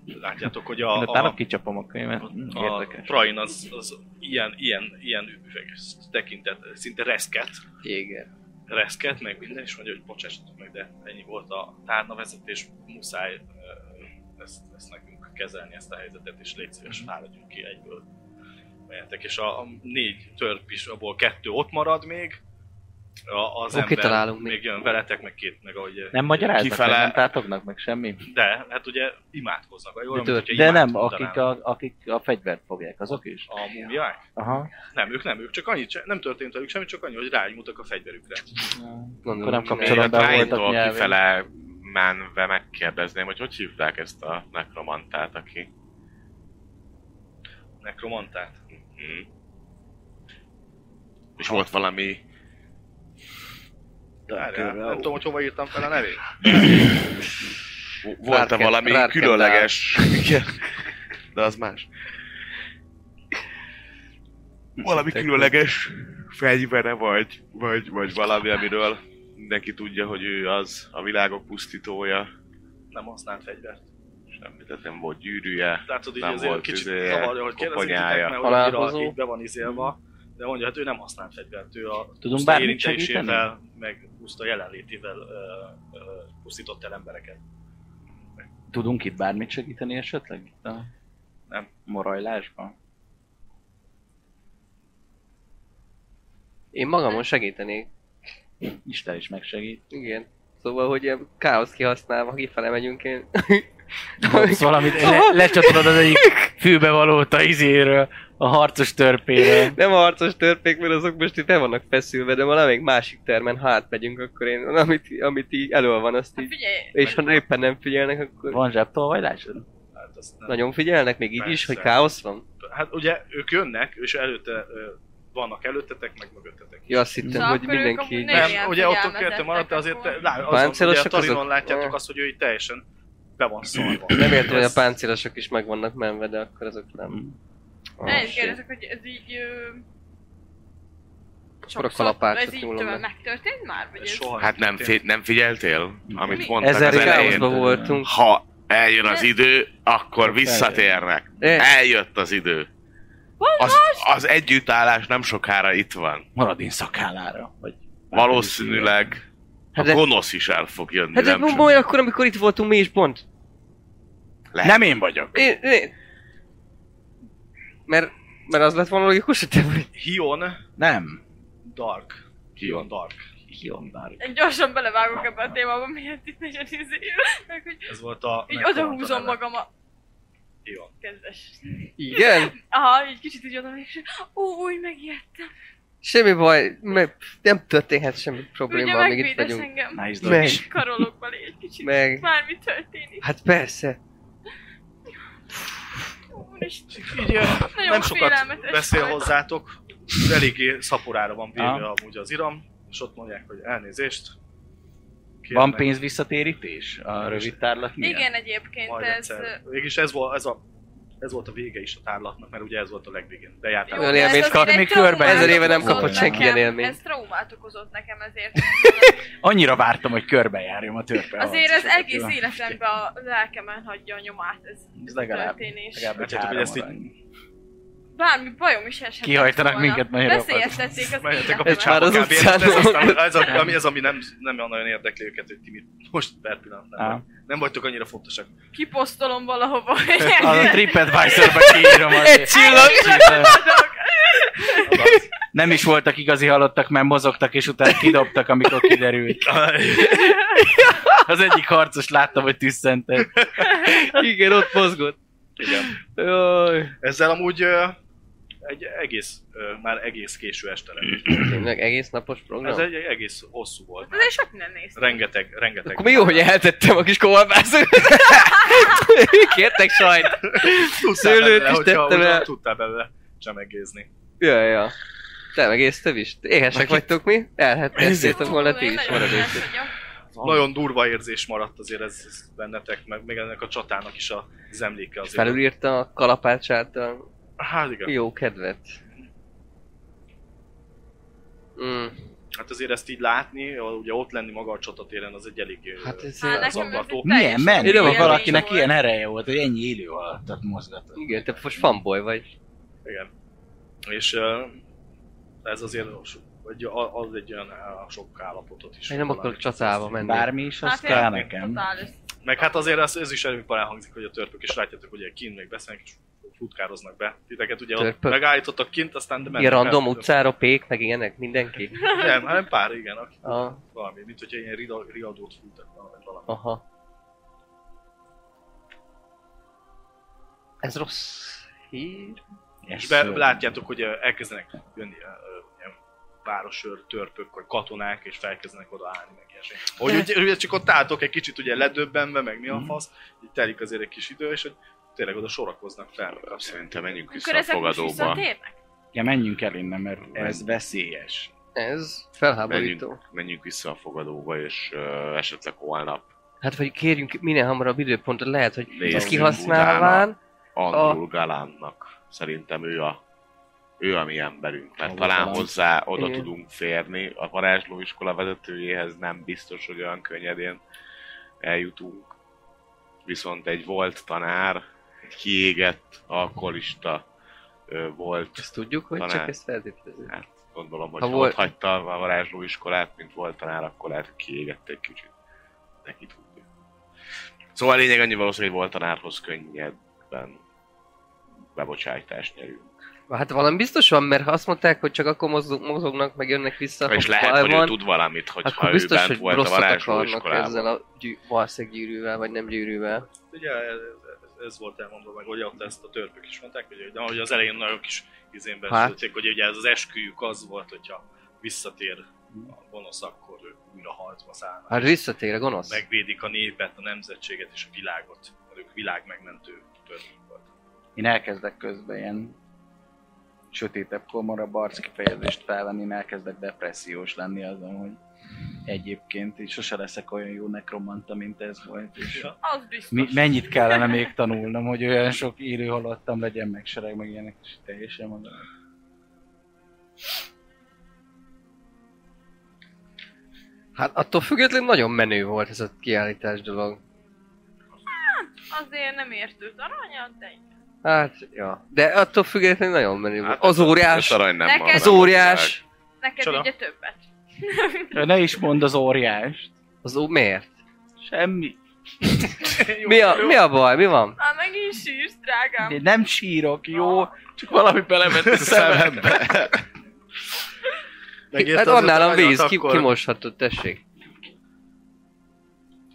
Speaker 5: Hát
Speaker 2: látjátok, hogy
Speaker 4: De
Speaker 2: a,
Speaker 4: utána
Speaker 2: a,
Speaker 4: kicsapom a könyvet. Hm,
Speaker 2: a, a
Speaker 4: Érdekes.
Speaker 2: Train az, az ilyen, ilyen, ilyen üveges tekintet, szinte reszket,
Speaker 3: Igen.
Speaker 2: reszket, meg minden, és mondja, hogy bocsássatok meg, de ennyi volt a tárnavezetés, muszáj ö, ezt, ezt nekünk kezelni, ezt a helyzetet, és légy szíves, fáradjunk ki egyből. Menjetek, és a, a négy törp is, abból kettő ott marad még, a, az
Speaker 3: Ó,
Speaker 2: ember
Speaker 3: kitalálunk
Speaker 2: még,
Speaker 3: még.
Speaker 2: jön veletek, meg két, meg ahogy...
Speaker 4: Nem magyaráznak,
Speaker 6: Kifele-
Speaker 4: meg nem tátognak meg semmi.
Speaker 2: De, hát ugye imádkoznak, ha jól
Speaker 3: Mi
Speaker 2: emlékszem,
Speaker 3: tört-
Speaker 2: hogyha
Speaker 4: De nem,
Speaker 2: imádkoznak
Speaker 4: akik
Speaker 2: talán.
Speaker 4: a, akik a fegyvert fogják, azok is.
Speaker 2: A múmiák?
Speaker 4: Aha.
Speaker 2: Nem, ők nem, ők csak annyit, se- nem történt velük semmi, csak annyi, hogy rájmutak a fegyverükre.
Speaker 3: Gondolom,
Speaker 4: Akkor nem
Speaker 6: Én
Speaker 4: kapcsolom
Speaker 6: a
Speaker 4: be voltak
Speaker 6: Trájntól
Speaker 4: nyelvén.
Speaker 6: kifele menve megkérdezném, hogy hogy hívták ezt a nekromantát, aki...
Speaker 2: Nekromantát.
Speaker 6: Hm. És volt valami...
Speaker 2: Várjál, nem tudom, hogy hova írtam fel a nevét.
Speaker 6: vo- Volt-e
Speaker 3: Rárked-
Speaker 6: valami
Speaker 3: rárkedál.
Speaker 6: különleges... Igen. De az más. Valami különleges fegyvere vagy, vagy, vagy valami, amiről mindenki tudja, hogy ő az a világok pusztítója.
Speaker 2: Nem használt fegyvert.
Speaker 6: Semmit, tehát nem volt gyűrűje.
Speaker 2: Látod, így
Speaker 6: Nem
Speaker 2: azért
Speaker 6: volt
Speaker 2: kicsit
Speaker 6: izéje,
Speaker 2: zavarja, hogy kérdezik,
Speaker 6: koponyája.
Speaker 2: mert annyira
Speaker 3: Találkozó.
Speaker 2: így be van izélva. De mondja, hát ő nem használt fegyvert, ő a
Speaker 4: Tudunk
Speaker 2: puszta
Speaker 4: bármit
Speaker 2: érintésével, meg puszta jelenlétével ö, ö, pusztított el embereket.
Speaker 4: Tudunk itt bármit segíteni esetleg? Itt a
Speaker 2: Nem.
Speaker 4: morajlásban?
Speaker 3: Én magamon segítenék.
Speaker 4: Isten is megsegít.
Speaker 3: Igen. Szóval, hogy ilyen káosz kihasználva, kifele megyünk, én
Speaker 4: Dobsz valamit, le, lecsatolod az egyik fűbe valóta izéről, a harcos törpéről.
Speaker 3: Nem a harcos törpék, mert azok most itt el vannak feszülve, de valamelyik másik termen, ha átmegyünk, akkor én, amit, amit így elő van, azt
Speaker 5: Hát
Speaker 3: így,
Speaker 5: figyelj,
Speaker 3: és ha éppen nem figyelnek, akkor
Speaker 4: Van zsebtolvajlásod?
Speaker 2: Hát, azt nem.
Speaker 3: nagyon figyelnek, még így is,
Speaker 2: Persze.
Speaker 3: hogy káosz van.
Speaker 2: hát ugye ők jönnek, és előtte ö, vannak előttetek, meg mögöttetek.
Speaker 3: Ja, azt hittem,
Speaker 5: Szóval
Speaker 3: hogy
Speaker 5: akkor ők
Speaker 3: mindenki
Speaker 5: amúgy
Speaker 3: így...
Speaker 5: nem-
Speaker 2: Nem, ugye ott
Speaker 5: figyelmezettek,
Speaker 2: kettő maradt, de azért
Speaker 5: akkor-
Speaker 2: lá, azon, ugye a
Speaker 3: Páncélosak
Speaker 2: Tarinon
Speaker 3: azok?
Speaker 2: látjátok
Speaker 3: Ah.
Speaker 2: azt, hogy ő így teljesen be van szólva.
Speaker 3: Nem értem, hogy a páncélosok is meg vannak menve, de akkor azok nem. Ah,
Speaker 5: ne is
Speaker 3: shit.
Speaker 5: kérdezek, hogy ez így... ö,
Speaker 3: a
Speaker 5: Sokszor,
Speaker 3: kalapácot
Speaker 5: ez így
Speaker 3: nyúlom
Speaker 5: tőle
Speaker 3: le.
Speaker 5: megtörtént már? Vagy ez...
Speaker 2: Soha
Speaker 6: Hát nem, fi- nem figyeltél,
Speaker 5: Mi?
Speaker 6: amit mondtak
Speaker 4: Ezzel
Speaker 6: az elején?
Speaker 3: Káoszban voltunk.
Speaker 6: Ha eljön az idő, akkor visszatérnek.
Speaker 3: Eh,
Speaker 6: Eljött az idő.
Speaker 5: Van
Speaker 6: Az, az együttállás nem sokára itt van.
Speaker 4: Maradin szakállára. Vagy
Speaker 6: Valószínűleg a
Speaker 3: Hát de-
Speaker 6: gonosz is el fog jönni,
Speaker 3: Hát ez
Speaker 6: nem
Speaker 3: ma-
Speaker 6: csak.
Speaker 3: majd akkor, amikor itt voltunk mi is, pont.
Speaker 6: Lehet.
Speaker 4: Nem én vagyok.
Speaker 3: Én, én. Mert, mert az lett volna logikus, hogy te vagy.
Speaker 2: Hion
Speaker 4: Nem.
Speaker 2: Dark. Hion Dark.
Speaker 4: Hiondár.
Speaker 5: Én gyorsan belevágok ebbe a témába, miért itt nagyon izé. Meg hogy
Speaker 2: Ez volt a...
Speaker 5: így
Speaker 2: megtalálta
Speaker 5: odahúzom
Speaker 2: neve.
Speaker 5: magam a
Speaker 2: Hion.
Speaker 5: kedves.
Speaker 3: Igen?
Speaker 5: Aha, így kicsit így oda, és ó, úgy megijedtem.
Speaker 3: Semmi baj, me- nem történhet semmi
Speaker 5: Ugye
Speaker 3: probléma, amíg itt
Speaker 5: megvédesz
Speaker 3: vagyunk.
Speaker 5: engem.
Speaker 4: Nice dog.
Speaker 3: Meg.
Speaker 5: És karolok belé egy kicsit.
Speaker 3: Meg.
Speaker 5: Bármi történik.
Speaker 3: Hát persze.
Speaker 5: Úristen,
Speaker 2: Így, ö,
Speaker 5: Nagyon
Speaker 2: nem sokat
Speaker 5: félelmetes
Speaker 2: beszél
Speaker 5: volt.
Speaker 2: hozzátok. Eléggé szaporára van véve
Speaker 4: Aha.
Speaker 2: amúgy az iram, és ott mondják, hogy elnézést. Kérnek,
Speaker 4: Van pénz visszatérítés a rövid tárlat miatt?
Speaker 5: Igen, egyébként
Speaker 2: Majd
Speaker 5: ez...
Speaker 2: egyszer. Mégis ez volt, ez a ez volt a vége is a tárlatnak, mert ugye ez volt a legvégén. De jártál.
Speaker 3: Jó, Olyan
Speaker 5: de ez
Speaker 3: élményt
Speaker 5: azért
Speaker 3: kapni
Speaker 5: egy
Speaker 4: körben.
Speaker 5: traumát
Speaker 4: Ezer éve nem
Speaker 5: okozott
Speaker 4: kapott senki
Speaker 5: nekem.
Speaker 3: ilyen élményt.
Speaker 5: Ez traumát okozott nekem ezért.
Speaker 4: Annyira vártam, hogy körbejárjam a törpe
Speaker 5: Azért ez
Speaker 4: harcosokat,
Speaker 5: egész
Speaker 4: jó?
Speaker 5: életemben a lelkemen hagyja a nyomát. Ez
Speaker 4: Ez legalább,
Speaker 5: történés.
Speaker 4: legalább egy
Speaker 2: Látjátok, hogy
Speaker 4: három
Speaker 2: ezt így-
Speaker 4: arany.
Speaker 5: Bármi bajom is eshetett
Speaker 4: Kihajtanak
Speaker 5: volna.
Speaker 4: minket nagyon
Speaker 5: Veszélyeztették az
Speaker 2: Menjetek a
Speaker 5: életemet.
Speaker 3: picsába.
Speaker 2: picsába
Speaker 3: Már az
Speaker 2: kb. Ez,
Speaker 3: utcán.
Speaker 2: az, ami, ez, az, ami, ez, ami nem, nem nagyon érdekli őket, hogy ti mit most per pillanat nem,
Speaker 4: Á.
Speaker 2: vagy- nem vagytok annyira fontosak.
Speaker 5: Kiposztolom valahova.
Speaker 4: Az a TripAdvisor-ba kiírom azért.
Speaker 3: Csillag!
Speaker 4: Nem is voltak igazi halottak, mert mozogtak, és utána kidobtak, amikor kiderült. Az egyik harcos láttam, hogy tüsszentett.
Speaker 3: Igen, ott mozgott.
Speaker 2: Igen.
Speaker 3: Jaj.
Speaker 2: Ezzel amúgy ö, egy egész, ö, már egész késő este lett.
Speaker 3: Tényleg egész napos program?
Speaker 2: Ez egy, egy egész hosszú volt.
Speaker 5: Azért sok minden néztem.
Speaker 2: Rengeteg, rengeteg.
Speaker 3: Akkor mi jó, hogy eltettem a kis kolbászot. Kértek sajt.
Speaker 2: tudtál
Speaker 3: szőlőt
Speaker 2: belőle,
Speaker 3: is
Speaker 2: hogyha
Speaker 3: tettem
Speaker 2: oda
Speaker 3: el.
Speaker 2: Tudtál belőle csemegézni.
Speaker 3: Ja, ja. Te meg ész, te is. Éhesek vagytok mi? Elhettétek volna ti
Speaker 5: Én
Speaker 3: is
Speaker 5: nagyon
Speaker 3: maradék.
Speaker 5: éhes vagyok.
Speaker 2: Nagyon durva érzés maradt azért ez, ez bennetek, meg még ennek a csatának is az emléke azért.
Speaker 3: Felülírta a kalapácsát a
Speaker 2: Hát igen.
Speaker 3: jó kedvet. Mm.
Speaker 2: Hát azért ezt így látni, ugye ott lenni maga a csatatéren, az egy elég
Speaker 3: Hát ez-
Speaker 5: Hát nekem ez
Speaker 2: Zaklató.
Speaker 5: egy
Speaker 4: Milyen
Speaker 5: teljesen
Speaker 4: menő,
Speaker 5: új
Speaker 4: hogy
Speaker 5: élmény
Speaker 4: valakinek
Speaker 5: volt.
Speaker 4: ilyen ereje volt, hogy ennyi élő alattat mozgatott.
Speaker 3: Igen, te most fanboy vagy.
Speaker 2: Igen. És ö, ez azért so- vagy a- az egy olyan á, sok állapotot is.
Speaker 3: Én nem akarok
Speaker 2: valami.
Speaker 3: csatába menni.
Speaker 4: Bármi is, az
Speaker 5: Hát én
Speaker 4: kell
Speaker 5: nem
Speaker 4: nekem.
Speaker 5: totál össze-
Speaker 2: Meg hát azért ez, ez is előbb elhangzik, hogy a törpök is látjátok, hogy kint még beszélnek, és futkároznak be. Titeket ugye ott
Speaker 3: Törpök.
Speaker 2: megállítottak kint, aztán de
Speaker 3: Ilyen random
Speaker 2: el.
Speaker 3: utcára, pék, meg ilyenek, mindenki.
Speaker 2: Nem, hanem pár, igen, akik
Speaker 3: A,
Speaker 2: valami, mint hogyha ilyen rida- riadót fújtak volna, vagy valami.
Speaker 3: aha. Ez rossz hír.
Speaker 2: És
Speaker 4: Ez
Speaker 2: be,
Speaker 4: szörnyű.
Speaker 2: látjátok, hogy ö, elkezdenek jönni ö, ö, ilyen városőr, törpök, vagy katonák, és felkezdenek odaállni, meg ilyesmi. Hogy ugye, ugye csak ott álltok egy kicsit ugye ledöbbenve, meg mi a
Speaker 4: Mhm.
Speaker 2: fasz, így telik azért egy kis idő, és hogy tényleg oda sorakoznak fel. meg kapsz.
Speaker 6: Szerintem menjünk
Speaker 5: Akkor
Speaker 6: vissza a
Speaker 5: ezek most
Speaker 6: fogadóba.
Speaker 5: visszatérnek?
Speaker 4: Ja, menjünk el innen, mert ez
Speaker 6: Menjünk.
Speaker 4: veszélyes.
Speaker 3: Ez felháborító.
Speaker 6: Menjünk, menjünk vissza a fogadóba, és ö, esetleg holnap
Speaker 3: Hát vagy kérjünk minél hamarabb időpontot, lehet, hogy
Speaker 6: Nézzünk
Speaker 3: kihasználván,
Speaker 6: Andrul Galánnak. Szerintem ő a ő a mi emberünk, mert
Speaker 4: Ahol
Speaker 6: talán
Speaker 4: talán-
Speaker 6: hozzá oda
Speaker 3: Igen.
Speaker 6: tudunk férni. A varázslóiskola vezetőjéhez nem biztos, hogy olyan könnyedén eljutunk. Viszont egy volt tanár, egy kiégett alkoholista ö, volt
Speaker 3: ezt tudjuk, hogy
Speaker 6: Talán.
Speaker 3: csak ezt feltételezzük.
Speaker 6: Hát gondolom, hogy
Speaker 3: Ha
Speaker 6: ha volt...
Speaker 3: volt-
Speaker 6: ott hagyta a varázslóiskolát, mint volt tanár, akkor lehet hogy kiégett egy kicsit. Neki tudja. Szóval a lényeg annyi valószínű, hogy volt tanárhoz könnyebben bebocsájtást nyerünk.
Speaker 3: Hát valami biztos van, mert ha azt mondták, hogy csak akkor mozog, mozognak, meg jönnek vissza, Hát,
Speaker 6: és
Speaker 3: ha
Speaker 6: lehet,
Speaker 3: baj
Speaker 6: hogy ő
Speaker 3: van,
Speaker 6: tud valamit, hogy ha
Speaker 3: akkor
Speaker 6: ő
Speaker 3: biztos,
Speaker 6: bent
Speaker 3: hogy
Speaker 6: volt a
Speaker 3: rosszat akarnak
Speaker 6: varázslóiskolában.
Speaker 3: ezzel a gyű, valószínűleg gyűrűvel, vagy nem gyűrűvel.
Speaker 2: Ugye ez, ez- ez volt elmondva, meg ugye ott ezt a törpök is mondták, hogy, de ahogy az elején nagyon kis izénben
Speaker 3: Hát.
Speaker 2: hát. hogy ugye ez az esküjük az volt, hogyha visszatér a gonosz, akkor ő újra harcba szállnak.
Speaker 3: Hát visszatér a gonosz.
Speaker 2: megvédik a népet, a nemzetséget és a világot, mert ők világ megmentő törvények volt.
Speaker 4: Én elkezdek közben ilyen sötétebb, komorabb arc kifejezést felvenni, én elkezdek depressziós lenni azon, hogy egyébként én sose leszek olyan jó nekromanta, mint ez volt. És
Speaker 2: Ja.
Speaker 5: Az biztos.
Speaker 4: mi, mennyit kellene még tanulnom, hogy olyan sok élő halottam legyen, meg sereg, meg ilyenek, és teljesen magam.
Speaker 3: Hát attól függetlenül nagyon menő volt ez a kiállítás dolog.
Speaker 5: Azért nem értőt aranyat, de
Speaker 3: Hát, ja. De attól függetlenül nagyon menő volt.
Speaker 6: Hát
Speaker 3: Az
Speaker 6: Ez
Speaker 3: óriás,
Speaker 6: arany nem
Speaker 5: Neked-
Speaker 6: van,
Speaker 3: az
Speaker 6: nem
Speaker 3: óriás,
Speaker 5: neked
Speaker 2: Csoda.
Speaker 5: ugye többet.
Speaker 4: Ne is mondd az óriást.
Speaker 3: az ó, miért?
Speaker 4: Semmi.
Speaker 3: Mi a, mi a baj, mi van?
Speaker 5: Már megint sírsz, drágám.
Speaker 4: Én nem sírok, jó? Csak valami belement a
Speaker 6: óriás.
Speaker 4: szemembe.
Speaker 6: Szemembe.
Speaker 3: Hát annál a víz, ki, kimoshatod, tessék.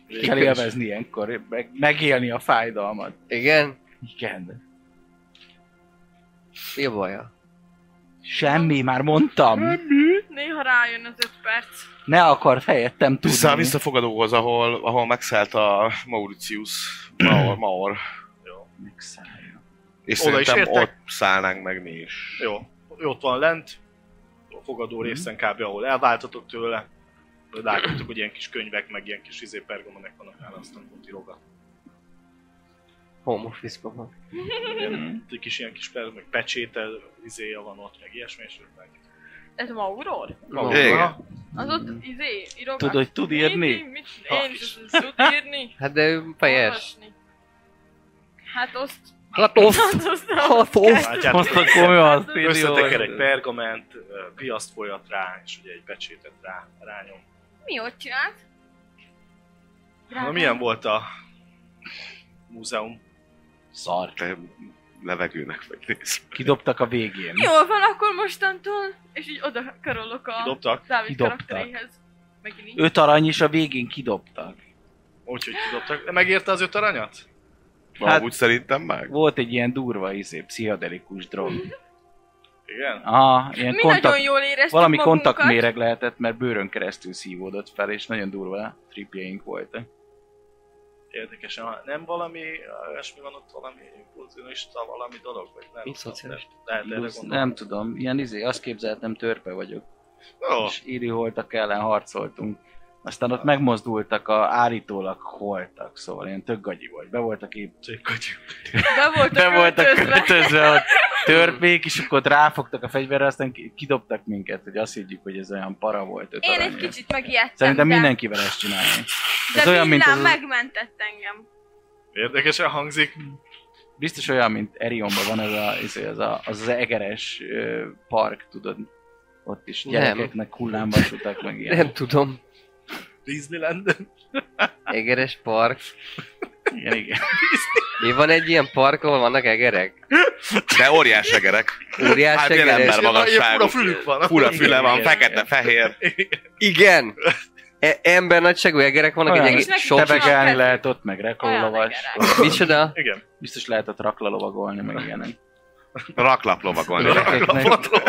Speaker 4: Ki kell élvezni ilyenkor, meg, megélni a fájdalmat.
Speaker 3: Igen?
Speaker 4: Igen.
Speaker 3: Mi a baja?
Speaker 4: Semmi, már mondtam.
Speaker 5: Néha rájön az öt perc.
Speaker 4: Ne akart helyettem
Speaker 6: Vissza,
Speaker 4: tudni.
Speaker 6: vissza a fogadóhoz, ahol, ahol megszállt a Mauritius, Maor, Maor.
Speaker 4: Megszállja.
Speaker 6: És
Speaker 2: Oda is
Speaker 6: szerintem
Speaker 2: értek?
Speaker 6: ott szállnánk meg mi is.
Speaker 2: Jó, ott van lent, a
Speaker 3: Mhm.
Speaker 2: fogadó részen kb. ahol elváltatok tőle. Látjátok, hogy ilyen kis könyvek, meg ilyen kis izé pergamonek vannak nála, aztán ott írogat.
Speaker 3: Home office van. Mhm.
Speaker 2: Ilyen Egy kis ilyen kis per, meg pecsétel izéja van ott, meg ilyesmi, és ő meg.
Speaker 5: Ez ma uror?
Speaker 6: Igen.
Speaker 2: Aha.
Speaker 5: Az ott izé, írogat.
Speaker 4: Mm. Tudod, hogy tud írni?
Speaker 5: Mit, mit, én is azt mondom, tud írni.
Speaker 3: Hát de ő fejes.
Speaker 5: olvasni. Hát azt...
Speaker 3: Hát off!
Speaker 5: azt- azt-
Speaker 3: Hát off!
Speaker 2: Látjátok,
Speaker 4: Azt akkor mi az?
Speaker 5: Hát,
Speaker 2: Összeteker egy pergament, ö, piaszt folyat rá, és ugye egy pecsétet rá, rányom.
Speaker 5: Mi ott csinált?
Speaker 2: Na milyen volt a múzeum?
Speaker 4: Szar.
Speaker 6: Hát, Te levegőnek vagy néz.
Speaker 4: Kidobtak a végén.
Speaker 5: Jól van, akkor mostantól, és így oda karolok a
Speaker 2: Kidobtak?
Speaker 5: Dávid
Speaker 4: Kidobtak.
Speaker 5: karakteréhez. Megint így.
Speaker 4: Öt arany is a végén kidobtak.
Speaker 2: Úgyhogy kidobtak. De megérte az öt aranyat?
Speaker 6: Hát, Amúgy szerintem meg.
Speaker 4: Volt egy ilyen durva izé, pszichedelikus drog.
Speaker 2: Igen?
Speaker 4: Aha, ilyen
Speaker 5: Mi
Speaker 4: kontakt,
Speaker 5: nagyon jól éreztük
Speaker 4: valami
Speaker 5: magunkat.
Speaker 4: kontaktméreg lehetett, mert bőrön keresztül szívódott fel, és nagyon durva tripjeink voltak.
Speaker 2: Érdekesen, ha nem valami, olyasmi van ott valami impulzionista, valami dolog, vagy nem.
Speaker 3: Mint szocialista.
Speaker 2: Lehet erre
Speaker 4: Plusz,
Speaker 2: gondolni.
Speaker 4: nem tudom, ilyen izé, azt képzeltem, törpe vagyok.
Speaker 2: Ó,
Speaker 4: És íri holtak ellen harcoltunk. Aztán ott megmozdultak a állítólag holtak, szóval ilyen tök gagyi volt. Be voltak épp
Speaker 5: Be voltak,
Speaker 4: be voltak
Speaker 5: öltözve.
Speaker 4: költözve ott törpék, és akkor ott ráfogtak a fegyverre, aztán ki- kidobtak minket, hogy azt higgyük, hogy ez olyan para volt. öt
Speaker 5: Én egy
Speaker 4: aranyért.
Speaker 5: kicsit megijedtem,
Speaker 4: Szerintem
Speaker 5: de,
Speaker 4: mindenkivel ezt csinálni.
Speaker 5: de
Speaker 4: ez olyan, mint
Speaker 5: Villám
Speaker 4: az-
Speaker 5: megmentett engem.
Speaker 2: Érdekesen hangzik.
Speaker 4: Biztos olyan, mint Erionban van ez a, izé, ez a, az, a, az, az egeres ö, park, tudod, ott is
Speaker 3: Nem.
Speaker 4: gyerekeknek hullámvasutak, meg ilyen.
Speaker 3: Nem tudom.
Speaker 2: Disneyland.
Speaker 3: Egeres park.
Speaker 4: Igen, igen.
Speaker 3: Mi van egy ilyen park, ahol vannak egerek?
Speaker 6: De óriás egerek.
Speaker 3: Óriás
Speaker 6: Hát ilyen
Speaker 3: egeres.
Speaker 6: ember
Speaker 2: Fura
Speaker 6: magasságú.
Speaker 2: fülük van.
Speaker 6: Fura füle van,
Speaker 4: Igen.
Speaker 6: fekete-fehér.
Speaker 3: Igen! E- ember nagyságú egerek vannak
Speaker 4: Olyan,
Speaker 3: egy
Speaker 5: És
Speaker 3: egész
Speaker 5: nekik
Speaker 3: sok...
Speaker 5: is van
Speaker 4: Tebegelni
Speaker 5: kedvük.
Speaker 4: lehet ott, meg
Speaker 5: Olyan
Speaker 4: reklalovas.
Speaker 5: egerek.
Speaker 3: Micsoda?
Speaker 2: Igen.
Speaker 4: Biztos lehet ott raklalovagolni, meg ilyenek.
Speaker 6: Raklap lovagolni.
Speaker 4: Gyerekeknek.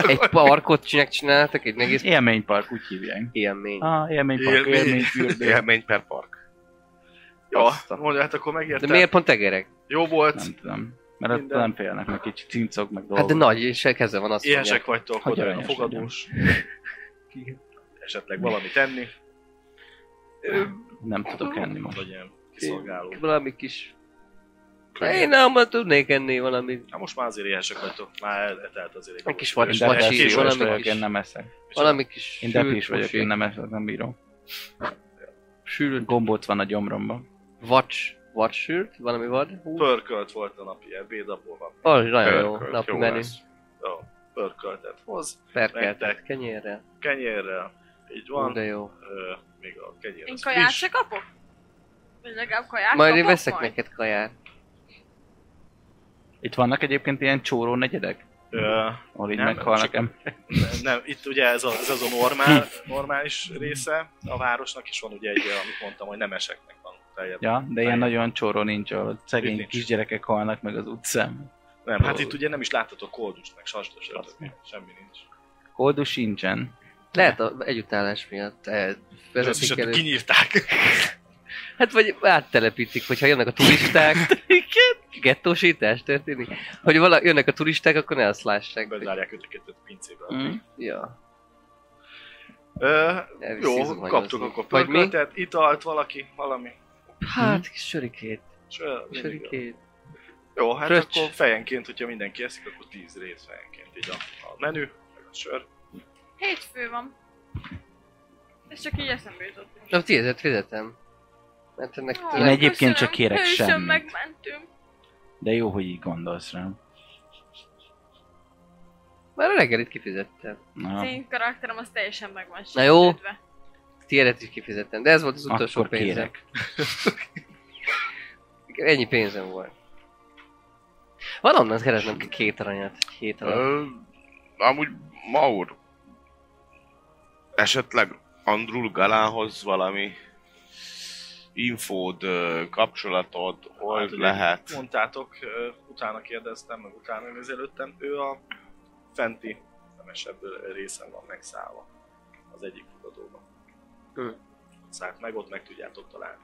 Speaker 3: Egy parkot csináltak, csináltak egy egész
Speaker 4: Élménypark, úgy hívják.
Speaker 3: élmény.
Speaker 4: Ah, élménypark,
Speaker 2: Élmény.
Speaker 4: élményfürdő.
Speaker 6: Élmény per park.
Speaker 2: Jó,
Speaker 4: Azt a-
Speaker 2: mondja, hát akkor
Speaker 3: De
Speaker 2: megértem.
Speaker 3: miért pont egerek?
Speaker 2: Jó volt,
Speaker 4: Nem tudom. Mert ott
Speaker 2: Minden.
Speaker 4: nem félnek, meg kicsit cincog, meg
Speaker 3: Hát
Speaker 4: dolgok.
Speaker 3: de nagy, és keze van azt
Speaker 2: Ilyesek vagytok,
Speaker 4: Hogy
Speaker 2: hogy a
Speaker 4: aranyos
Speaker 2: fogadós. Esetleg valami tenni,
Speaker 4: Nem tudok enni most.
Speaker 2: vagy ilyen kiszolgáló.
Speaker 3: Valami kis... Én nem tudnék enni valamit.
Speaker 2: Na Hát most már azért éhesek vagytok, már el- eltelt azért
Speaker 3: Egy kis
Speaker 4: Én
Speaker 3: vacs, vacsi,
Speaker 4: depressziós
Speaker 3: valami
Speaker 4: vagyok, én
Speaker 3: kis...
Speaker 4: nem eszek.
Speaker 3: Valami kis
Speaker 4: Én
Speaker 3: sült
Speaker 4: depis vagyok,
Speaker 3: húsé.
Speaker 4: én nem eszek, nem bírom.
Speaker 3: Sült.
Speaker 4: Gombóc van a gyomromban.
Speaker 3: Vacs. Vacs sült? Valami vad? Hú,
Speaker 2: Pörkölt volt a napi ebéd, abból van.
Speaker 3: Az nagyon jó
Speaker 6: Pörkölt,
Speaker 3: napi
Speaker 6: jó
Speaker 3: menü.
Speaker 6: lesz.
Speaker 2: Jó, pörköltet hoz,
Speaker 3: Perkeltek
Speaker 2: Mentek.
Speaker 3: kenyérrel.
Speaker 2: kenyérrel, így
Speaker 3: Hú, de
Speaker 2: van.
Speaker 3: jó.
Speaker 2: Ö, még a kenyér
Speaker 5: Én
Speaker 2: az
Speaker 5: kaját
Speaker 2: friss.
Speaker 5: se kapok? Vagy legalább kaját
Speaker 3: Majd én
Speaker 5: kapok
Speaker 3: veszek neked kaját.
Speaker 4: Itt vannak egyébként ilyen csóró negyedek,
Speaker 2: Ö,
Speaker 4: ahol így
Speaker 2: Nem,
Speaker 4: meghalnak
Speaker 2: csak-
Speaker 4: em.
Speaker 2: nem, itt ugye ez, a, ez az a normál,
Speaker 3: Hm.
Speaker 2: normális része a városnak, és van ugye egy, amit mondtam, hogy nemeseknek van feljebb.
Speaker 4: Ja, de ilyen
Speaker 2: Nem.
Speaker 4: nagyon csóró nincs, ahol
Speaker 2: Itt
Speaker 4: szegény
Speaker 2: nincs.
Speaker 4: kisgyerekek halnak meg az utcán.
Speaker 2: Nem, hát itt ugye nem is láthatok koldust, meg sastos, semmi nincs.
Speaker 4: Koldu sincsen.
Speaker 3: Lehet a együttállás miatt eh,
Speaker 2: Ezt is
Speaker 3: vezetik
Speaker 2: ott
Speaker 3: elő.
Speaker 2: kinyírták.
Speaker 3: Hát vagy áttelepítik, hogyha jönnek a turisták. Igen. Gettósítás történik. Hogy vala, jönnek a turisták, akkor ne azt lássák. hogy-
Speaker 2: Bezárják őket a pincébe.
Speaker 3: Hm.
Speaker 4: Mm.
Speaker 3: Ja.
Speaker 2: Ö,
Speaker 3: Elviszik
Speaker 2: jó,
Speaker 3: zuhanyozni.
Speaker 2: kaptuk akkor
Speaker 3: Vagy mi?
Speaker 2: pörköltet, italt valaki, valami.
Speaker 3: Hát, kis sörikét.
Speaker 2: És, ö, mindig jó.
Speaker 3: Sörikét.
Speaker 2: Jó, hát
Speaker 3: Fröccs.
Speaker 2: akkor fejenként, hogyha mindenki eszik, akkor 10 rész fejenként így a, a menü, meg a sör.
Speaker 5: Hétfő van. Ez csak így eszembe jutott.
Speaker 3: Na, tízet fizetem. Mert ennek...
Speaker 5: Ó,
Speaker 4: Én egyébként
Speaker 5: köszönöm,
Speaker 4: csak kérek
Speaker 5: hősöm,
Speaker 4: semmit.
Speaker 5: megmentőm.
Speaker 4: De jó, hogy így gondolsz rám.
Speaker 3: Már a reggelit kifizettem.
Speaker 5: Az
Speaker 4: Na,
Speaker 5: én karakterem az teljesen meg van
Speaker 3: Na jó.
Speaker 5: sértődve.
Speaker 3: Tiédet is kifizettem, de ez volt az utolsó
Speaker 4: akkor
Speaker 3: pénzem.
Speaker 4: kérek.
Speaker 3: Ennyi pénzem volt. Valonnan keresnem ki két aranyat, egy hét alatt.
Speaker 6: Ö, amúgy Maur, esetleg Andrul Galához valami infód, ö, kapcsolatod, hol
Speaker 2: Hát, ugye
Speaker 6: lehet?
Speaker 2: Mondtátok, ö, utána kérdeztem, meg utána nézelődtem, ő a fenti nemesebb ö, részen van megszállva. Az egyik fogadóban.
Speaker 3: Hm.
Speaker 2: Szállt meg, ott meg tudjátok találni.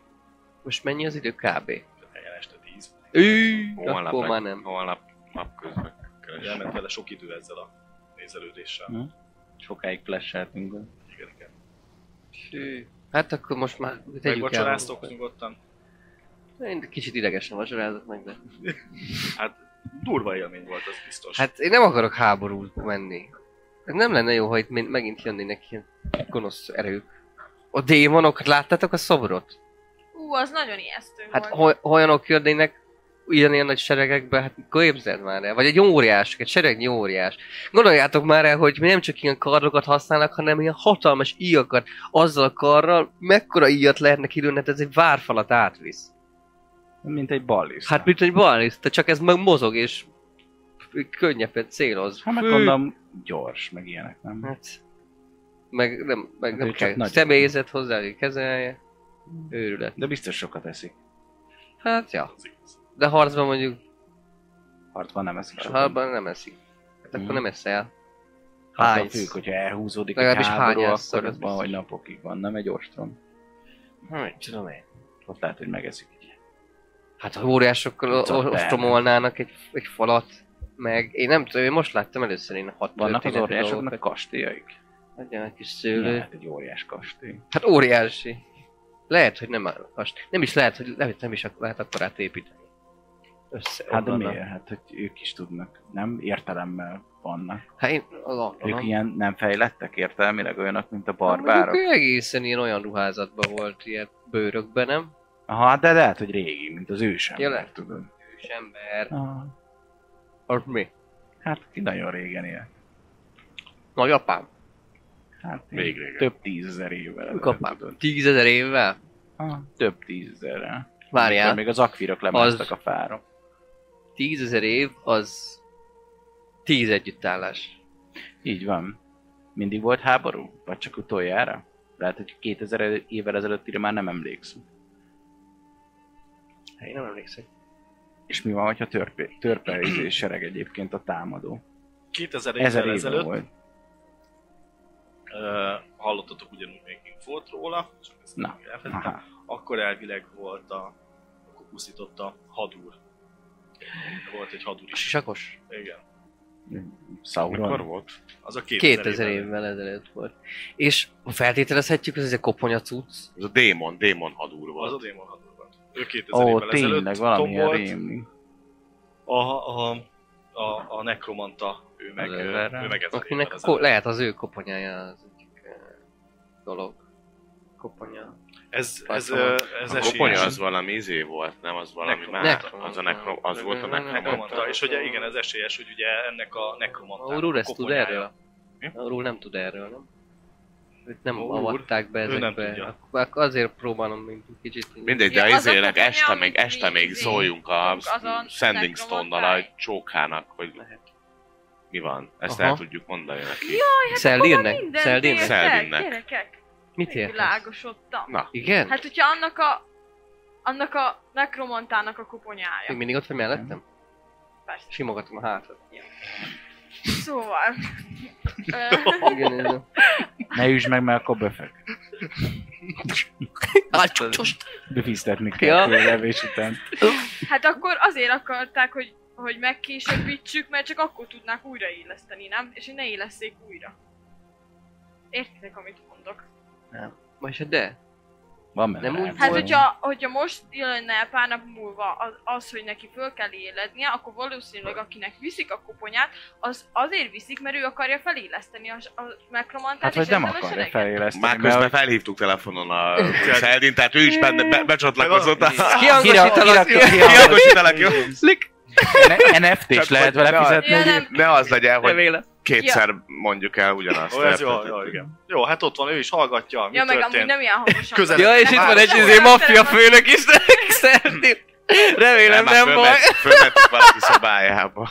Speaker 3: Most mennyi az idő kb?
Speaker 2: Helyen este 10.
Speaker 3: Ő,
Speaker 6: Holnap
Speaker 3: akkor
Speaker 6: meg-
Speaker 3: már nem.
Speaker 6: Holnap napközben keresem.
Speaker 2: Elment vele sok idő ezzel a nézelődéssel.
Speaker 4: Hm. Sokáig flasheltünk. be.
Speaker 2: Igen, igen.
Speaker 3: Hű. Hát akkor most már tegyük el.
Speaker 2: Megvacsoráztok nyugodtan.
Speaker 3: Én kicsit idegesen vacsorázok meg, de...
Speaker 2: Durva élmény volt, az biztos.
Speaker 3: Hát én nem akarok háborút menni. Ez nem lenne jó, ha itt min- megint jönnének ilyen gonosz erők. A démonok, láttátok a szobrot?
Speaker 5: Ú, az nagyon ijesztő
Speaker 3: Hát
Speaker 5: volt.
Speaker 3: ho- olyanok jönnének ugyanilyen nagy seregekbe, hát képzeld már el. Vagy egy óriás, egy seregnyi óriás. Gondoljátok már el, hogy mi nem csak ilyen kardokat használnak, hanem ilyen hatalmas íjakat. Azzal a karral mekkora íjat lehetne kilőni, hát ez egy várfalat átvisz.
Speaker 4: Mint egy balliszt.
Speaker 3: Hát mint egy balista, csak ez meg mozog és könnyebben céloz.
Speaker 4: Hát meg
Speaker 3: Fű.
Speaker 4: gondolom, gyors, meg ilyenek, nem?
Speaker 3: Hát, meg nem, meg
Speaker 4: Hát
Speaker 3: nem
Speaker 4: ő csak
Speaker 3: kell
Speaker 4: nagyobb.
Speaker 3: személyzet hozzá, hogy kezelje. Őrület.
Speaker 4: De biztos sokat eszik.
Speaker 3: Hát, ja. De harcban mondjuk,
Speaker 4: Harcban nem eszik sokat.
Speaker 3: harcban nem eszik. Hát akkor
Speaker 4: Mhm.
Speaker 3: nem eszel.
Speaker 4: Attól
Speaker 3: Hánysz.
Speaker 4: függ, hogyha elhúzódik egy
Speaker 3: Legalábbis
Speaker 4: háború,
Speaker 3: hányszor,
Speaker 4: akkor
Speaker 3: az
Speaker 4: az van, hogy
Speaker 3: biztos.
Speaker 4: napokig van, nem egy ostrom.
Speaker 3: Nem tudom én.
Speaker 4: Ott lehet, hogy megeszik.
Speaker 3: Hát ha óriásokkal o- o- ostromolnának egy, egy falat, meg én nem tudom, én most láttam először én hat
Speaker 4: Vannak az
Speaker 3: történetet
Speaker 4: óriásoknak
Speaker 3: dolgokat.
Speaker 4: kastélyaik?
Speaker 3: Adjon egy kis
Speaker 4: Tőle.
Speaker 3: szőlő.
Speaker 4: Hát egy óriás kastély.
Speaker 3: Hát óriási. Lehet, hogy nem áll. Most nem is lehet, hogy nem, nem is ak- lehet akkorát építeni. Össze,
Speaker 4: Hát de
Speaker 3: omlana.
Speaker 4: miért? Hát, hogy ők is tudnak. Nem értelemmel vannak.
Speaker 3: Hát én gondolom.
Speaker 4: Ők ilyen nem fejlettek értelmileg olyanok, mint a
Speaker 3: Hát
Speaker 4: barbárok.
Speaker 3: mondjuk ő egészen ilyen olyan ruházatban volt, ilyen bőrökben, nem?
Speaker 4: Aha, hát de lehet, hogy régi, mint az ősem.
Speaker 3: Ja, lehet.
Speaker 4: tudod.
Speaker 3: Ős ember.
Speaker 4: Aha.
Speaker 3: Az mi?
Speaker 4: Hát ki nagyon régen élt.
Speaker 3: Nagyapám.
Speaker 4: Hát
Speaker 6: Még
Speaker 4: így
Speaker 6: régen.
Speaker 4: Több tízezer évvel. ezelőtt,
Speaker 3: Kapám.
Speaker 4: tudod.
Speaker 3: Tízezer évvel?
Speaker 4: Aha, Több tízezerrel.
Speaker 3: Várjál.
Speaker 4: Amikor Még az akvirok
Speaker 3: Az-
Speaker 4: lemásztak a fára.
Speaker 3: Tízezer év az... Tíz együttállás.
Speaker 4: Így van. Mindig volt háború? Vagy csak utoljára? Lehet, hogy 2000 évvel ezelőttire már nem emlékszünk.
Speaker 3: Hát Én nem emlékszem.
Speaker 4: És mi van, hogyha törpe, törpe izé sereg egyébként a támadó?
Speaker 2: 2000
Speaker 4: Ezer
Speaker 2: évvel
Speaker 4: év
Speaker 2: ezelőtt
Speaker 4: volt.
Speaker 2: ö, hallottatok ugyanúgy még mint volt róla, csak ezt
Speaker 4: Na.
Speaker 2: nem elfelejtettem.
Speaker 4: Aha.
Speaker 2: akkor elvileg volt a, akkor pusztította Hadúr. Volt egy Hadúr is.
Speaker 3: Sakos.
Speaker 2: Igen.
Speaker 6: Mikor
Speaker 4: Sauron.
Speaker 6: volt?
Speaker 2: Az a 2000,
Speaker 3: 2000 évvel ezelőtt volt. És feltételezhetjük, hogy ez egy koponya cucc.
Speaker 6: Ez a démon, démon hadúr
Speaker 2: Az a
Speaker 6: volt.
Speaker 2: démon Hadúr volt. Ő 2000
Speaker 4: Ó,
Speaker 2: évvel
Speaker 4: tényleg
Speaker 2: ezelőtt
Speaker 4: valamilyen
Speaker 2: tobolt.
Speaker 4: rémli.
Speaker 2: A, a, a, a nekromanta, ő meg,
Speaker 4: Az
Speaker 2: ő,
Speaker 4: ezerrel.
Speaker 2: ő meg ezer évvel
Speaker 3: Akinek ko-
Speaker 2: ezelőtt.
Speaker 3: lehet az ő koponyája az egyik eh, dolog. Koponya.
Speaker 2: Ez, ez,
Speaker 3: Passzol.
Speaker 2: ö,
Speaker 6: Ez
Speaker 2: ez
Speaker 6: a koponya
Speaker 2: esélyes.
Speaker 6: az valami izé volt, nem az valami
Speaker 2: Nekro-
Speaker 6: más.
Speaker 3: Nekro-
Speaker 6: Az, a nekro, az volt a nekromant.
Speaker 2: Nekromanta, és ugye igen, ez esélyes, hogy ugye ennek a
Speaker 3: A
Speaker 2: nekromantának
Speaker 3: úr
Speaker 2: a
Speaker 3: ezt tud
Speaker 2: koponyája.
Speaker 3: erről?
Speaker 2: Mi?
Speaker 3: A úr nem tud erről, nem? Őt nem
Speaker 2: Úr,
Speaker 3: avatták be
Speaker 2: ő nem
Speaker 3: ezekbe.
Speaker 2: tudja.
Speaker 3: Ak- ak- azért próbálom mint kicsit.
Speaker 6: Mindegy,
Speaker 5: Ja,
Speaker 6: de
Speaker 5: az a
Speaker 6: izélek,
Speaker 5: koponya,
Speaker 6: este még,
Speaker 5: amit
Speaker 6: este
Speaker 5: mi
Speaker 6: még
Speaker 5: izé-
Speaker 6: szóljunk a
Speaker 5: az a
Speaker 6: Sending Stone-nal a
Speaker 5: nekromantáj.
Speaker 6: csókának, hogy
Speaker 3: Lehet.
Speaker 6: mi van. Ezt
Speaker 3: Aha.
Speaker 6: el tudjuk mondani neki.
Speaker 5: hát
Speaker 3: Szeldírnek?
Speaker 5: Szeldinnek?
Speaker 3: Szeldírnek?
Speaker 6: Szeldinnek.
Speaker 5: Gyerekek,
Speaker 3: Mit értesz?
Speaker 5: világosodtam.
Speaker 6: Na,
Speaker 3: Igen?
Speaker 5: Hát, hogyha annak a... Annak a nekromantának a koponyája.
Speaker 3: Még mindig ott vagy mellettem?
Speaker 5: Persze.
Speaker 3: Simogatom a hátat.
Speaker 5: Szóval... Ö,
Speaker 3: Igen, ez
Speaker 4: Ne üsd meg, mert akkor befek.
Speaker 3: Álcsocsost!
Speaker 4: Befisztetni
Speaker 3: Ja.
Speaker 4: kell ja. levés után.
Speaker 5: hát akkor azért akarták, hogy, hogy megkésőbbítsük, mert csak akkor tudnák újraéleszteni, nem? És hogy ne élesszék újra. Értitek, amit mondok.
Speaker 3: Most de?
Speaker 4: Van benne
Speaker 3: Nem úgy
Speaker 4: rágó.
Speaker 5: Hát,
Speaker 3: Volt.
Speaker 5: hogyha, hogyha most jönne el pár nap múlva az, az, hogy neki föl kell élednie, akkor valószínűleg akinek viszik a koponyát, az azért viszik, mert ő akarja feléleszteni a, a nekromantát,
Speaker 4: Hát, vagy
Speaker 5: és
Speaker 4: nem
Speaker 5: ezzel a
Speaker 4: akarja
Speaker 5: sereget.
Speaker 6: már
Speaker 4: fejleszteni,
Speaker 6: közben
Speaker 4: mert
Speaker 6: felhívtuk telefonon a Szeldin, tehát ő is benne, be, becsatlakozott a...
Speaker 3: Kiangosítalak!
Speaker 4: kirak- kirak-
Speaker 6: Kiakosítanak, jó?
Speaker 3: Slik!
Speaker 4: NFT-s
Speaker 6: Csak
Speaker 4: lehet
Speaker 6: hogy
Speaker 4: vele
Speaker 6: ne-
Speaker 4: fizetni.
Speaker 5: Ja, nem,
Speaker 6: Ne az legyen, hogy
Speaker 3: Remélem.
Speaker 6: kétszer mondjuk el ugyanazt.
Speaker 2: Ó, ez jó,
Speaker 6: érted?
Speaker 2: jó, igen. Jó, hát ott van, ő is hallgatja, mi
Speaker 5: ja, meg amúgy
Speaker 2: történt.
Speaker 5: nem ilyen hangosan.
Speaker 2: Közel-
Speaker 5: beszél.
Speaker 3: Ja, és itt van egy
Speaker 5: Nem,
Speaker 3: izé
Speaker 5: nem,
Speaker 3: maffia
Speaker 5: nem,
Speaker 3: főnök is, de Szeldír. Remélem
Speaker 6: már
Speaker 3: nem baj.
Speaker 6: fölment- Fölmentünk valaki szobájába.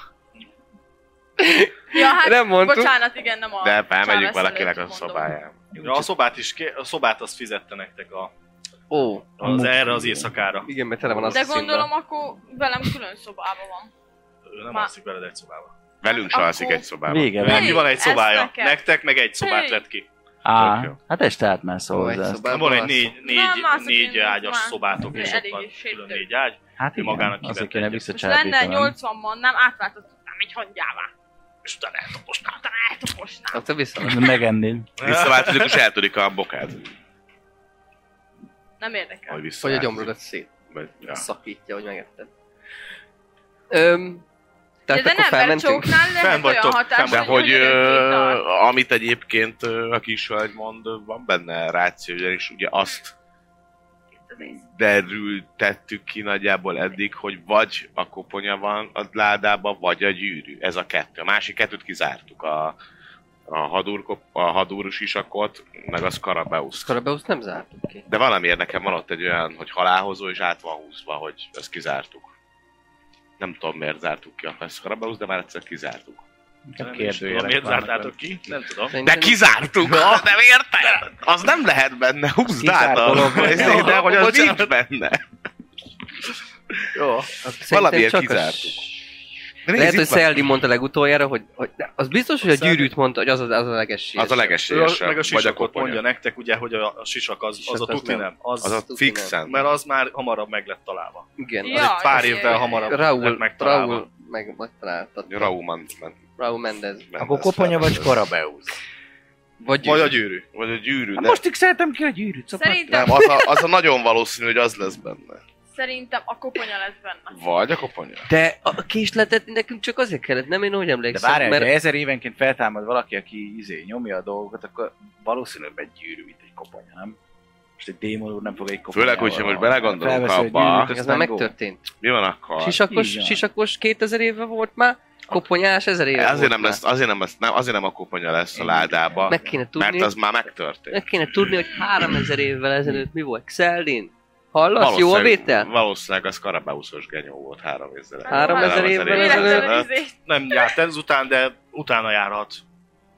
Speaker 5: Ja, hát,
Speaker 3: Nem mondtuk.
Speaker 5: Bocsánat, igen, nem a...
Speaker 6: De
Speaker 5: Charles
Speaker 6: felmegyünk valakinek a
Speaker 5: előtt mondom.
Speaker 6: szobájába.
Speaker 2: Ja, a szobát is, ké- a szobát azt fizette nektek a,
Speaker 3: Ó,
Speaker 2: az erre az éjszakára.
Speaker 3: igen, mert tele van az
Speaker 5: De gondolom, akkor velem külön szobában van.
Speaker 2: Ő nem
Speaker 5: Ma-
Speaker 2: alszik veled egy szobába.
Speaker 6: Velünk se alszik
Speaker 5: Akkor-
Speaker 6: egy szobában.
Speaker 4: Vége van.
Speaker 2: Neki van egy
Speaker 5: ezt
Speaker 2: szobája,
Speaker 5: nekem.
Speaker 2: nektek meg egy szobát
Speaker 5: Hey.
Speaker 2: lett ki.
Speaker 6: Tök jó.
Speaker 4: Á, hát este átmász
Speaker 3: Ó, egy
Speaker 4: hozzá. azt.
Speaker 3: szobában
Speaker 2: Van egy
Speaker 3: alszom.
Speaker 2: négy, négy,
Speaker 5: Nem, alszok
Speaker 2: négy
Speaker 5: én
Speaker 2: ágyas
Speaker 5: már.
Speaker 2: szobátok, és ott
Speaker 5: Elég
Speaker 2: van
Speaker 5: is
Speaker 2: külön
Speaker 5: séptő.
Speaker 2: négy ágy.
Speaker 4: Hát
Speaker 2: Ő
Speaker 4: igen,
Speaker 2: magának
Speaker 4: azért
Speaker 2: kivett
Speaker 4: kéne
Speaker 2: egyet.
Speaker 5: Most lenne
Speaker 4: visszacsábítanom.
Speaker 5: 80 man nem átváltoztatnám egy hangyává.
Speaker 2: És utána eltaposnál.
Speaker 5: Aztán eltoposnám.
Speaker 3: Akkor vissza.
Speaker 4: Megennéd.
Speaker 6: Visszaváltozik, és eltörik a bokát.
Speaker 5: Nem érdekel.
Speaker 6: Hogy
Speaker 3: Vagy a
Speaker 6: visszaváltozik.
Speaker 3: gyomrodat szét
Speaker 6: Vagy- ja.
Speaker 3: szakítja, hogy megetted. Öm,
Speaker 5: Ja,
Speaker 3: tehát
Speaker 5: de
Speaker 3: akkor
Speaker 5: nem, mert
Speaker 3: felmentünk.
Speaker 5: csóknál
Speaker 2: Fenn
Speaker 5: lehet olyan
Speaker 2: vagytok,
Speaker 5: hatás,
Speaker 6: De hogy,
Speaker 5: hogy
Speaker 6: ö,
Speaker 5: ö...
Speaker 6: amit egyébként ö, a kisvölgy mond, ö, van benne ráció, ugyanis ugye azt derültettük ki nagyjából eddig, hogy vagy a koponya van a ládába, vagy a gyűrű. Ez a kettő. A másik kettőt kizártuk. A, a, hadúr, kop- a hadúr sisakot, meg a Scarabeus.
Speaker 3: Skarabeusz nem zártuk ki.
Speaker 6: De valamiért nekem van ott egy olyan, hogy halálhozó, és át van húzva, hogy ezt kizártuk. Nem tudom, miért zártuk ki a Scarabeus, de már egyszer kizártuk.
Speaker 4: Inkább
Speaker 2: Nem is tudom,
Speaker 4: kérdőjelek
Speaker 2: miért
Speaker 4: vannak
Speaker 2: zártátok ki? Nem tudom.
Speaker 6: De kizártuk! Ah, nem érted? Az nem lehet benne, húzd
Speaker 4: Kizárt
Speaker 6: át a...
Speaker 4: dolog.
Speaker 6: Izé, De hogy az
Speaker 3: Bocsánat.
Speaker 6: nincs benne.
Speaker 2: Jó.
Speaker 3: Szerintem
Speaker 6: valamiért
Speaker 3: csak a
Speaker 6: kizártuk.
Speaker 3: s-
Speaker 6: De nézd,
Speaker 3: Lehet,
Speaker 6: itt
Speaker 3: hogy
Speaker 6: van.
Speaker 3: Szeldi mondta legutoljára, hogy, hogy de az biztos, hogy a
Speaker 2: Szeldi-
Speaker 3: gyűrűt mondta, hogy az a, az a legességes.
Speaker 6: Az a
Speaker 2: Ő a,
Speaker 6: legesélyesebb.
Speaker 2: meg a
Speaker 6: vagy a
Speaker 2: sisakot
Speaker 6: koponya.
Speaker 2: mondja nektek, ugye, hogy a, a sisak az,
Speaker 3: Sisak
Speaker 2: az a
Speaker 3: az
Speaker 2: tuti
Speaker 3: nem.
Speaker 2: nem. Az,
Speaker 6: Az a
Speaker 3: Tuti
Speaker 6: fixen.
Speaker 2: Mert az már hamarabb meg lett találva.
Speaker 3: Igen.
Speaker 2: Az
Speaker 5: Ja,
Speaker 2: egy pár
Speaker 5: azért.
Speaker 2: évvel hamarabb
Speaker 3: Raúl,
Speaker 2: lett megtalálva.
Speaker 3: Raúl meg, megtalálta.
Speaker 6: Raúl Man- Man-
Speaker 3: Raúl Mendez.
Speaker 1: Akkor
Speaker 6: Mendez
Speaker 1: koponya vagy
Speaker 6: felvesz.
Speaker 1: korabeus.
Speaker 3: Vagy,
Speaker 2: Vagy a gyűrű.
Speaker 6: Vagy a gyűrű,
Speaker 1: Na,
Speaker 6: de...
Speaker 1: Most tükszeltem ki a gyűrűt, szopattam.
Speaker 5: Szerintem,
Speaker 6: hát Nem, az a, az a nagyon valószínű, hogy az lesz benne.
Speaker 5: szerintem a koponya lesz benne.
Speaker 6: Vagy a koponya.
Speaker 3: De a késletet nekünk csak azért kellett, nem én úgy
Speaker 4: De
Speaker 3: emlékszem,
Speaker 4: várjál, mert...
Speaker 3: mert
Speaker 4: ha ezer évenként feltámad valaki, aki izé nyomja a dolgokat, akkor valószínűbb egy gyűrű, mint egy koponya, nem? Most egy démon úr nem fog egy koponya.
Speaker 6: Főleg, hogyha most belegondolunk
Speaker 4: Felveszel egy
Speaker 6: abba,
Speaker 4: gyűrűt,
Speaker 3: ez
Speaker 4: azt
Speaker 3: már
Speaker 4: nem gond.
Speaker 3: megtörtént.
Speaker 6: mi van akkor?
Speaker 3: Sisakos,
Speaker 4: Így van.
Speaker 3: sisakos 2000 éve volt már, koponyás 1000 éve
Speaker 6: Azért
Speaker 3: volt
Speaker 6: nem,
Speaker 3: már.
Speaker 6: lesz, azért, nem lesz, nem, azért nem a koponya lesz a ládába,
Speaker 3: Meg kéne tudni,
Speaker 6: mert az már
Speaker 3: meg
Speaker 6: megtörtént.
Speaker 3: kéne tudni, hogy 3000 évvel ezelőtt mi volt. Xeldin, hallasz, jó a
Speaker 6: Valószínűleg-
Speaker 3: vétel?
Speaker 6: Valószínűleg az karabáuszos genyó volt három Hát, ezzel.
Speaker 3: Három ezer évvel
Speaker 5: Mi lesz
Speaker 3: ezelőtt.
Speaker 5: a izé?
Speaker 2: Nem járt ezután, de utána járhat.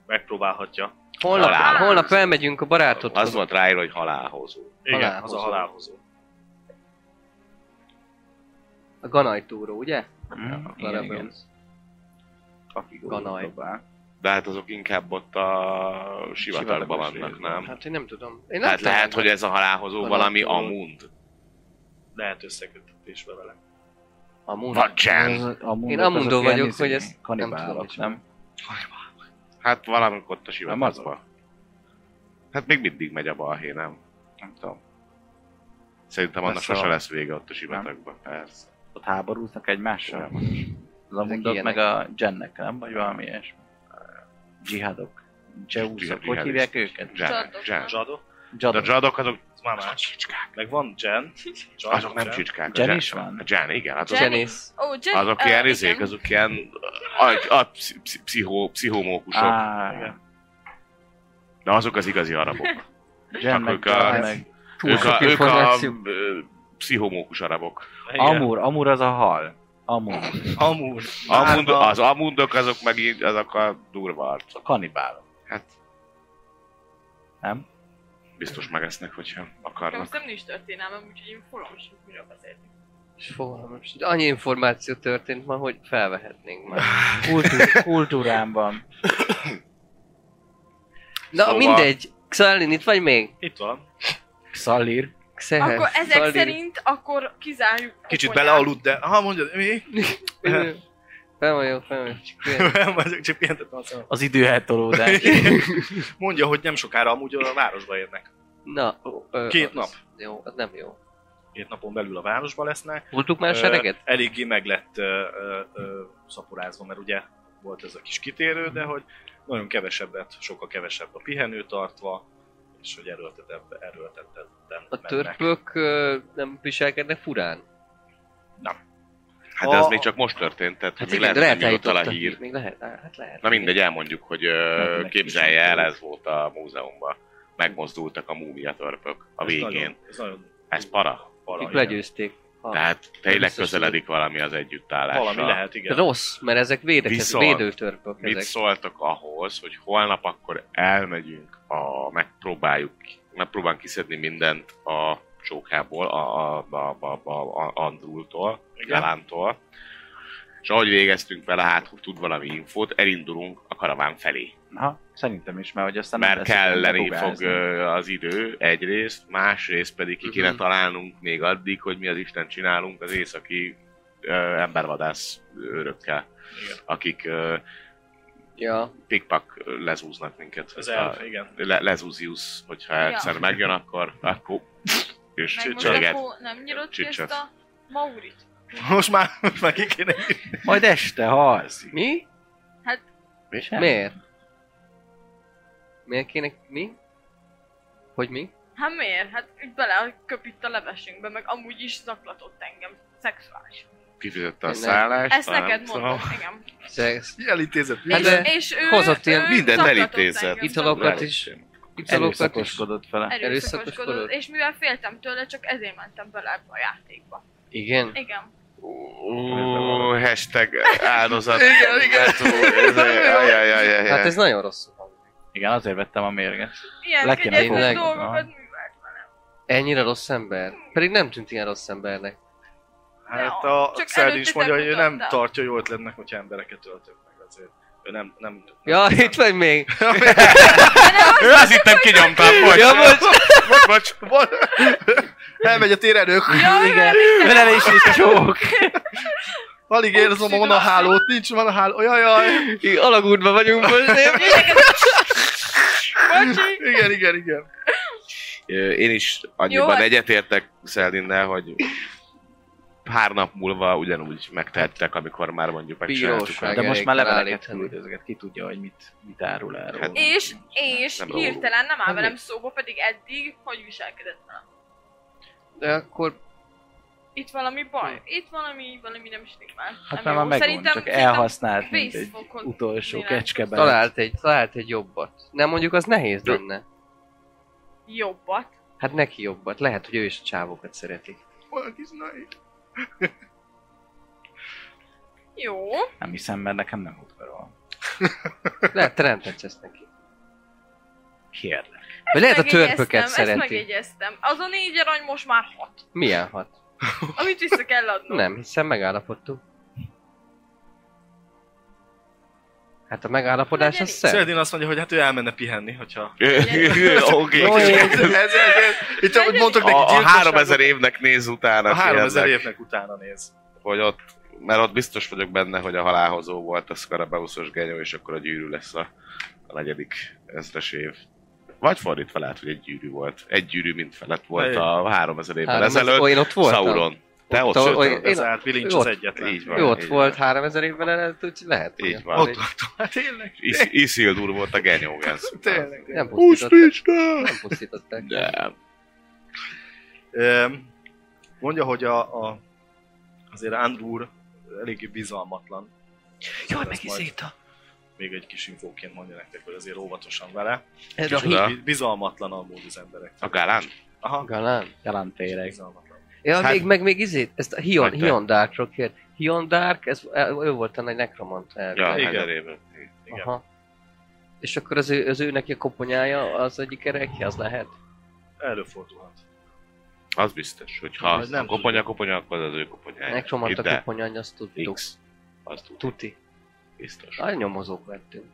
Speaker 2: Megpróbálhatja.
Speaker 3: Holnap,
Speaker 6: Halál.
Speaker 3: holnap elmegyünk a barátodhoz.
Speaker 6: Az volt ráírva, hogy halálhozó.
Speaker 2: Igen,
Speaker 3: Halálhozó.
Speaker 2: az a halálhozó.
Speaker 3: A ganajtúró, ugye? Hmm,
Speaker 4: Mhm. Igen, igen.
Speaker 3: Barabeusz.
Speaker 4: Aki
Speaker 3: Ganaj.
Speaker 4: gondolná.
Speaker 6: De hát azok inkább ott a sivatagban
Speaker 4: Sivatagos
Speaker 6: vannak,
Speaker 4: rész.
Speaker 6: nem?
Speaker 3: Hát én nem tudom. Én nem
Speaker 6: Tehát
Speaker 3: tudom.
Speaker 6: lehet, hogy ez a halálhozó
Speaker 3: Halál-
Speaker 6: valami
Speaker 3: halál-
Speaker 6: amund.
Speaker 2: Lehet összeköttetésbe vele.
Speaker 3: A múlt.
Speaker 6: Vagy csend.
Speaker 4: Az- amúgy
Speaker 3: Én
Speaker 4: azok
Speaker 3: Amundó
Speaker 4: ilyen
Speaker 3: vagyok,
Speaker 4: izé,
Speaker 3: hogy ezt nem tudom,
Speaker 4: Kanibálok,
Speaker 3: hogy
Speaker 4: nem?
Speaker 6: Hát valamikor ott a
Speaker 4: Nem
Speaker 6: sivatagban. Hát még mindig megy a balhé, nem?
Speaker 4: Nem tudom.
Speaker 6: Szerintem annak
Speaker 4: Persze
Speaker 6: sose
Speaker 4: van.
Speaker 6: lesz vége ott a sivatagban, persze.
Speaker 4: Ott háborúznak egymással. Az Amundok
Speaker 3: ilyenek.
Speaker 4: meg a Jennek, nem? Vagy valami ilyesmi. Dzsihadok. Dzsehúszok. Hogy
Speaker 6: Dzsihadisták.
Speaker 4: hívják őket?
Speaker 6: Jen,
Speaker 5: Zsadok.
Speaker 6: Jen.
Speaker 2: Zsadó?
Speaker 6: De a
Speaker 4: Dzsadok.
Speaker 6: dzsadok azok,
Speaker 2: Ez már más. Meg van Jen. Zsadó,
Speaker 6: azok nem
Speaker 2: Jen.
Speaker 6: csicskák. a
Speaker 4: Jen is van?
Speaker 6: A Jen, igen. Hát azok,
Speaker 5: Jen-
Speaker 3: Zsenész.
Speaker 5: Ó, Jenny-
Speaker 6: azok
Speaker 5: ö,
Speaker 6: ilyen
Speaker 5: igen.
Speaker 6: rizék, azok ilyen agy- a, psz- psz- pszichó, pszichomókusok.
Speaker 4: Á,
Speaker 2: Igen.
Speaker 6: De azok az igazi arabok.
Speaker 4: Jen meg,
Speaker 6: ők a-
Speaker 4: Jen meg
Speaker 3: Túl
Speaker 6: Ők a,
Speaker 3: sok
Speaker 6: ők a
Speaker 3: információ.
Speaker 6: ö, pszichomókus arabok.
Speaker 2: Igen.
Speaker 4: Amur, Amur az a hal. Amur.
Speaker 2: Amur.
Speaker 3: hát
Speaker 6: Amund,
Speaker 2: Márna.
Speaker 6: az amundok azok meg így, azok a durva arcok.
Speaker 4: A kanibálok.
Speaker 6: Hát
Speaker 4: Nem?
Speaker 6: biztos megesznek, hogyha
Speaker 5: Nekem
Speaker 6: akarnak.
Speaker 5: szerintem nincs történelmem, úgyhogy én fogalmam sincs, miről beszéltünk.
Speaker 3: És Fogalmam. sincs. Annyi információ történt ma, hogy felvehetnénk már.
Speaker 4: Kultú- kultúrán van.
Speaker 3: Na
Speaker 6: Szóval-
Speaker 3: mindegy. Xeldin, itt vagy még?
Speaker 2: Itt van.
Speaker 4: Szallír.
Speaker 3: Xeher,
Speaker 5: Akkor ezek
Speaker 3: Xeldin.
Speaker 5: szerint akkor kizárjuk
Speaker 2: Kicsit
Speaker 5: koponyát.
Speaker 2: belealudt, de... Ha mondjad, mi?
Speaker 3: Fel vagyok, fel vagyok. csak ilyen.
Speaker 2: Nem, ezek csak pihentettem a szemem.
Speaker 4: Az időeltolódás.
Speaker 2: Mondja, hogy nem sokára amúgy a városba érnek.
Speaker 3: Na, ó, ö,
Speaker 2: Két
Speaker 3: az-
Speaker 2: nap.
Speaker 3: Jó, az nem jó.
Speaker 2: Két napon belül a városba lesznek.
Speaker 3: Voltuk már
Speaker 2: Ö,
Speaker 3: sereget?
Speaker 2: Eléggé meg lett ö, ö, ö, szaporázva, mert ugye volt ez a kis kitérő, de hogy nagyon kevesebbet, sokkal kevesebb a pihenő tartva, és hogy erőltetebb, erőltetetten
Speaker 3: A
Speaker 2: mennek.
Speaker 3: törpök ö, nem viselkednek furán.
Speaker 6: Hát de ez
Speaker 2: A-
Speaker 6: még csak most történt, tehát
Speaker 3: Hát
Speaker 6: még
Speaker 3: igen,
Speaker 6: lehet,
Speaker 3: de lehet
Speaker 6: hogy nem jutott el a
Speaker 3: eljutottak.
Speaker 6: hír.
Speaker 3: Még lehet, á, hát lehet.
Speaker 6: Na mindegy, elmondjuk, hogy
Speaker 4: Lehet,
Speaker 3: Hát,
Speaker 6: ö,
Speaker 4: hogy
Speaker 6: képzelje
Speaker 4: megkísérték.
Speaker 6: el, ez volt a múzeumban. Megmozdultak a múmiatörpök a
Speaker 2: Ez
Speaker 6: végén.
Speaker 2: nagyon, ez nagyon
Speaker 6: Ez para.
Speaker 2: para,
Speaker 3: Kik
Speaker 2: igen.
Speaker 3: legyőzték. Ha.
Speaker 6: Tehát tényleg
Speaker 3: biztos,
Speaker 6: közeledik valami az együttállással.
Speaker 2: Valami lehet, igen.
Speaker 3: Rossz, mert ezek védekez,
Speaker 6: Viszont-
Speaker 3: védőtörpök
Speaker 6: Mit
Speaker 3: ezek.
Speaker 6: szóltak ahhoz, hogy holnap akkor elmegyünk, a, megpróbáljuk, megpróbálunk kiszedni mindent a csókából, a, a, a, a, a, a Andrultól,
Speaker 2: Igen.
Speaker 6: Jalántól, és ahogy végeztünk vele, hát hogy tud valami infót, elindulunk a karaván felé.
Speaker 4: Na, szerintem is, mert Hát hogy aztán nem
Speaker 6: Mert
Speaker 4: lesz
Speaker 6: kelleni
Speaker 4: időt
Speaker 6: fog
Speaker 4: fogázni.
Speaker 6: ö, az idő egyrészt, másrészt pedig ki kéne
Speaker 3: Mhm.
Speaker 6: találnunk még addig, hogy mi az Isten csinálunk az északi ö, embervadász örökkel,
Speaker 2: Igen.
Speaker 6: akik ö,
Speaker 3: Ja,
Speaker 6: pikpak lezúznak minket.
Speaker 2: Ez
Speaker 6: hogyha-
Speaker 2: elf, igen.
Speaker 6: le, lezúziusz, hogyha
Speaker 5: Ja.
Speaker 6: egyszer megjön, akkor, akkor és
Speaker 5: Meg most
Speaker 6: csörget.
Speaker 5: akkor nem nyírod ki ezt
Speaker 6: Csicset.
Speaker 5: a Maurit?
Speaker 2: Most már, most már ki kéne
Speaker 4: Majd este
Speaker 6: Ah,
Speaker 4: halsz.
Speaker 3: mi?
Speaker 4: Semmi.
Speaker 3: Miért? Miért kéne, mi? Hogy mi?
Speaker 5: Hát miért? Hát úgy bele köp itt a levesünkbe, meg amúgy is zaklatott engem. Szexuális.
Speaker 6: Kifizette a
Speaker 3: Tényleg.
Speaker 6: szállást.
Speaker 5: Ezt
Speaker 6: nem
Speaker 5: neked
Speaker 6: tudom.
Speaker 5: mondom, igen.
Speaker 3: Szex.
Speaker 2: elintézett.
Speaker 3: Hát de
Speaker 5: és, és ő,
Speaker 3: hozott ilyen
Speaker 5: ő
Speaker 6: mindent
Speaker 5: zaklatott
Speaker 6: elintézett.
Speaker 5: engem,
Speaker 3: Italokat
Speaker 5: zaklatott.
Speaker 3: is. Ipszalokat is.
Speaker 4: Erőszakoskodott vele.
Speaker 5: Erőszakoskodott,
Speaker 3: Erőszakoskodott.
Speaker 5: és mivel féltem tőle, csak ezért mentem bele ebbe a játékba.
Speaker 3: Igen.
Speaker 5: Igen.
Speaker 6: Ó, hashtag áldozat. igen, igen.
Speaker 3: Hát ez nagyon rosszul hangzik.
Speaker 4: Igen, azért vettem a mérget. Le
Speaker 5: Ilyen
Speaker 4: kéne
Speaker 5: kegyetlen
Speaker 3: fogni.
Speaker 5: dolgokat művelt.
Speaker 3: Ennyire rossz ember? Pedig nem tűnt ilyen rossz embernek.
Speaker 2: Hát
Speaker 5: Ne,
Speaker 2: a
Speaker 5: csak
Speaker 2: Szerdin is
Speaker 5: előtte
Speaker 2: mondja, hogy ő nem
Speaker 5: mutatta.
Speaker 2: tartja jó ötletnek, hogyha embereket öltök meg azért. Ő nem, nem... nem
Speaker 3: Ja, itt vagy még.
Speaker 6: Ő azt hittem kinyomtam, bocs.
Speaker 3: Ja, bocs.
Speaker 6: bocs, bocs.
Speaker 2: Van- Elmegy a térerők.
Speaker 5: Jaj,
Speaker 1: Igen. Vele is is csók.
Speaker 2: Alig érzem a hálót, nincs van a háló. Jaj, jaj.
Speaker 3: Így Alagútban vagyunk most. nem?
Speaker 2: Igen, igen, igen.
Speaker 6: Ö, Én is annyiban
Speaker 5: Jó.
Speaker 6: egyetértek Szelinnel, hogy pár nap múlva ugyanúgy megtehettek, amikor már mondjuk megcsináltuk.
Speaker 3: Bíróság.
Speaker 6: a-
Speaker 4: De most már
Speaker 3: elég
Speaker 4: leveleket
Speaker 3: ráállítani.
Speaker 4: küldözget, ki tudja, hogy mit, mit árul erről.
Speaker 6: Hát-
Speaker 5: És, és
Speaker 6: Nem
Speaker 5: hirtelen nem áll
Speaker 3: Nem
Speaker 5: velem szóba, pedig eddig, hogy viselkedett velem.
Speaker 3: De akkor
Speaker 5: Itt valami baj, itt valami, valami nem stimmel.
Speaker 4: Hát
Speaker 5: nem
Speaker 4: már
Speaker 5: jó.
Speaker 4: megvan,
Speaker 5: Szerintem-
Speaker 4: csak
Speaker 5: szerintem
Speaker 4: elhasznált, mint
Speaker 5: vész
Speaker 4: egy
Speaker 5: fog-
Speaker 4: utolsó
Speaker 5: Mivel?
Speaker 4: kecskeben.
Speaker 3: talált egy, talált egy jobbat. Nem mondjuk az nehéz
Speaker 6: Jó.
Speaker 3: lenne.
Speaker 5: Jobbat.
Speaker 3: Hát neki jobbat. Lehet, hogy ő is a csávokat szereti.
Speaker 2: Olyan kis nai.
Speaker 5: Jó.
Speaker 4: Nem hiszem, mert nekem nem udvarol.
Speaker 3: Lehet, te nem tetszesz neki.
Speaker 4: Kérlek.
Speaker 3: Vagy lehet a
Speaker 5: Megjegyeztem,
Speaker 3: törpöket
Speaker 5: Ezt
Speaker 3: szereti.
Speaker 5: megjegyeztem. Az a négy arany most már hat.
Speaker 3: Milyen hat?
Speaker 5: Amit vissza kell adnom.
Speaker 3: Nem, hiszen megállapodtunk. Hát a megállapodás az
Speaker 5: Legyen
Speaker 3: szem.
Speaker 2: Szerdin azt mondja, hogy hát ő elmenne pihenni, hogyha...
Speaker 6: Oké.
Speaker 2: ez, ez, ez, itt ahogy mondtok neki
Speaker 6: A, a
Speaker 2: gyilkosságot,
Speaker 6: 3000 évnek néz utána.
Speaker 2: A 3000
Speaker 6: tényleg,
Speaker 2: évnek utána néz.
Speaker 6: Hogy ott, mert ott biztos vagyok benne, hogy a halálhozó volt a Scarabeusos genyó, és akkor a gyűrű lesz a, a negyedik ezres év. Vagy fordítva lehet, hogy egy gyűrű volt. Egy gyűrű mint felett volt
Speaker 2: Egy.
Speaker 6: a 3000 évvel
Speaker 3: Három ezer- Ó,
Speaker 6: ezelőtt.
Speaker 3: én ott voltam.
Speaker 6: Sauron. Te ott
Speaker 3: Ott-
Speaker 6: sültél.
Speaker 3: Én-
Speaker 2: Ez át Vilincs
Speaker 3: ott-
Speaker 2: az egyetlen.
Speaker 6: így van.
Speaker 3: Ő ott
Speaker 6: így
Speaker 3: volt
Speaker 6: van.
Speaker 3: 3000 évvel előtt, úgyhogy lehet. hogy
Speaker 6: Így
Speaker 3: ott
Speaker 6: van.
Speaker 3: van
Speaker 2: Ott
Speaker 3: egy-
Speaker 2: tartom, hát tényleg.
Speaker 6: Is- Isildur volt a genyó, ez.
Speaker 2: Tényleg.
Speaker 3: Nem pusztították.
Speaker 6: Ústítsd
Speaker 3: Nem pusztították.
Speaker 6: Nem.
Speaker 2: Öm, Mondja, hogy a, a azért Andrew úr eléggé bizalmatlan.
Speaker 3: Jaj,
Speaker 2: Ezt
Speaker 3: megi
Speaker 2: majd
Speaker 3: széta.
Speaker 2: Még egy kis infóként mondja nektek, hogy azért óvatosan vele.
Speaker 3: Ez a
Speaker 6: Kicsoda.
Speaker 3: híg.
Speaker 2: Bi- Bizalmatlan amúgy az emberek.
Speaker 6: A Galán?
Speaker 2: Aha.
Speaker 3: Galán.
Speaker 4: Galantérek.
Speaker 2: Bizalmatlan.
Speaker 3: Ja,
Speaker 6: Hát-
Speaker 3: még, meg még izét, ezt a Hion,
Speaker 6: Hogy te?
Speaker 3: Hion Darkról kért. Hion Dark, ez, ő volt a nagy nekromant
Speaker 6: Ja,
Speaker 3: elvileg.
Speaker 2: Igen.
Speaker 6: igen. Éve.
Speaker 2: Igen.
Speaker 3: Aha. És akkor az ő, az ő neki a koponyája, az egyik erekje, az lehet?
Speaker 2: Előfordulhat.
Speaker 6: Az biztos, hogy ha
Speaker 2: Ez nem
Speaker 6: nem koponya, koponya, akkor az az ő koponya.
Speaker 3: Nekromant a
Speaker 6: Hidd el.
Speaker 3: koponya, azt tudtuk.
Speaker 6: Eh, X. Azt tud,
Speaker 3: Tuti.
Speaker 6: biztos.
Speaker 3: Nagy nyomozók lettünk.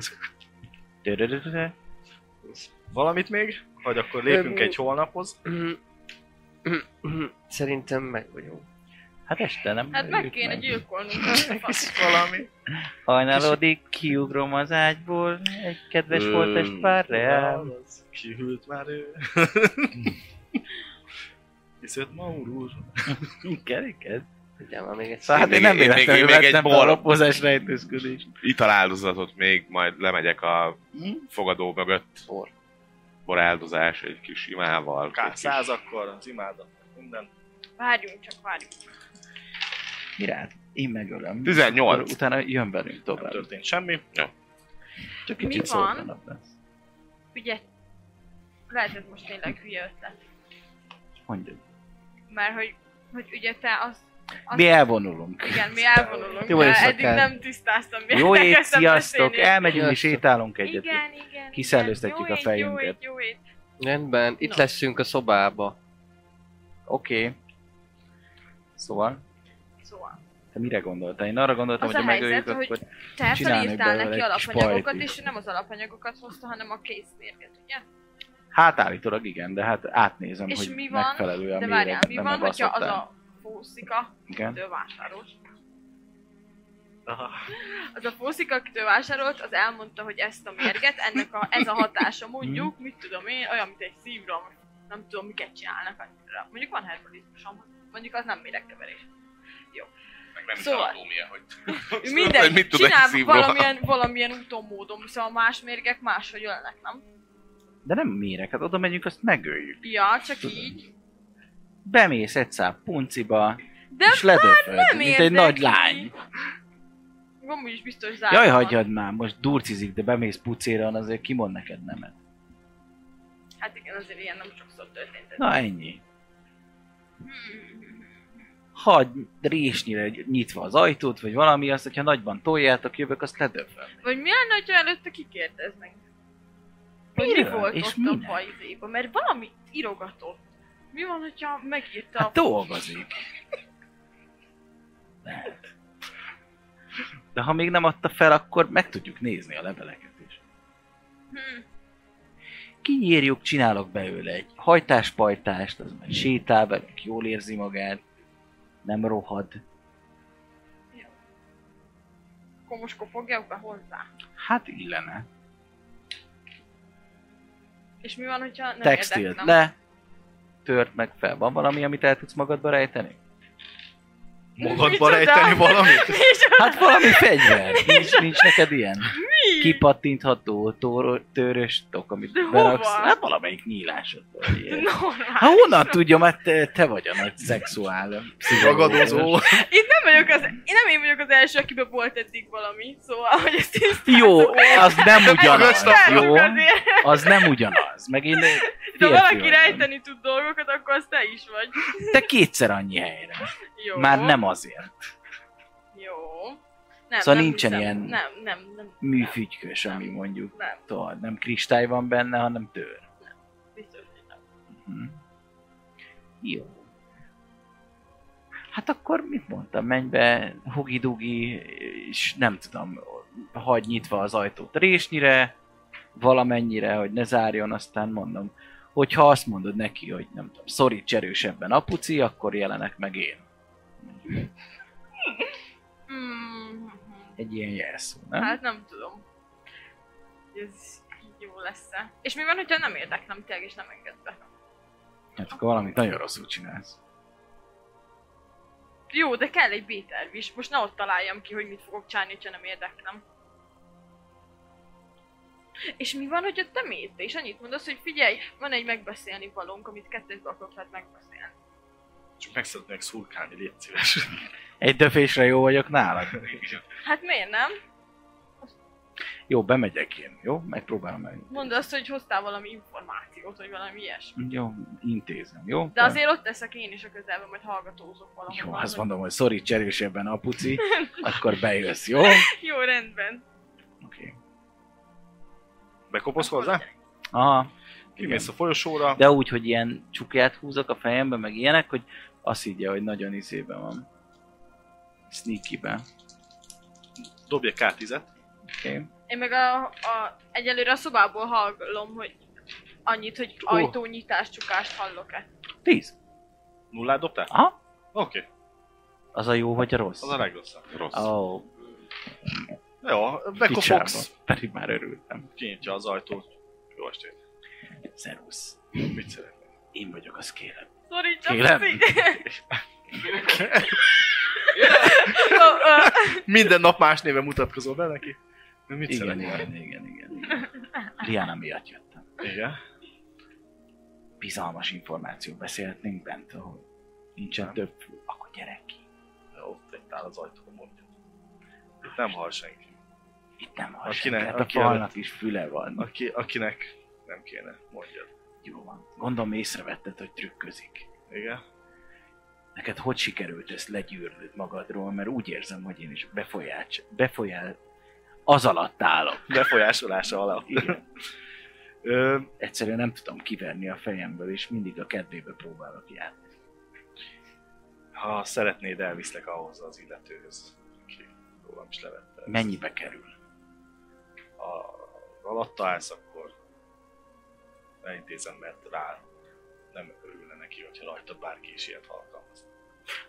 Speaker 4: Dö-dö-dö-dö.
Speaker 2: Valamit még? Vagy akkor lépünk
Speaker 3: Öm,
Speaker 2: egy holnaphoz?
Speaker 3: Szerintem meg vagyunk.
Speaker 4: Hát este nem
Speaker 5: Hát meg
Speaker 4: jut
Speaker 5: kéne gyilkolnunk.
Speaker 2: Valami.
Speaker 4: Hajnalodik, kiugrom az ágyból, egy kedves
Speaker 6: Ö,
Speaker 4: volt testvár reál.
Speaker 2: Az Kihűlt már ő. Hiszed Maur úr?
Speaker 4: Kereked?
Speaker 3: Figyelj már még egyszer.
Speaker 4: Hát én
Speaker 6: még-
Speaker 4: nem
Speaker 6: én még-
Speaker 4: véletlenül
Speaker 6: én még egy
Speaker 4: vettem
Speaker 6: bor-
Speaker 4: a lapozás rejtőzködést.
Speaker 6: Ital áldozatot még, majd lemegyek a
Speaker 5: Hm?
Speaker 6: fogadó mögött.
Speaker 3: Bor.
Speaker 6: Bor áldozás egy kis imával. egy kis-
Speaker 2: Száz akkor, az imádat, minden.
Speaker 5: Várjunk csak, várjunk.
Speaker 4: Mirát, én megölöm.
Speaker 6: 18.
Speaker 4: Akkor Utána jön velünk
Speaker 2: Nem
Speaker 4: tovább.
Speaker 2: történt semmi.
Speaker 4: Csak
Speaker 5: Mi
Speaker 4: kicsit
Speaker 5: van?
Speaker 4: szóltanabb lesz.
Speaker 5: Ugye, lehet ez most tényleg hülye ötlet.
Speaker 4: Mondjuk.
Speaker 5: Mert hogy, hogy ugye te azt... azt
Speaker 4: Mi elvonulunk.
Speaker 5: Igen, mi
Speaker 3: Jó
Speaker 5: elvonulunk, Jó mert
Speaker 3: éjszakát.
Speaker 5: eddig nem tisztáztam. mi
Speaker 4: Jó
Speaker 5: elkezdtem
Speaker 4: ét, sziasztok!
Speaker 5: beszélni.
Speaker 4: Elmegyünk és
Speaker 3: Sziasztok.
Speaker 4: sétálunk egyet.
Speaker 5: Igen, igen.
Speaker 4: Kiszellőztetjük
Speaker 5: igen.
Speaker 4: a
Speaker 5: Jó ét, Jó
Speaker 4: fejünket.
Speaker 5: ét, jó ét.
Speaker 3: Rendben, itt
Speaker 5: Na.
Speaker 3: leszünk a szobába.
Speaker 4: Oké. Szóval,
Speaker 5: Szóval,
Speaker 4: te mire gondoltál? Én arra gondoltam,
Speaker 5: Az
Speaker 4: hogy ha
Speaker 5: a helyzet,
Speaker 4: megöljük,
Speaker 5: hogy-
Speaker 4: akkor
Speaker 5: te
Speaker 4: Csinálnék
Speaker 5: felírtál
Speaker 4: belőle
Speaker 5: neki
Speaker 4: egy kis
Speaker 5: alapanyagokat,
Speaker 4: pajtit.
Speaker 5: és ő nem az alapanyagokat hozta, hanem a készmérget, ugye?
Speaker 4: hát állítólag igen, de hát átnézem,
Speaker 5: És
Speaker 4: hogy
Speaker 5: mi van?
Speaker 4: megfelelő a
Speaker 5: De
Speaker 4: méretben.
Speaker 5: várjál, mi van, hogyha az a fószika,
Speaker 4: Igen.
Speaker 5: akitől vásárolt,
Speaker 2: Aha.
Speaker 5: az a fószika, akitől vásárolt, az elmondta, hogy ezt a mérget, ennek a, ez a hatása mondjuk,
Speaker 4: Mhm.
Speaker 5: mit tudom én, olyan, mint egy szívra, vagy nem tudom, miket csinálnak annyira. Mondjuk van herbalizmusom, mondjuk az nem méregkeverés.
Speaker 6: Meg nem
Speaker 5: Szóval.
Speaker 6: anatómia, hogy...
Speaker 5: Minden
Speaker 6: mit tud egy
Speaker 5: csinál
Speaker 6: szívroham?
Speaker 5: valamilyen, valamilyen úton, módon, szóval más mérgek máshogy ölnek, nem?
Speaker 4: De nem mérek, hát oda megyünk, azt megöljük.
Speaker 5: Ja, csak így.
Speaker 4: Bemész egy szám punciba,
Speaker 5: De
Speaker 4: és ledöföd,
Speaker 5: nem
Speaker 4: mint egy
Speaker 5: érdekli.
Speaker 4: nagy lány.
Speaker 5: Gombi is biztos zárva
Speaker 4: Jaj,
Speaker 5: van.
Speaker 4: hagyjad már, most durcizik, de bemész pucéron, azért kimond neked nemet.
Speaker 5: Hát igen, azért ilyen nem sokszor történt.
Speaker 4: Na ennyi.
Speaker 5: Hmm.
Speaker 4: Hagy résnyire nyitva az ajtót, vagy valami, azt, hogyha nagyban toljátok, jövök, azt ledöföm.
Speaker 5: Vagy mi lenne, ha előtte kikérdeznek? Hogy mi
Speaker 4: Miről?
Speaker 5: volt
Speaker 4: És
Speaker 5: ott
Speaker 4: minek?
Speaker 5: a bajzéba? Mert valamit írogatott. Mi van, hogyha megírta
Speaker 4: Hát
Speaker 5: a...
Speaker 4: dolgozik. De ha még nem adta fel, akkor meg tudjuk nézni a leveleket is.
Speaker 5: Hm.
Speaker 4: Kinyírjuk, csinálok belőle egy hajtáspajtást, az meg sétál, be, meg jól érzi magát, nem rohad.
Speaker 5: Akkor most kopogjak be hozzá.
Speaker 4: Hát illene.
Speaker 5: És mi van, hogyha nem
Speaker 4: Textilt
Speaker 5: érdeklem?
Speaker 4: le, tört meg fel. Van valami, amit el tudsz magadba rejteni?
Speaker 6: Magadba
Speaker 5: Micsoda?
Speaker 6: rejteni valamit?
Speaker 5: Micsoda?
Speaker 4: Hát valami fegyver. Nincs, nincs neked ilyen
Speaker 5: Mi?
Speaker 4: kipattintható tóró- törös tok, amit
Speaker 5: De hova?
Speaker 4: beraksz. Hát valamelyik nyílásodból. ilyen.
Speaker 5: Normális.
Speaker 4: Hát honnan tudjam, hát te, te vagy a nagy szexuál
Speaker 6: Ragadozó.
Speaker 5: Itt nem vagyok az, én nem én vagyok az első, akiből volt eddig valami, szóval, hogy ezt tisztázzuk.
Speaker 4: Jó, az nem ugyanaz,
Speaker 5: Tisztázzuk
Speaker 4: jó?
Speaker 5: azért,
Speaker 4: Az nem ugyanaz. Meg én
Speaker 5: de ha
Speaker 4: férfi
Speaker 5: valaki
Speaker 4: vagyok.
Speaker 5: rejteni tud dolgokat, akkor az te is vagy.
Speaker 4: Te kétszer annyi helyre.
Speaker 5: Jó.
Speaker 4: Már nem azért.
Speaker 5: Jó. Nem,
Speaker 4: Szóval
Speaker 5: nem
Speaker 4: nincsen
Speaker 5: hiszem.
Speaker 4: ilyen
Speaker 5: Nem, nem, nem.
Speaker 4: Műfügykös, ami mondjuk
Speaker 5: Nem,
Speaker 4: tudod, nem kristály van benne, hanem tör.
Speaker 5: biztos, hogy nem.
Speaker 4: Mhm. Jó. Hát akkor mit mondtam, menj be, hugi-dugi, és nem tudom, hagyd nyitva az ajtót résnyire, valamennyire, hogy ne zárjon, aztán mondom, hogyha azt mondod neki, hogy nem tudom, szoríts erősebben apuci, akkor jelenek meg én.
Speaker 5: Mm,
Speaker 4: Egy ilyen jelszó, nem?
Speaker 5: hát nem tudom. Ez így jó lesz-e. És mi van, hogyha nem érdeklem tényleg, és nem enged be?
Speaker 4: hát akkor valamit nagyon rosszul csinálsz.
Speaker 5: Jó, de kell egy B-terv is. Most ne ott találjam ki, hogy mit fogok csinálni, hogyha nem érdeklem. És mi van, hogyha te mész be, és annyit mondasz, hogy figyelj, van egy megbeszélni valónk, amit kettőt akarok veled megbeszélni.
Speaker 2: Csak meg szeretnék szurkálni, légy szíves.
Speaker 4: Egy döfésre jó vagyok nálad.
Speaker 5: Hát miért nem?
Speaker 4: Jó, bemegyek én, jó? Megpróbálom meg.
Speaker 5: Mondd azt, hogy hoztál valami információt, vagy valami ilyesmi.
Speaker 4: Jó, intézem, jó?
Speaker 5: De azért ott leszek én is a közelben, majd hallgatózok valahol.
Speaker 4: Jó, azt mondom, hogy szoríts erősebben apuci, akkor bejössz, jó?
Speaker 5: Jó, rendben.
Speaker 4: Oké.
Speaker 2: Bekopozz hozzá?
Speaker 4: Aha.
Speaker 2: Kimész a folyosóra.
Speaker 4: De úgy, hogy ilyen csukját húzok a fejembe, meg ilyenek, hogy azt higgye, hogy nagyon izében van. Sneakyben.
Speaker 2: Dobj egy K10-et.
Speaker 4: Oké. Okay.
Speaker 5: Én meg a, a, egyelőre a szobából hallom, hogy annyit, hogy
Speaker 2: Ó.
Speaker 5: ajtónyitás, csukást hallok-e.
Speaker 4: Tíz.
Speaker 2: Nullát dobtál?
Speaker 4: Aha.
Speaker 2: Oké, okay.
Speaker 4: Az a jó vagy a rossz?
Speaker 2: az a legrosszabb.
Speaker 6: Rossz.
Speaker 4: Ó,
Speaker 2: Jó,
Speaker 4: picsába.
Speaker 2: bekopogsz.
Speaker 4: Pedig már örültem.
Speaker 2: Kinyitja az ajtót. Jó estét.
Speaker 4: Szervusz.
Speaker 2: Mit szeretnél?
Speaker 4: Én vagyok, az kérem.
Speaker 5: Sorry, csak
Speaker 4: Kérem.
Speaker 5: Ö, ö,
Speaker 2: Minden nap más néven mutatkozol be neki? Mit
Speaker 4: Igen,
Speaker 2: szeretnél?
Speaker 4: igen, igen, igen, igen. Liana miatt jöttem.
Speaker 2: Igen.
Speaker 4: Bizalmas információ. Beszélhetnénk bent, ahol nincsen több. Akkor gyere ki.
Speaker 2: Ott egy tál az ajtó, mondja. Itt nem hal senki.
Speaker 4: Itt nem hall
Speaker 2: Aki
Speaker 4: senki,
Speaker 2: ne-
Speaker 4: hát a
Speaker 2: aki
Speaker 4: falnak is füle van.
Speaker 2: Aki, akinek nem kéne, mondja.
Speaker 4: Jó van. Gondolom észrevetted, hogy trükközik.
Speaker 2: Igen.
Speaker 4: Neked hogy sikerült ezt legyűrnöd magadról, mert úgy érzem, hogy én is befolyás, befolyál, az alatt állok.
Speaker 2: Befolyásolása alá.
Speaker 4: Igen.
Speaker 2: Ö,
Speaker 4: Egyszerűen nem tudom kiverni a fejemből, és mindig a kedvébe próbálok járni.
Speaker 2: ha szeretnéd, elviszlek ahhoz az illetőhöz, aki rólam is levette. ezt.
Speaker 4: Mennyibe kerül?
Speaker 2: ha alatta állsz, akkor elintézem, mert rá nem örülne neki, hogyha rajta bárki is ilyet alkalmaz.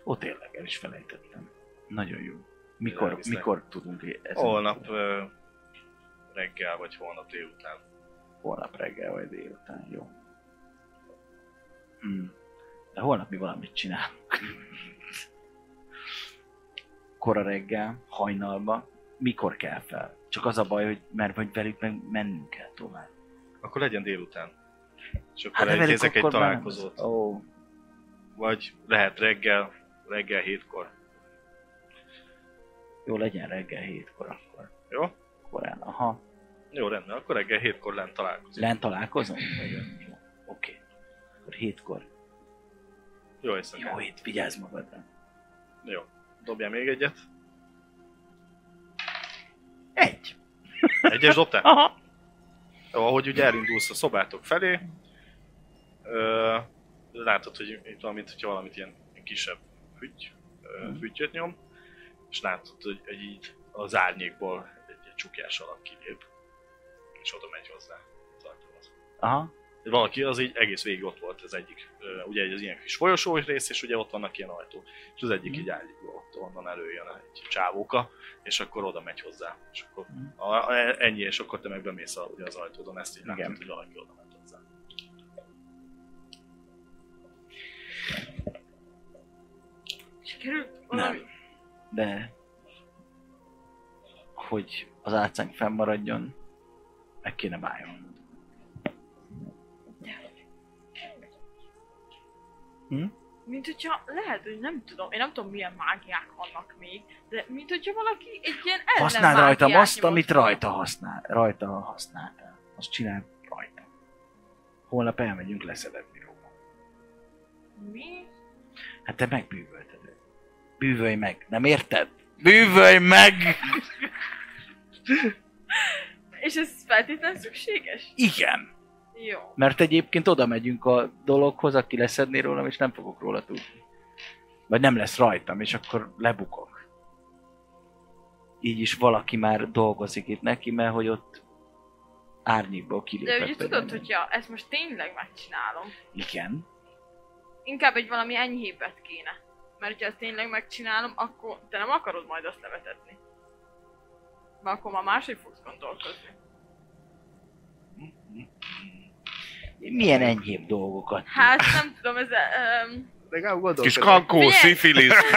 Speaker 4: Ó, tényleg, el is felejtettem. Nagyon jó. Mikor,
Speaker 2: Elviszlek.
Speaker 4: mikor tudunk e- ezen?
Speaker 2: Holnap ö, reggel, vagy holnap délután.
Speaker 4: Holnap reggel vagy délután, jó. Hmm. De holnap mi valamit csinálunk. Kora reggel, hajnalba, mikor kell fel? Csak az a baj, hogy mert vagy velük meg mennünk kell tovább.
Speaker 2: Akkor legyen délután. És
Speaker 4: Hát
Speaker 2: akkor
Speaker 4: de velük
Speaker 2: elintézek egy
Speaker 4: akkor már nem
Speaker 2: találkozót.
Speaker 4: lesz. Ó,
Speaker 2: Vagy lehet reggel, reggel hétkor.
Speaker 4: jó, legyen reggel hétkor akkor.
Speaker 2: Jó?
Speaker 4: Korán, aha.
Speaker 2: Jó, rendben, akkor reggel hétkor lent találkozunk.
Speaker 4: Lent találkozom? Jó, Oké. Akkor hétkor.
Speaker 2: Jó, hiszem.
Speaker 4: Jó hét, vigyázz magadra.
Speaker 2: Jó. Dobjál még egyet.
Speaker 4: Egy.
Speaker 2: Egyes dobtál?
Speaker 4: Aha.
Speaker 2: Jó, ahogy ugye elindulsz a szobátok felé, ö, látod, hogy itt valamit, hogyha valamit ilyen kisebb fügy, ö, fütyöt nyom, és látod, hogy, hogy így az árnyékból egy, egy csukjás alak kilép, és oda megy hozzá az ajtóhoz.
Speaker 4: Aha.
Speaker 2: Valaki az így egész végig ott volt az egyik, ö, ugye egy az ilyen kis folyosós rész, és ugye ott vannak ilyen ajtók, és az
Speaker 6: Mhm.
Speaker 2: egyik így árnyékból ott onnan előjön egy csávóka, és akkor oda megy hozzá, és akkor
Speaker 6: Mhm.
Speaker 2: a, a, ennyi, és akkor te meg bemész a, ugye az ajtódon, ezt így látod,
Speaker 4: Igen.
Speaker 2: hogy valaki oda ment hozzá.
Speaker 5: Sikerült?
Speaker 4: Nem.
Speaker 5: Valami?
Speaker 4: De hogy az átszánk fennmaradjon, meg kéne váljon.
Speaker 5: Mint hogyha lehet, hogy nem tudom, én nem tudom milyen mágiák vannak még, de mint hogyha valaki egy ilyen ellen
Speaker 4: Használd rajtam
Speaker 5: mágiát
Speaker 4: azt,
Speaker 5: nyomott
Speaker 4: amit
Speaker 5: volna.
Speaker 4: rajta használ, rajta használtál. Azt csináld rajta. Holnap elmegyünk leszedetni róla.
Speaker 5: Mi?
Speaker 4: Hát te megbűvölted őt. Bűvölj meg, nem érted? Bűvölj meg!
Speaker 5: És ez feltétlenül szükséges?
Speaker 4: Igen.
Speaker 5: Jó.
Speaker 4: Mert egyébként oda megyünk a dologhoz, aki leszedné rólam, és nem fogok róla tudni. Vagy nem lesz rajtam, és akkor lebukok. Így is valaki már dolgozik itt neki, mert hogy ott árnyékból kilépett.
Speaker 5: De ugye
Speaker 4: vagy
Speaker 5: tudod,
Speaker 4: nem.
Speaker 5: hogyha ezt most tényleg megcsinálom,
Speaker 4: Igen.
Speaker 5: inkább egy valami enyhébbet kéne. Mert hogyha ezt tényleg megcsinálom, akkor te nem akarod majd azt levetetni. Mert akkor már máshogy fogsz gondolkozni.
Speaker 4: Milyen enyhébb dolgokat. tud.
Speaker 5: Hát nem tudom, ez... Um,
Speaker 7: Legalább gondolkodom.
Speaker 6: Kis kankó,
Speaker 5: Figyelj!
Speaker 6: szifilisz.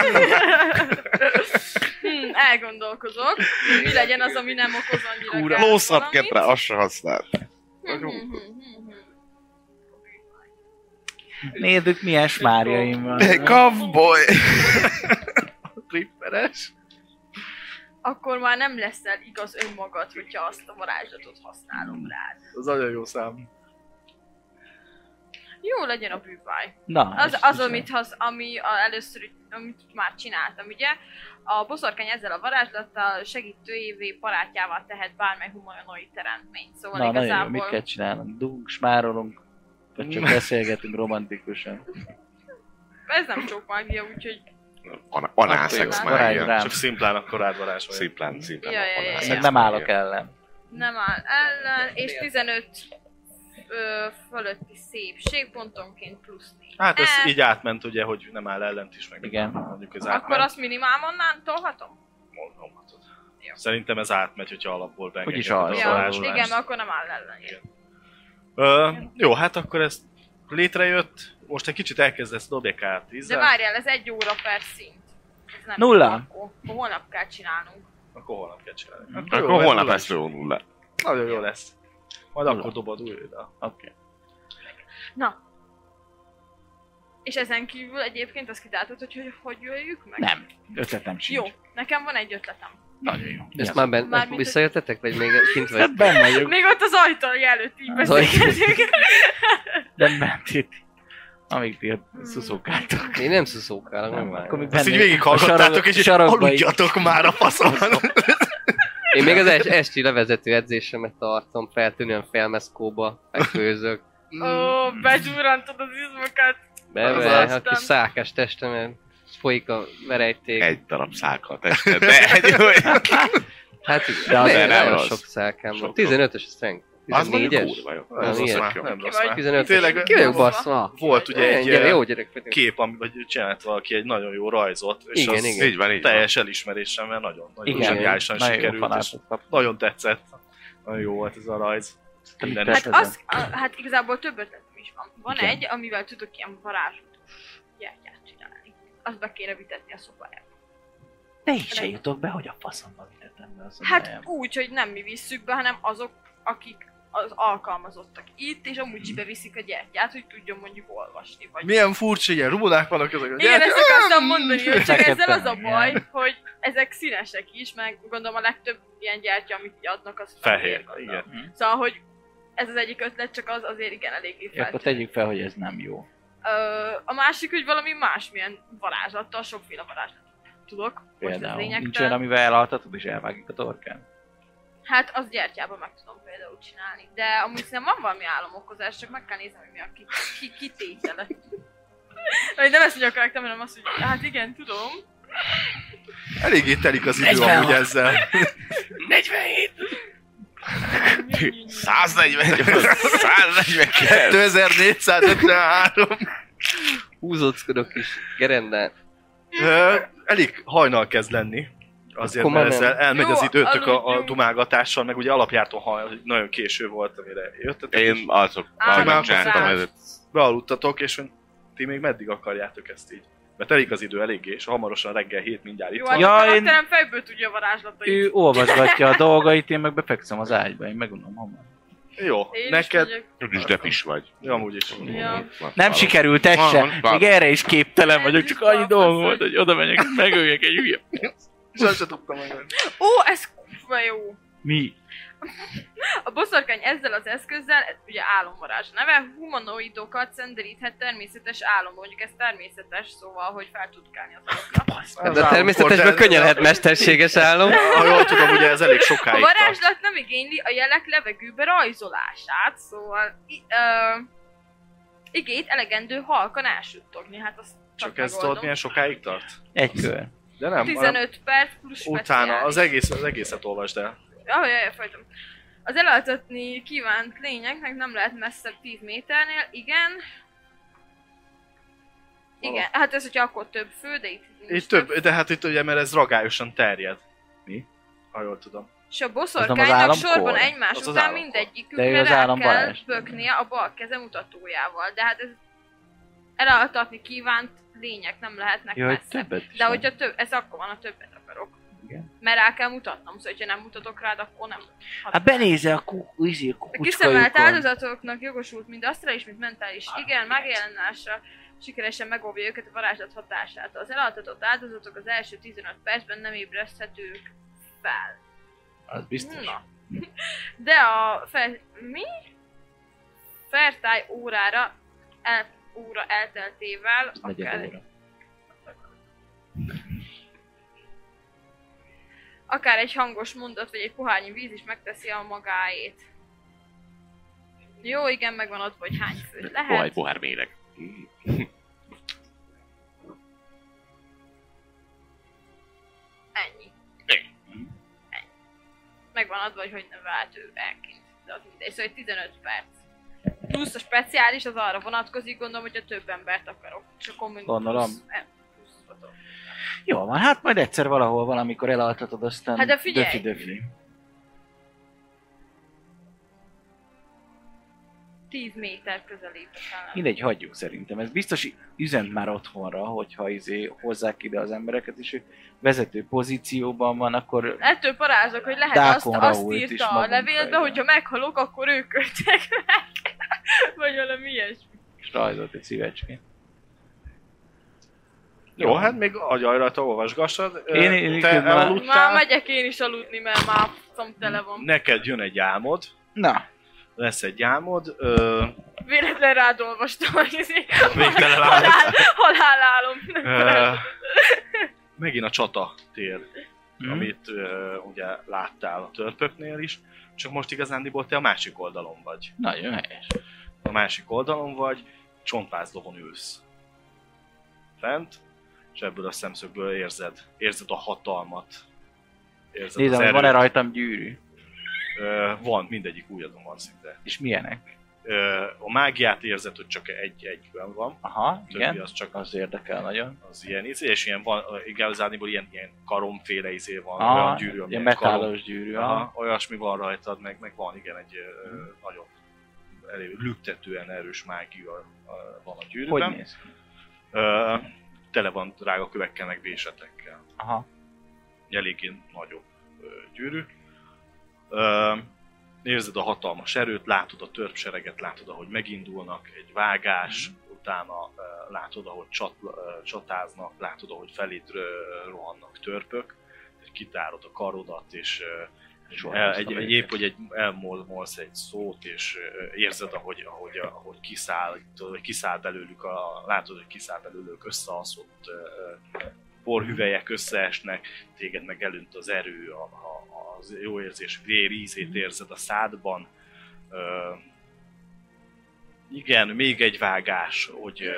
Speaker 5: hmm, elgondolkozok, mi legyen az, ami nem okoz annyira
Speaker 6: Kúra.
Speaker 5: kárt
Speaker 6: Lószart
Speaker 5: valamit.
Speaker 6: kell rá, azt se használ.
Speaker 5: Hmm, hmm, hmm, hmm, hmm.
Speaker 4: Nézd, ők milyen smárjaim van.
Speaker 6: Cowboy!
Speaker 7: Flipperes.
Speaker 5: Akkor már nem leszel igaz önmagad, hogyha azt a varázslatot használom rá.
Speaker 7: Az nagyon jó szám.
Speaker 5: Jó legyen a bűváj.
Speaker 4: Na,
Speaker 5: Az,
Speaker 4: és-
Speaker 5: az
Speaker 4: és-
Speaker 5: amit hasz, ami a, először így- amit már csináltam, ugye? A boszorkány ezzel a varázslattal segítőjévé barátjává tehet bármely humanoid teremtményt. Szóval
Speaker 4: Na, nagyon jó,
Speaker 5: igazából...
Speaker 4: mit kell csinálnunk? Dugunk, smárolunk, vagy csak beszélgetünk romantikusan.
Speaker 5: Ez nem sok mágia, úgyhogy...
Speaker 6: Ana-
Speaker 4: Attila.
Speaker 6: Análszex már
Speaker 4: Varázs
Speaker 6: ilyen.
Speaker 4: rá.
Speaker 2: Csak szimplán akkor rád varázsolja.
Speaker 6: Szimplán, szimplán.
Speaker 5: Ja, ja, ja, ja.
Speaker 6: análszex
Speaker 4: Meg nem
Speaker 6: már
Speaker 4: állok
Speaker 6: ilyen.
Speaker 4: ellen.
Speaker 5: Nem áll ellen, és 15 ö, fölötti szépség pontonként plusz Eh, 4.
Speaker 2: Hát ez így átment ugye, hogy nem áll ellent is, meg
Speaker 4: Igen.
Speaker 2: mondjuk ez
Speaker 5: Akkor
Speaker 2: átment.
Speaker 5: azt minimálmonnán tolhatom?
Speaker 2: Mondhatod.
Speaker 5: Jó.
Speaker 2: Szerintem ez átmegy, hogyha alapból beengeded
Speaker 4: Úgyis
Speaker 2: a
Speaker 4: Az
Speaker 5: Ja,
Speaker 2: varázsolást.
Speaker 5: igen, mert akkor nem áll ellen.
Speaker 2: Igen. Ö, jó, hát akkor ez létrejött. Most egy kicsit elkezdesz dobjekát
Speaker 5: De
Speaker 2: tízzel,
Speaker 5: várjál, ez egy óra per szint. Ez nem
Speaker 4: Nulla.
Speaker 5: jó, Akkor, akkor holnap kell csinálnunk.
Speaker 2: akkor holnap kell csinálni. Hát jó,
Speaker 6: Akkor holnap
Speaker 2: nulla
Speaker 6: lesz
Speaker 2: is.
Speaker 6: jó nulla.
Speaker 2: Nagyon jó lesz. Majd
Speaker 4: Nulla.
Speaker 2: akkor dobod újra.
Speaker 4: Oké.
Speaker 5: És ezen kívül egyébként azt kitaláltad, hogy hogy, hogy jöjjük meg?
Speaker 4: Nem, ötletem sincs.
Speaker 5: Jó, nekem van egy ötletem.
Speaker 4: Nagyon jó. Mi
Speaker 3: Ezt
Speaker 4: az?
Speaker 3: már bent,
Speaker 5: Mármint-
Speaker 3: visszajöttetek, vagy még kint vagy?
Speaker 4: Hát benn vagyok,
Speaker 5: Még ott az ajtó előtt így
Speaker 4: Az ajtó.
Speaker 5: beszélgetünk.
Speaker 4: nem ment itt. Amíg ti
Speaker 5: Hmm.
Speaker 4: ott szuszókáltok.
Speaker 3: Én nem szuszókálok, nem
Speaker 4: Nem,
Speaker 3: már.
Speaker 4: akkor mi
Speaker 2: Ezt
Speaker 4: benne-
Speaker 2: így végighallgattátok,
Speaker 4: sarokba-
Speaker 2: és így
Speaker 4: sarokba így-
Speaker 2: aludjatok már a faszomban.
Speaker 3: Én még az es- esti levezető edzésemet tartom, feltűnően felmeszkóba, megfőzök.
Speaker 5: Ó, begyúrantod az izmokat.
Speaker 3: Beve,
Speaker 5: Az
Speaker 3: a kis
Speaker 5: aztán.
Speaker 3: szákás testemen folyik a verejték.
Speaker 6: Egy darab szálka a tested, de egy olyan.
Speaker 3: Hát igen,
Speaker 4: De az
Speaker 3: nem,
Speaker 6: nem
Speaker 3: nagyon
Speaker 6: rossz.
Speaker 3: sok szálkám van.
Speaker 6: Sok.
Speaker 3: 15-ös a strength.
Speaker 6: Az mondjuk
Speaker 3: 14-es?
Speaker 6: kurva jó.
Speaker 3: Az
Speaker 2: Ez rossz
Speaker 3: ilyen.
Speaker 2: már, nem rossz
Speaker 5: Ki vagy? Szóval-
Speaker 2: már.
Speaker 3: 15-ös.
Speaker 2: Tényleg,
Speaker 3: Ki vagyok
Speaker 5: jó.
Speaker 3: baszva?
Speaker 2: Volt ugye egy
Speaker 3: Gyere,
Speaker 2: eh,
Speaker 3: jó gyerek vagyok.
Speaker 2: kép, amiben csinált valaki egy nagyon jó rajzot, és
Speaker 3: Igen,
Speaker 2: az
Speaker 3: igen.
Speaker 6: Így van, így van.
Speaker 2: teljes elismerésemmel nagyon, nagyon
Speaker 4: Igen,
Speaker 2: zseniálisan
Speaker 4: nagyon jó
Speaker 2: sikerült, és
Speaker 4: fanátot kaptam.
Speaker 2: nagyon tetszett. Nagyon jó volt ez a rajz. Minden
Speaker 4: Persze,
Speaker 5: Hát,
Speaker 4: de.
Speaker 5: az, a, hát igazából több ötletem is van. Van
Speaker 4: Igen.
Speaker 5: egy, amivel tudok ilyen varázslatos gyertyát csinálni. Azt be kéne vitetni a szobájába.
Speaker 4: De így se jutok be, hogy a faszomba vitetem be az
Speaker 5: Hát úgy, hogy nem mi visszük be, hanem azok, akik az alkalmazottak itt, és amúgy
Speaker 4: Mhm.
Speaker 5: is beviszik a gyertyát, hogy tudjon mondjuk olvasni. Vagy...
Speaker 7: Milyen furcsa, ilyen rúnák vannak ezek a
Speaker 5: Igen, ezt
Speaker 2: mm.
Speaker 5: akartam mondani, hogy csak
Speaker 4: Fekete.
Speaker 5: ezzel az a baj, hogy ezek színesek is, meg gondolom a legtöbb ilyen gyertya, amit így adnak, az
Speaker 2: fehér.
Speaker 5: gondolom.
Speaker 2: Igen.
Speaker 5: Szóval, hogy ez az egyik ötlet, csak az azért igen eléggé
Speaker 4: Jó, akkor
Speaker 5: feltűnő.
Speaker 4: tegyük fel, hogy ez nem jó.
Speaker 5: Ö, a másik, hogy valami másmilyen varázslattal, sokféle varázslattal tudok. Most ez
Speaker 4: Például. Nincs
Speaker 5: lényegtelen.
Speaker 4: olyan, amivel elaltatod és elvágjuk a torkán.
Speaker 5: Hát az gyertyában meg tudom például csinálni. De amúgy szerintem van valami álomokozás, csak meg kell nézem, hogy mi a ki, ki, kitétele. Vagy nem ezt mondja a karakter, hanem azt, hogy hát igen, tudom.
Speaker 2: Eléggé telik az idő amúgy ezzel.
Speaker 6: 140, 140
Speaker 2: 2453.
Speaker 3: Húzóckodok is gerendán.
Speaker 2: Ö, Elég hajnal kezd lenni. Azért,
Speaker 3: Akkor már
Speaker 2: mert
Speaker 3: nem.
Speaker 2: ezzel elmegy az
Speaker 5: Jó,
Speaker 2: időtök a, a
Speaker 5: aludjunk.
Speaker 2: dumágatással, meg ugye alapjártól hajnal, nagyon késő volt, amire jöttetek. és
Speaker 6: Én azok,
Speaker 5: Á,
Speaker 6: azok
Speaker 2: már
Speaker 6: csináltam
Speaker 5: akkor
Speaker 6: ezt.
Speaker 2: Bealudtatok, és hogy ti még meddig akarjátok ezt így? Mert telik az idő eléggé, és hamarosan reggel hét mindjárt itt
Speaker 5: Jó,
Speaker 2: van.
Speaker 5: hát
Speaker 4: Ja,
Speaker 5: ja, a
Speaker 4: én-
Speaker 5: karakterem fejből tudja a varázslatait.
Speaker 4: Ő olvasgatja a dolgait, én meg befekszem az ágyba, én megunom hamar.
Speaker 2: Jó,
Speaker 5: Én is
Speaker 2: neked...
Speaker 5: megyek.
Speaker 6: Úgyis depis vagy.
Speaker 2: Ja, amúgy is.
Speaker 5: Ja.
Speaker 4: Nem sikerült ez
Speaker 6: Van,
Speaker 4: se.
Speaker 6: van.
Speaker 4: Még erre is képtelen vagyok, csak annyi dolgom volt, hogy oda megyek, megöljek egy újabb.
Speaker 2: Sose se tudtam meg.
Speaker 5: Ó, ez kurva jó.
Speaker 4: Mi?
Speaker 5: A boszorkány ezzel az eszközzel, ez ugye álomvarázs a neve, humanoidokat szenderíthet természetes álom. Mondjuk ez természetes, szóval, hogy fel tud kelni az alakra.
Speaker 3: Hát a természetesből könnyen lehet mesterséges álom.
Speaker 2: Ha jól tudom, ugye ez elég
Speaker 5: A
Speaker 2: sokáig tart.
Speaker 5: varázslat nem igényli a jelek levegőbe rajzolását, szóval i- ö, igét elegendő halkan elsuttogni. Hát azt
Speaker 2: Csak ez tudod, milyen sokáig tart?
Speaker 5: Hát
Speaker 4: Egy kör.
Speaker 2: De nem, hanem
Speaker 5: 15 perc plusz
Speaker 2: utána, az,
Speaker 5: speciális.
Speaker 2: egész, az egészet olvasd el.
Speaker 5: Ah, jaj, jaj, folytom. Az elaltatni kívánt lényeknek nem lehet messzebb 10 méternél, igen. Igen, hát ez hogyha akkor több fő, de itt nincs
Speaker 2: Itt több, de hát itt ugye, mert ez ragályosan terjed. Mi? Ha jól tudom.
Speaker 5: És a
Speaker 4: Az nem
Speaker 5: boszorkánynak
Speaker 4: az
Speaker 5: sorban
Speaker 4: államkor?
Speaker 5: egymás
Speaker 2: Az az
Speaker 5: után
Speaker 2: államkor.
Speaker 4: De ő
Speaker 5: mindegyikükre
Speaker 4: az
Speaker 5: rá
Speaker 4: állam
Speaker 5: kell
Speaker 4: varázs.
Speaker 5: böknie a bal keze mutatójával. De hát ez elaltatni kívánt lények nem lehetnek
Speaker 4: Jaj,
Speaker 5: messze.
Speaker 4: többet is
Speaker 5: De
Speaker 4: van.
Speaker 5: hogyha több, ez akkor van, a többet akarok.
Speaker 4: Igen.
Speaker 5: Mert rá kell mutatnom, szóval ha nem mutatok rád, akkor nem.
Speaker 4: Hát benézel a kuk, izé, a
Speaker 5: A kiszemelt
Speaker 4: kukucskajukon.
Speaker 5: áldozatoknak jogosult mind asztrális, mint mentális igen, megjelenással sikeresen megóvja őket a varázslat hatását. Az elaltatott áldozatok az első 15 percben nem ébreszthetők fel.
Speaker 2: Hát
Speaker 4: Az biztos.
Speaker 5: Na. De a fel... Mi? Fertáj órára el, óra elteltével akár,
Speaker 4: Negyed óra.
Speaker 5: akár egy hangos mondat, vagy egy pohányi víz is megteszi a magáét. Jó, igen, megvan ott, hogy hány főt
Speaker 6: Ó, egy
Speaker 5: lehet.
Speaker 6: pohár méreg.
Speaker 5: Ennyi. Ennyi. Megvan adva, hogy hogy ne vált ő elként. De az mindegy, szóval egy 15 perc. Plusz a speciális az arra vonatkozik, gondolom, hogyha több embert akarok. És akkor mondjuk
Speaker 4: Gondolom.
Speaker 5: plusz- em, plusz fotok.
Speaker 4: Jó van, hát majd egyszer valahol valamikor elaltatod, aztán
Speaker 5: Hát de figyelj!
Speaker 4: döfi, döfi.
Speaker 5: 10 méter közelébe kellene.
Speaker 4: Mindegy, hagyjuk szerintem. Ez biztos üzent már otthonra, hogyha izé hozzák ide az embereket, és ő vezető pozícióban van, akkor
Speaker 5: Ettől parázok, hogy lehet
Speaker 4: Dákon
Speaker 5: azt, azt
Speaker 4: Raúlt is
Speaker 5: írta a
Speaker 4: magunkkal,
Speaker 5: levélbe,
Speaker 4: igen.
Speaker 5: hogyha meghalok, akkor ők öltek meg. Vagy valami ilyesmi.
Speaker 4: is rajzolt egy szívecskét.
Speaker 2: Jó, hát még agyaj rajta olvasgassad. Ö,
Speaker 4: Én- én
Speaker 2: te
Speaker 4: közben-
Speaker 5: Már
Speaker 2: elaludtál,
Speaker 5: megyek én is aludni, mert már szom tele van.
Speaker 2: neked jön egy álmod,
Speaker 4: Na,
Speaker 2: lesz egy álmod, ö,
Speaker 5: Véletlen rád olvastam, hogy ez-
Speaker 2: végtelen álmod.
Speaker 5: halál, halálálom.
Speaker 2: Ö, Megint a csata tér,
Speaker 4: Mhm.
Speaker 2: amit ö, ugye láttál a törpöknél is, csak most igazándiból te a másik oldalon vagy.
Speaker 4: nagyon helyes.
Speaker 2: a másik oldalon vagy, csontvázdovon ülsz. Fent, és ebből a szemszögből érzed, érzed a hatalmat. Érzed az
Speaker 4: Nézem,
Speaker 2: erőt.
Speaker 4: van-e rajtam gyűrű?
Speaker 2: Ö, van, mindegyik újadon van szinte.
Speaker 4: És milyenek?
Speaker 2: Ö, a mágiát érzed, hogy csak egy egyben van,
Speaker 4: Aha,
Speaker 2: többi
Speaker 4: igen.
Speaker 2: az csak
Speaker 4: Az érdekel nagyon.
Speaker 2: az ilyen izé, és ilyen van, ö, igazániból ilyen, ilyen karomféle izé van, ah, olyan
Speaker 4: Aha,
Speaker 2: gyűrű, ami
Speaker 4: ilyen
Speaker 2: ilyen karom,
Speaker 4: metálos gyűrű.
Speaker 2: Aha,
Speaker 4: Aha.
Speaker 2: olyasmi van rajtad, meg, meg van igen egy ö,
Speaker 4: Mhm.
Speaker 2: nagyon elég lüktetően erős mágia ö, van a gyűrűben.
Speaker 4: Hogy néz ki?
Speaker 2: Ö, tele van drága kövekkel, meg vésetekkel.
Speaker 4: Aha.
Speaker 2: Eléggé nagyobb ö, gyűrű. Ö, érzed a hatalmas erőt, látod a törpsereget, látod, ahogy megindulnak, egy vágás, utána ö, látod, ahogy csat, ö, csatáznak, látod, ahogy felét ö, rohannak törpök, kitárod a karodat, és ö,
Speaker 4: Soha nem
Speaker 2: el, egy,
Speaker 4: hoztam
Speaker 2: egy
Speaker 4: őket.
Speaker 2: épp, hogy egy, elmolmolsz egy szót, és ö, érzed, ahogy, ahogy, ahogy kiszáll, tudod, hogy kiszáll belőlük, a, látod, hogy kiszáll belőlük összeaszott ö, ö, porhüvelyek összeesnek, téged meg elönt az erő, a, a, az jó érzés vér
Speaker 4: Mhm.
Speaker 2: ízét érzed a szádban. Ö, igen, még egy vágás, hogy ö,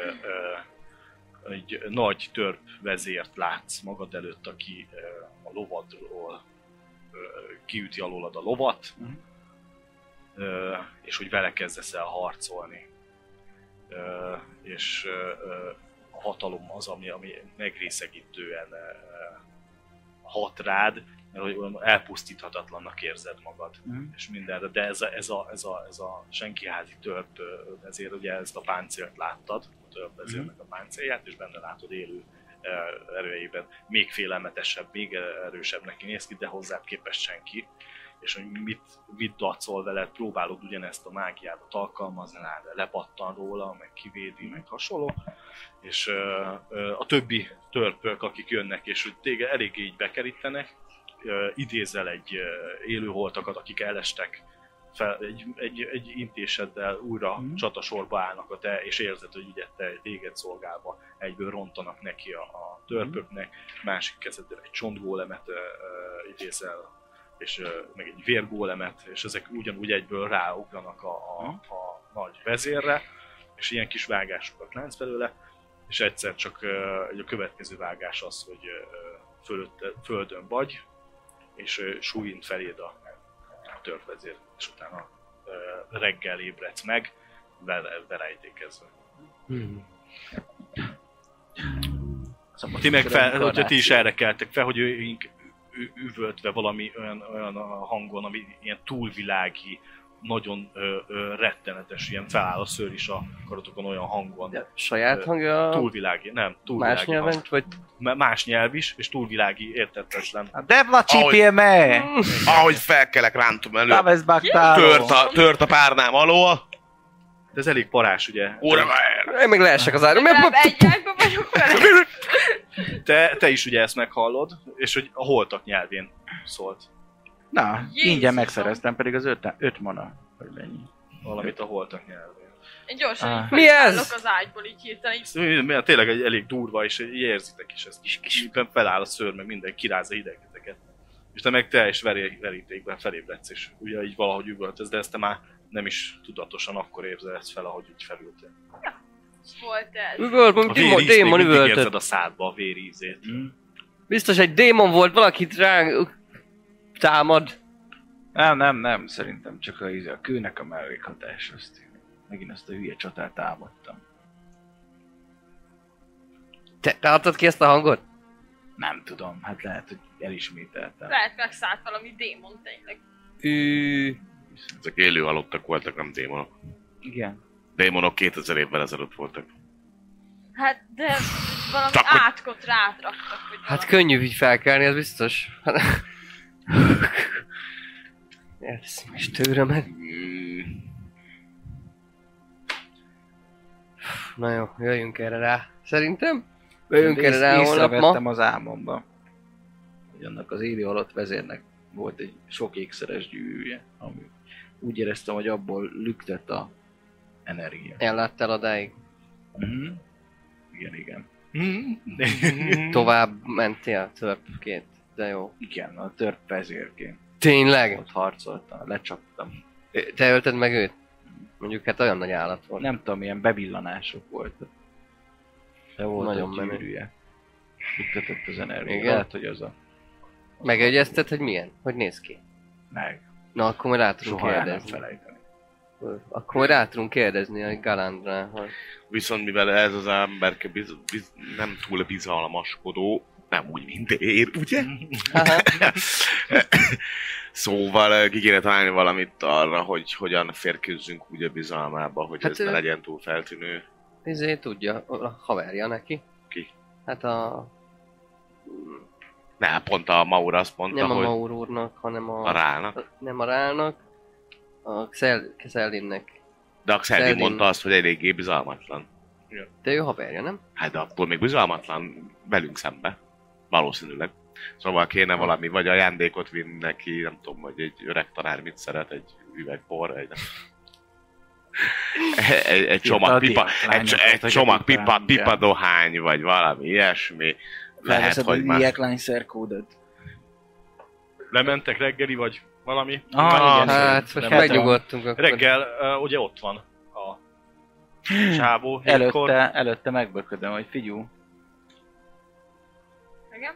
Speaker 2: ö, egy nagy törp vezért látsz magad előtt, aki ö, a lovadról ö, kiüti alólad a lovat,
Speaker 4: Mhm.
Speaker 2: ö, és hogy vele kezdesz el harcolni. Ö, És ö, ö, a hatalom az, ami, ami megrészegítően ö, hat rád, mert hogy olyan elpusztíthatatlannak érzed magad
Speaker 4: Mhm.
Speaker 2: és mindenre, de ez a, ez a, ez a, ez a senkiházi törp, ö, ezért ugye ezt a páncélt láttad, a törp vezérnek a páncélját, és benne látod élő ö, erőjében. Még félelmetesebb, még erősebb neki néz ki, de hozzád képest senki. És hogy mit, mit dacol veled, próbálod ugyanezt a mágiádat alkalmazni, rá, de lepattan róla, meg kivédi, meg hasonló. És ö, ö, a többi törpök, akik jönnek, és hogy téged eléggé így bekerítenek, ö, idézel egy ö, élőholtakat, akik elestek, fel, egy, egy, egy intéseddel újra
Speaker 4: Mhm.
Speaker 2: mm. csatasorba állnak a te, és érzed, hogy ugye te téged szolgálva egyből rontanak neki a, a törpöknek, másik kezedben egy csontgólemet ö, ö, idézel, és ö, meg egy vérgólemet, és ezek ugyanúgy egyből ráugranak a, a, a nagy vezérre, és ilyen kis vágásokat látsz belőle, és egyszer csak ö, a következő vágás az, hogy ö, fölött, földön vagy, és ö, súlyint feléd a a törpvezér, és utána ö, reggel ébredsz meg, vele, vele ejtékezve.
Speaker 4: Szabad
Speaker 2: Ti meg fel,
Speaker 4: reinkarnáció.
Speaker 2: hogyha ti is erre keltek fel, hogy ő, ink- ő üvöltve valami olyan, olyan a hangon, ami ilyen túlvilági, nagyon ö, ö, rettenetes, ilyen feláll a szőr is a karatokon olyan hangon.
Speaker 3: De saját hangja a
Speaker 2: Túlvilági, nem, túlvilági.
Speaker 3: más nyelven,
Speaker 2: hang.
Speaker 3: vagy
Speaker 2: M- más nyelv is, és túlvilági értetetlen.
Speaker 3: Hát-
Speaker 4: A Devla csípje meg!
Speaker 6: Ahogy felkelek, rántom elő.
Speaker 4: Távez
Speaker 6: Tört a, tört a párnám alól.
Speaker 2: De ez elég parás, ugye?
Speaker 6: Óra,
Speaker 3: én még leesek az áron.
Speaker 5: Legalább egy ágyban vagyok vele.
Speaker 2: Te, te is ugye ezt meghallod, és hogy a holtak nyelvén szólt.
Speaker 4: Na, ingyen
Speaker 5: Jézusom.
Speaker 4: megszereztem, pedig az öt, öt mana. Vagy mennyi.
Speaker 2: Valamit a holtak nyelvén.
Speaker 5: Én gyorsan
Speaker 4: Ah.
Speaker 5: így
Speaker 3: Mi ez?
Speaker 5: felszállok az ágyból, így hirtelen így
Speaker 2: Ez, ö, mert tényleg egy elég durva, és így érzitek is ezt. Kis, kis. Feláll a szőr, meg minden kirázza idegeteket. És te meg te is veri- verítékben felébredsz, és ugye így valahogy üvöltesz, de ezt te már nem is tudatosan akkor érzed ezt fel, ahogy így felültél.
Speaker 5: volt ez.
Speaker 3: Üvölt,
Speaker 2: A
Speaker 3: mondjuk démon,
Speaker 2: véríz még
Speaker 3: démon
Speaker 2: mindig érzed
Speaker 3: üvöltött.
Speaker 2: a szádba a vérízét.
Speaker 4: Mm.
Speaker 3: Biztos egy démon volt, valakit ránk támad.
Speaker 4: Nem, nem, nem, szerintem csak a, izé- a kőnek a mellékhatás, azt megint azt a hülye csatát álmodtam.
Speaker 3: Te, te adtad ki ezt a hangot?
Speaker 4: Nem tudom, hát lehet, hogy elismételtem.
Speaker 5: Lehet megszállt valami démon tényleg.
Speaker 3: Ű,
Speaker 6: Ezek élő halottak voltak, nem démonok.
Speaker 4: Igen.
Speaker 6: Démonok 2000 évvel ezelőtt voltak.
Speaker 5: Hát de valami
Speaker 6: Csak hogy-
Speaker 5: átkot rád raktak, vagy
Speaker 3: hát
Speaker 5: valami.
Speaker 3: könnyű így felkelni, ez biztos. Ez is tőre meg.
Speaker 6: Mm,
Speaker 3: Na jó, jöjjünk erre rá. Szerintem? Jöjjünk erre
Speaker 4: Ész-
Speaker 3: rá holnap ma.
Speaker 4: észrevettem az álmomba, hogy annak az élő alatt vezérnek volt egy sok ékszeres gyűrűje, ami úgy éreztem, hogy abból lüktet a energia.
Speaker 3: Elláttál odáig.
Speaker 4: Mhm. Igen, igen.
Speaker 3: Mm-hmm. Tovább mentél törpként. De jó.
Speaker 4: Igen, a törp vezérként.
Speaker 3: Tényleg?
Speaker 4: Ott harcoltam, lecsaptam.
Speaker 3: Ö, Te ölted meg őt? Mondjuk hát olyan nagy állat volt.
Speaker 4: Nem tudom, ilyen bevillanások voltak. De volt
Speaker 3: Nagyon
Speaker 4: Nagyon egy
Speaker 3: menő.
Speaker 4: gyűrűje. Lüktetett az energia.
Speaker 3: Igen?
Speaker 4: Igen? Lehet, hogy az a...
Speaker 3: Megegyezted, hogy milyen? Hogy néz ki?
Speaker 4: Meg.
Speaker 3: Na, akkor majd rá tudunk
Speaker 4: Soha el nem
Speaker 3: kérdezni.
Speaker 4: felejteni.
Speaker 3: Akkor majd rá tudunk kérdezni a Galandra, hogy
Speaker 6: Viszont mivel ez az ember biz, biz, nem túl bizalmaskodó, nem úgy, mint ér, ugye? szóval eh, ki kéne találni valamit arra, hogy hogyan férkőzzünk úgy a bizalmába, hogy
Speaker 3: Hát,
Speaker 6: ez ne
Speaker 3: ö,
Speaker 6: legyen túl feltűnő.
Speaker 3: izé tudja, a haverja neki.
Speaker 6: Ki?
Speaker 3: Hát a...
Speaker 6: Ne, pont a Maura azt mondta,
Speaker 3: Nem a
Speaker 6: hogy
Speaker 3: Maur úrnak, hanem a...
Speaker 6: a rának.
Speaker 3: Nem a Rálnak. A Xel... Xelinnek.
Speaker 6: De a Xerdi
Speaker 3: Xeldin.
Speaker 6: mondta azt, hogy eléggé bizalmatlan.
Speaker 3: De ő haverja, nem?
Speaker 6: Hát de akkor még bizalmatlan velünk szembe. Valószínűleg. Szóval kéne valami, vagy ajándékot vinni neki, nem tudom, hogy egy öreg tanár mit szeret, egy üveg bor, egy... egy, egy csomag
Speaker 4: Fiatal
Speaker 6: pipa,
Speaker 4: diáklányokat,
Speaker 6: egy, egy
Speaker 4: hogy
Speaker 6: csomag
Speaker 4: a pipán
Speaker 6: pipa, pipa
Speaker 4: kell.
Speaker 6: dohány, vagy valami ilyesmi. Lehet,
Speaker 4: Felveszed
Speaker 6: hogy
Speaker 4: a
Speaker 6: már...
Speaker 4: diáklány szerkódot.
Speaker 2: Lementek reggeli, vagy valami?
Speaker 4: Ah,
Speaker 6: Na,
Speaker 4: igen.
Speaker 3: Hát, most
Speaker 4: Nem tudom.
Speaker 3: megnyugodtunk akkor.
Speaker 2: Reggel ö, ugye ott van a Csávó, hétkor.
Speaker 4: Előtte, előtte megböködöm, hogy figyú,
Speaker 5: Igen.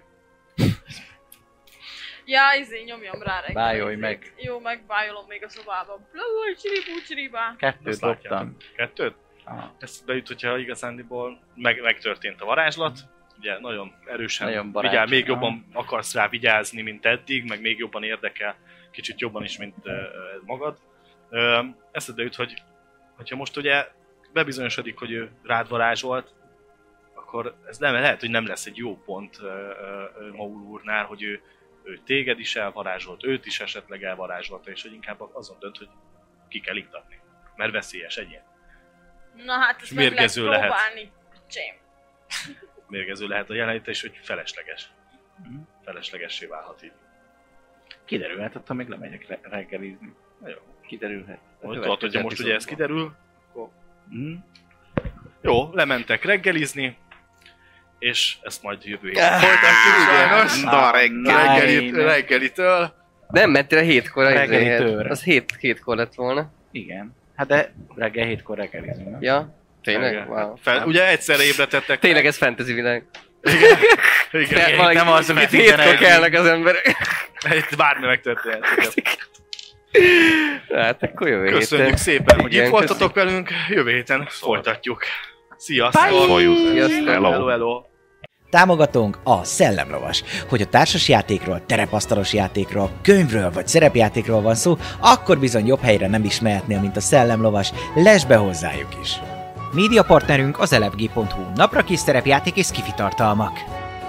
Speaker 5: Ja, izé, nyomjam rá reggel.
Speaker 4: Bájolj
Speaker 5: izét.
Speaker 4: meg.
Speaker 5: Jó, megbájolom még a szobában. Blabla, csiribú, csiribá.
Speaker 4: kettőt
Speaker 2: Azt
Speaker 4: dobtam.
Speaker 2: Kettőt?
Speaker 4: Aha.
Speaker 2: Ez bejut, hogyha igazándiból meg, megtörtént a varázslat, ugye nagyon erősen
Speaker 4: Nagyon
Speaker 2: nagyon
Speaker 4: barát-
Speaker 2: vigyál, még
Speaker 4: aha.
Speaker 2: jobban akarsz rá vigyázni, mint eddig, meg még jobban érdekel, kicsit jobban is, mint ö, ö, magad. Ö, eszedbe jut, hogy hogyha most ugye bebizonyosodik, hogy ő rád varázsolt, akkor ez nem, lehet, hogy nem lesz egy jó pont ö, ö, ö, Maul úrnál, hogy ő, ő téged is elvarázsolt, őt is esetleg elvarázsolta, és hogy inkább azon dönt, hogy ki kell iktatni, mert veszélyes egyén.
Speaker 5: Na hát,
Speaker 2: És
Speaker 5: ezt meg lehet
Speaker 2: mérgező lehet.
Speaker 5: próbálni. Csém.
Speaker 2: mérgező lehet a jelenlét, és hogy felesleges. Feleslegessé válhat így.
Speaker 4: Kiderülhet, hát attól még lemegyek re- reggelizni. Na jó, kiderülhet. A
Speaker 2: Hogy tudod,
Speaker 4: következő
Speaker 2: hogyha most ugye ez
Speaker 4: epizódban.
Speaker 2: kiderül,
Speaker 4: Mhm.
Speaker 2: jó, lementek reggelizni, és ezt majd jövő héten.
Speaker 3: Ah,
Speaker 6: Folytatjuk, sajnos. Na,
Speaker 4: Na,
Speaker 6: reggelit,
Speaker 4: én-
Speaker 6: reggelitől.
Speaker 3: Nem mentél hétkor a
Speaker 4: Reggeli
Speaker 3: izéhez.
Speaker 4: tőre.
Speaker 3: Az hét, hétkor lett volna.
Speaker 4: Igen. Hát de reggel hétkor reggelizünk, nem?
Speaker 3: Ja? Tényleg?
Speaker 2: Igen.
Speaker 3: Wow.
Speaker 2: Fel, ugye egyszerre ébredtettek.
Speaker 3: Tényleg ez fantasy világ.
Speaker 2: Igen,
Speaker 3: Valaki-
Speaker 4: nem az, amit
Speaker 3: itt hétkor
Speaker 4: mindenek-
Speaker 3: kelnek az emberek.
Speaker 2: itt bármi megtörténhet. igen.
Speaker 3: Hát akkor jövő héten.
Speaker 2: Köszönjük szépen, hogy
Speaker 3: Igen,
Speaker 2: itt voltatok velünk. Jövő héten folytatjuk. Sziasztok!
Speaker 6: Folyus.
Speaker 3: Sziasztok.
Speaker 2: Hello,
Speaker 6: Hello.
Speaker 2: hello!
Speaker 1: Támogatónk a Szellemlovas. Hogy a társasjátékról, terepasztalos játékról, könyvről vagy szerepjátékról van szó, akkor bizony jobb helyre nem is mehetnél, mint a Szellemlovas. Lesz be hozzájuk is! Média partnerünk az elefg.hu, napra kis szerepjáték és kifitartalmak.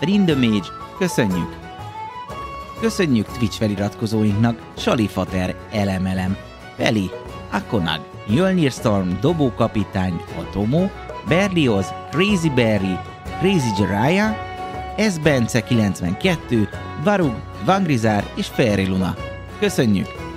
Speaker 1: Rindomage, köszönjük! Köszönjük Twitch feliratkozóinknak Salifater, Elemelem, Peli, Akonag, Jölnir Storm, Dobókapitány, Atomo, Berlioz, Crazy Berry, Crazy Jiraiya, S. Bence 92, Varug, Vangrizár és Fairy Luna. Köszönjük!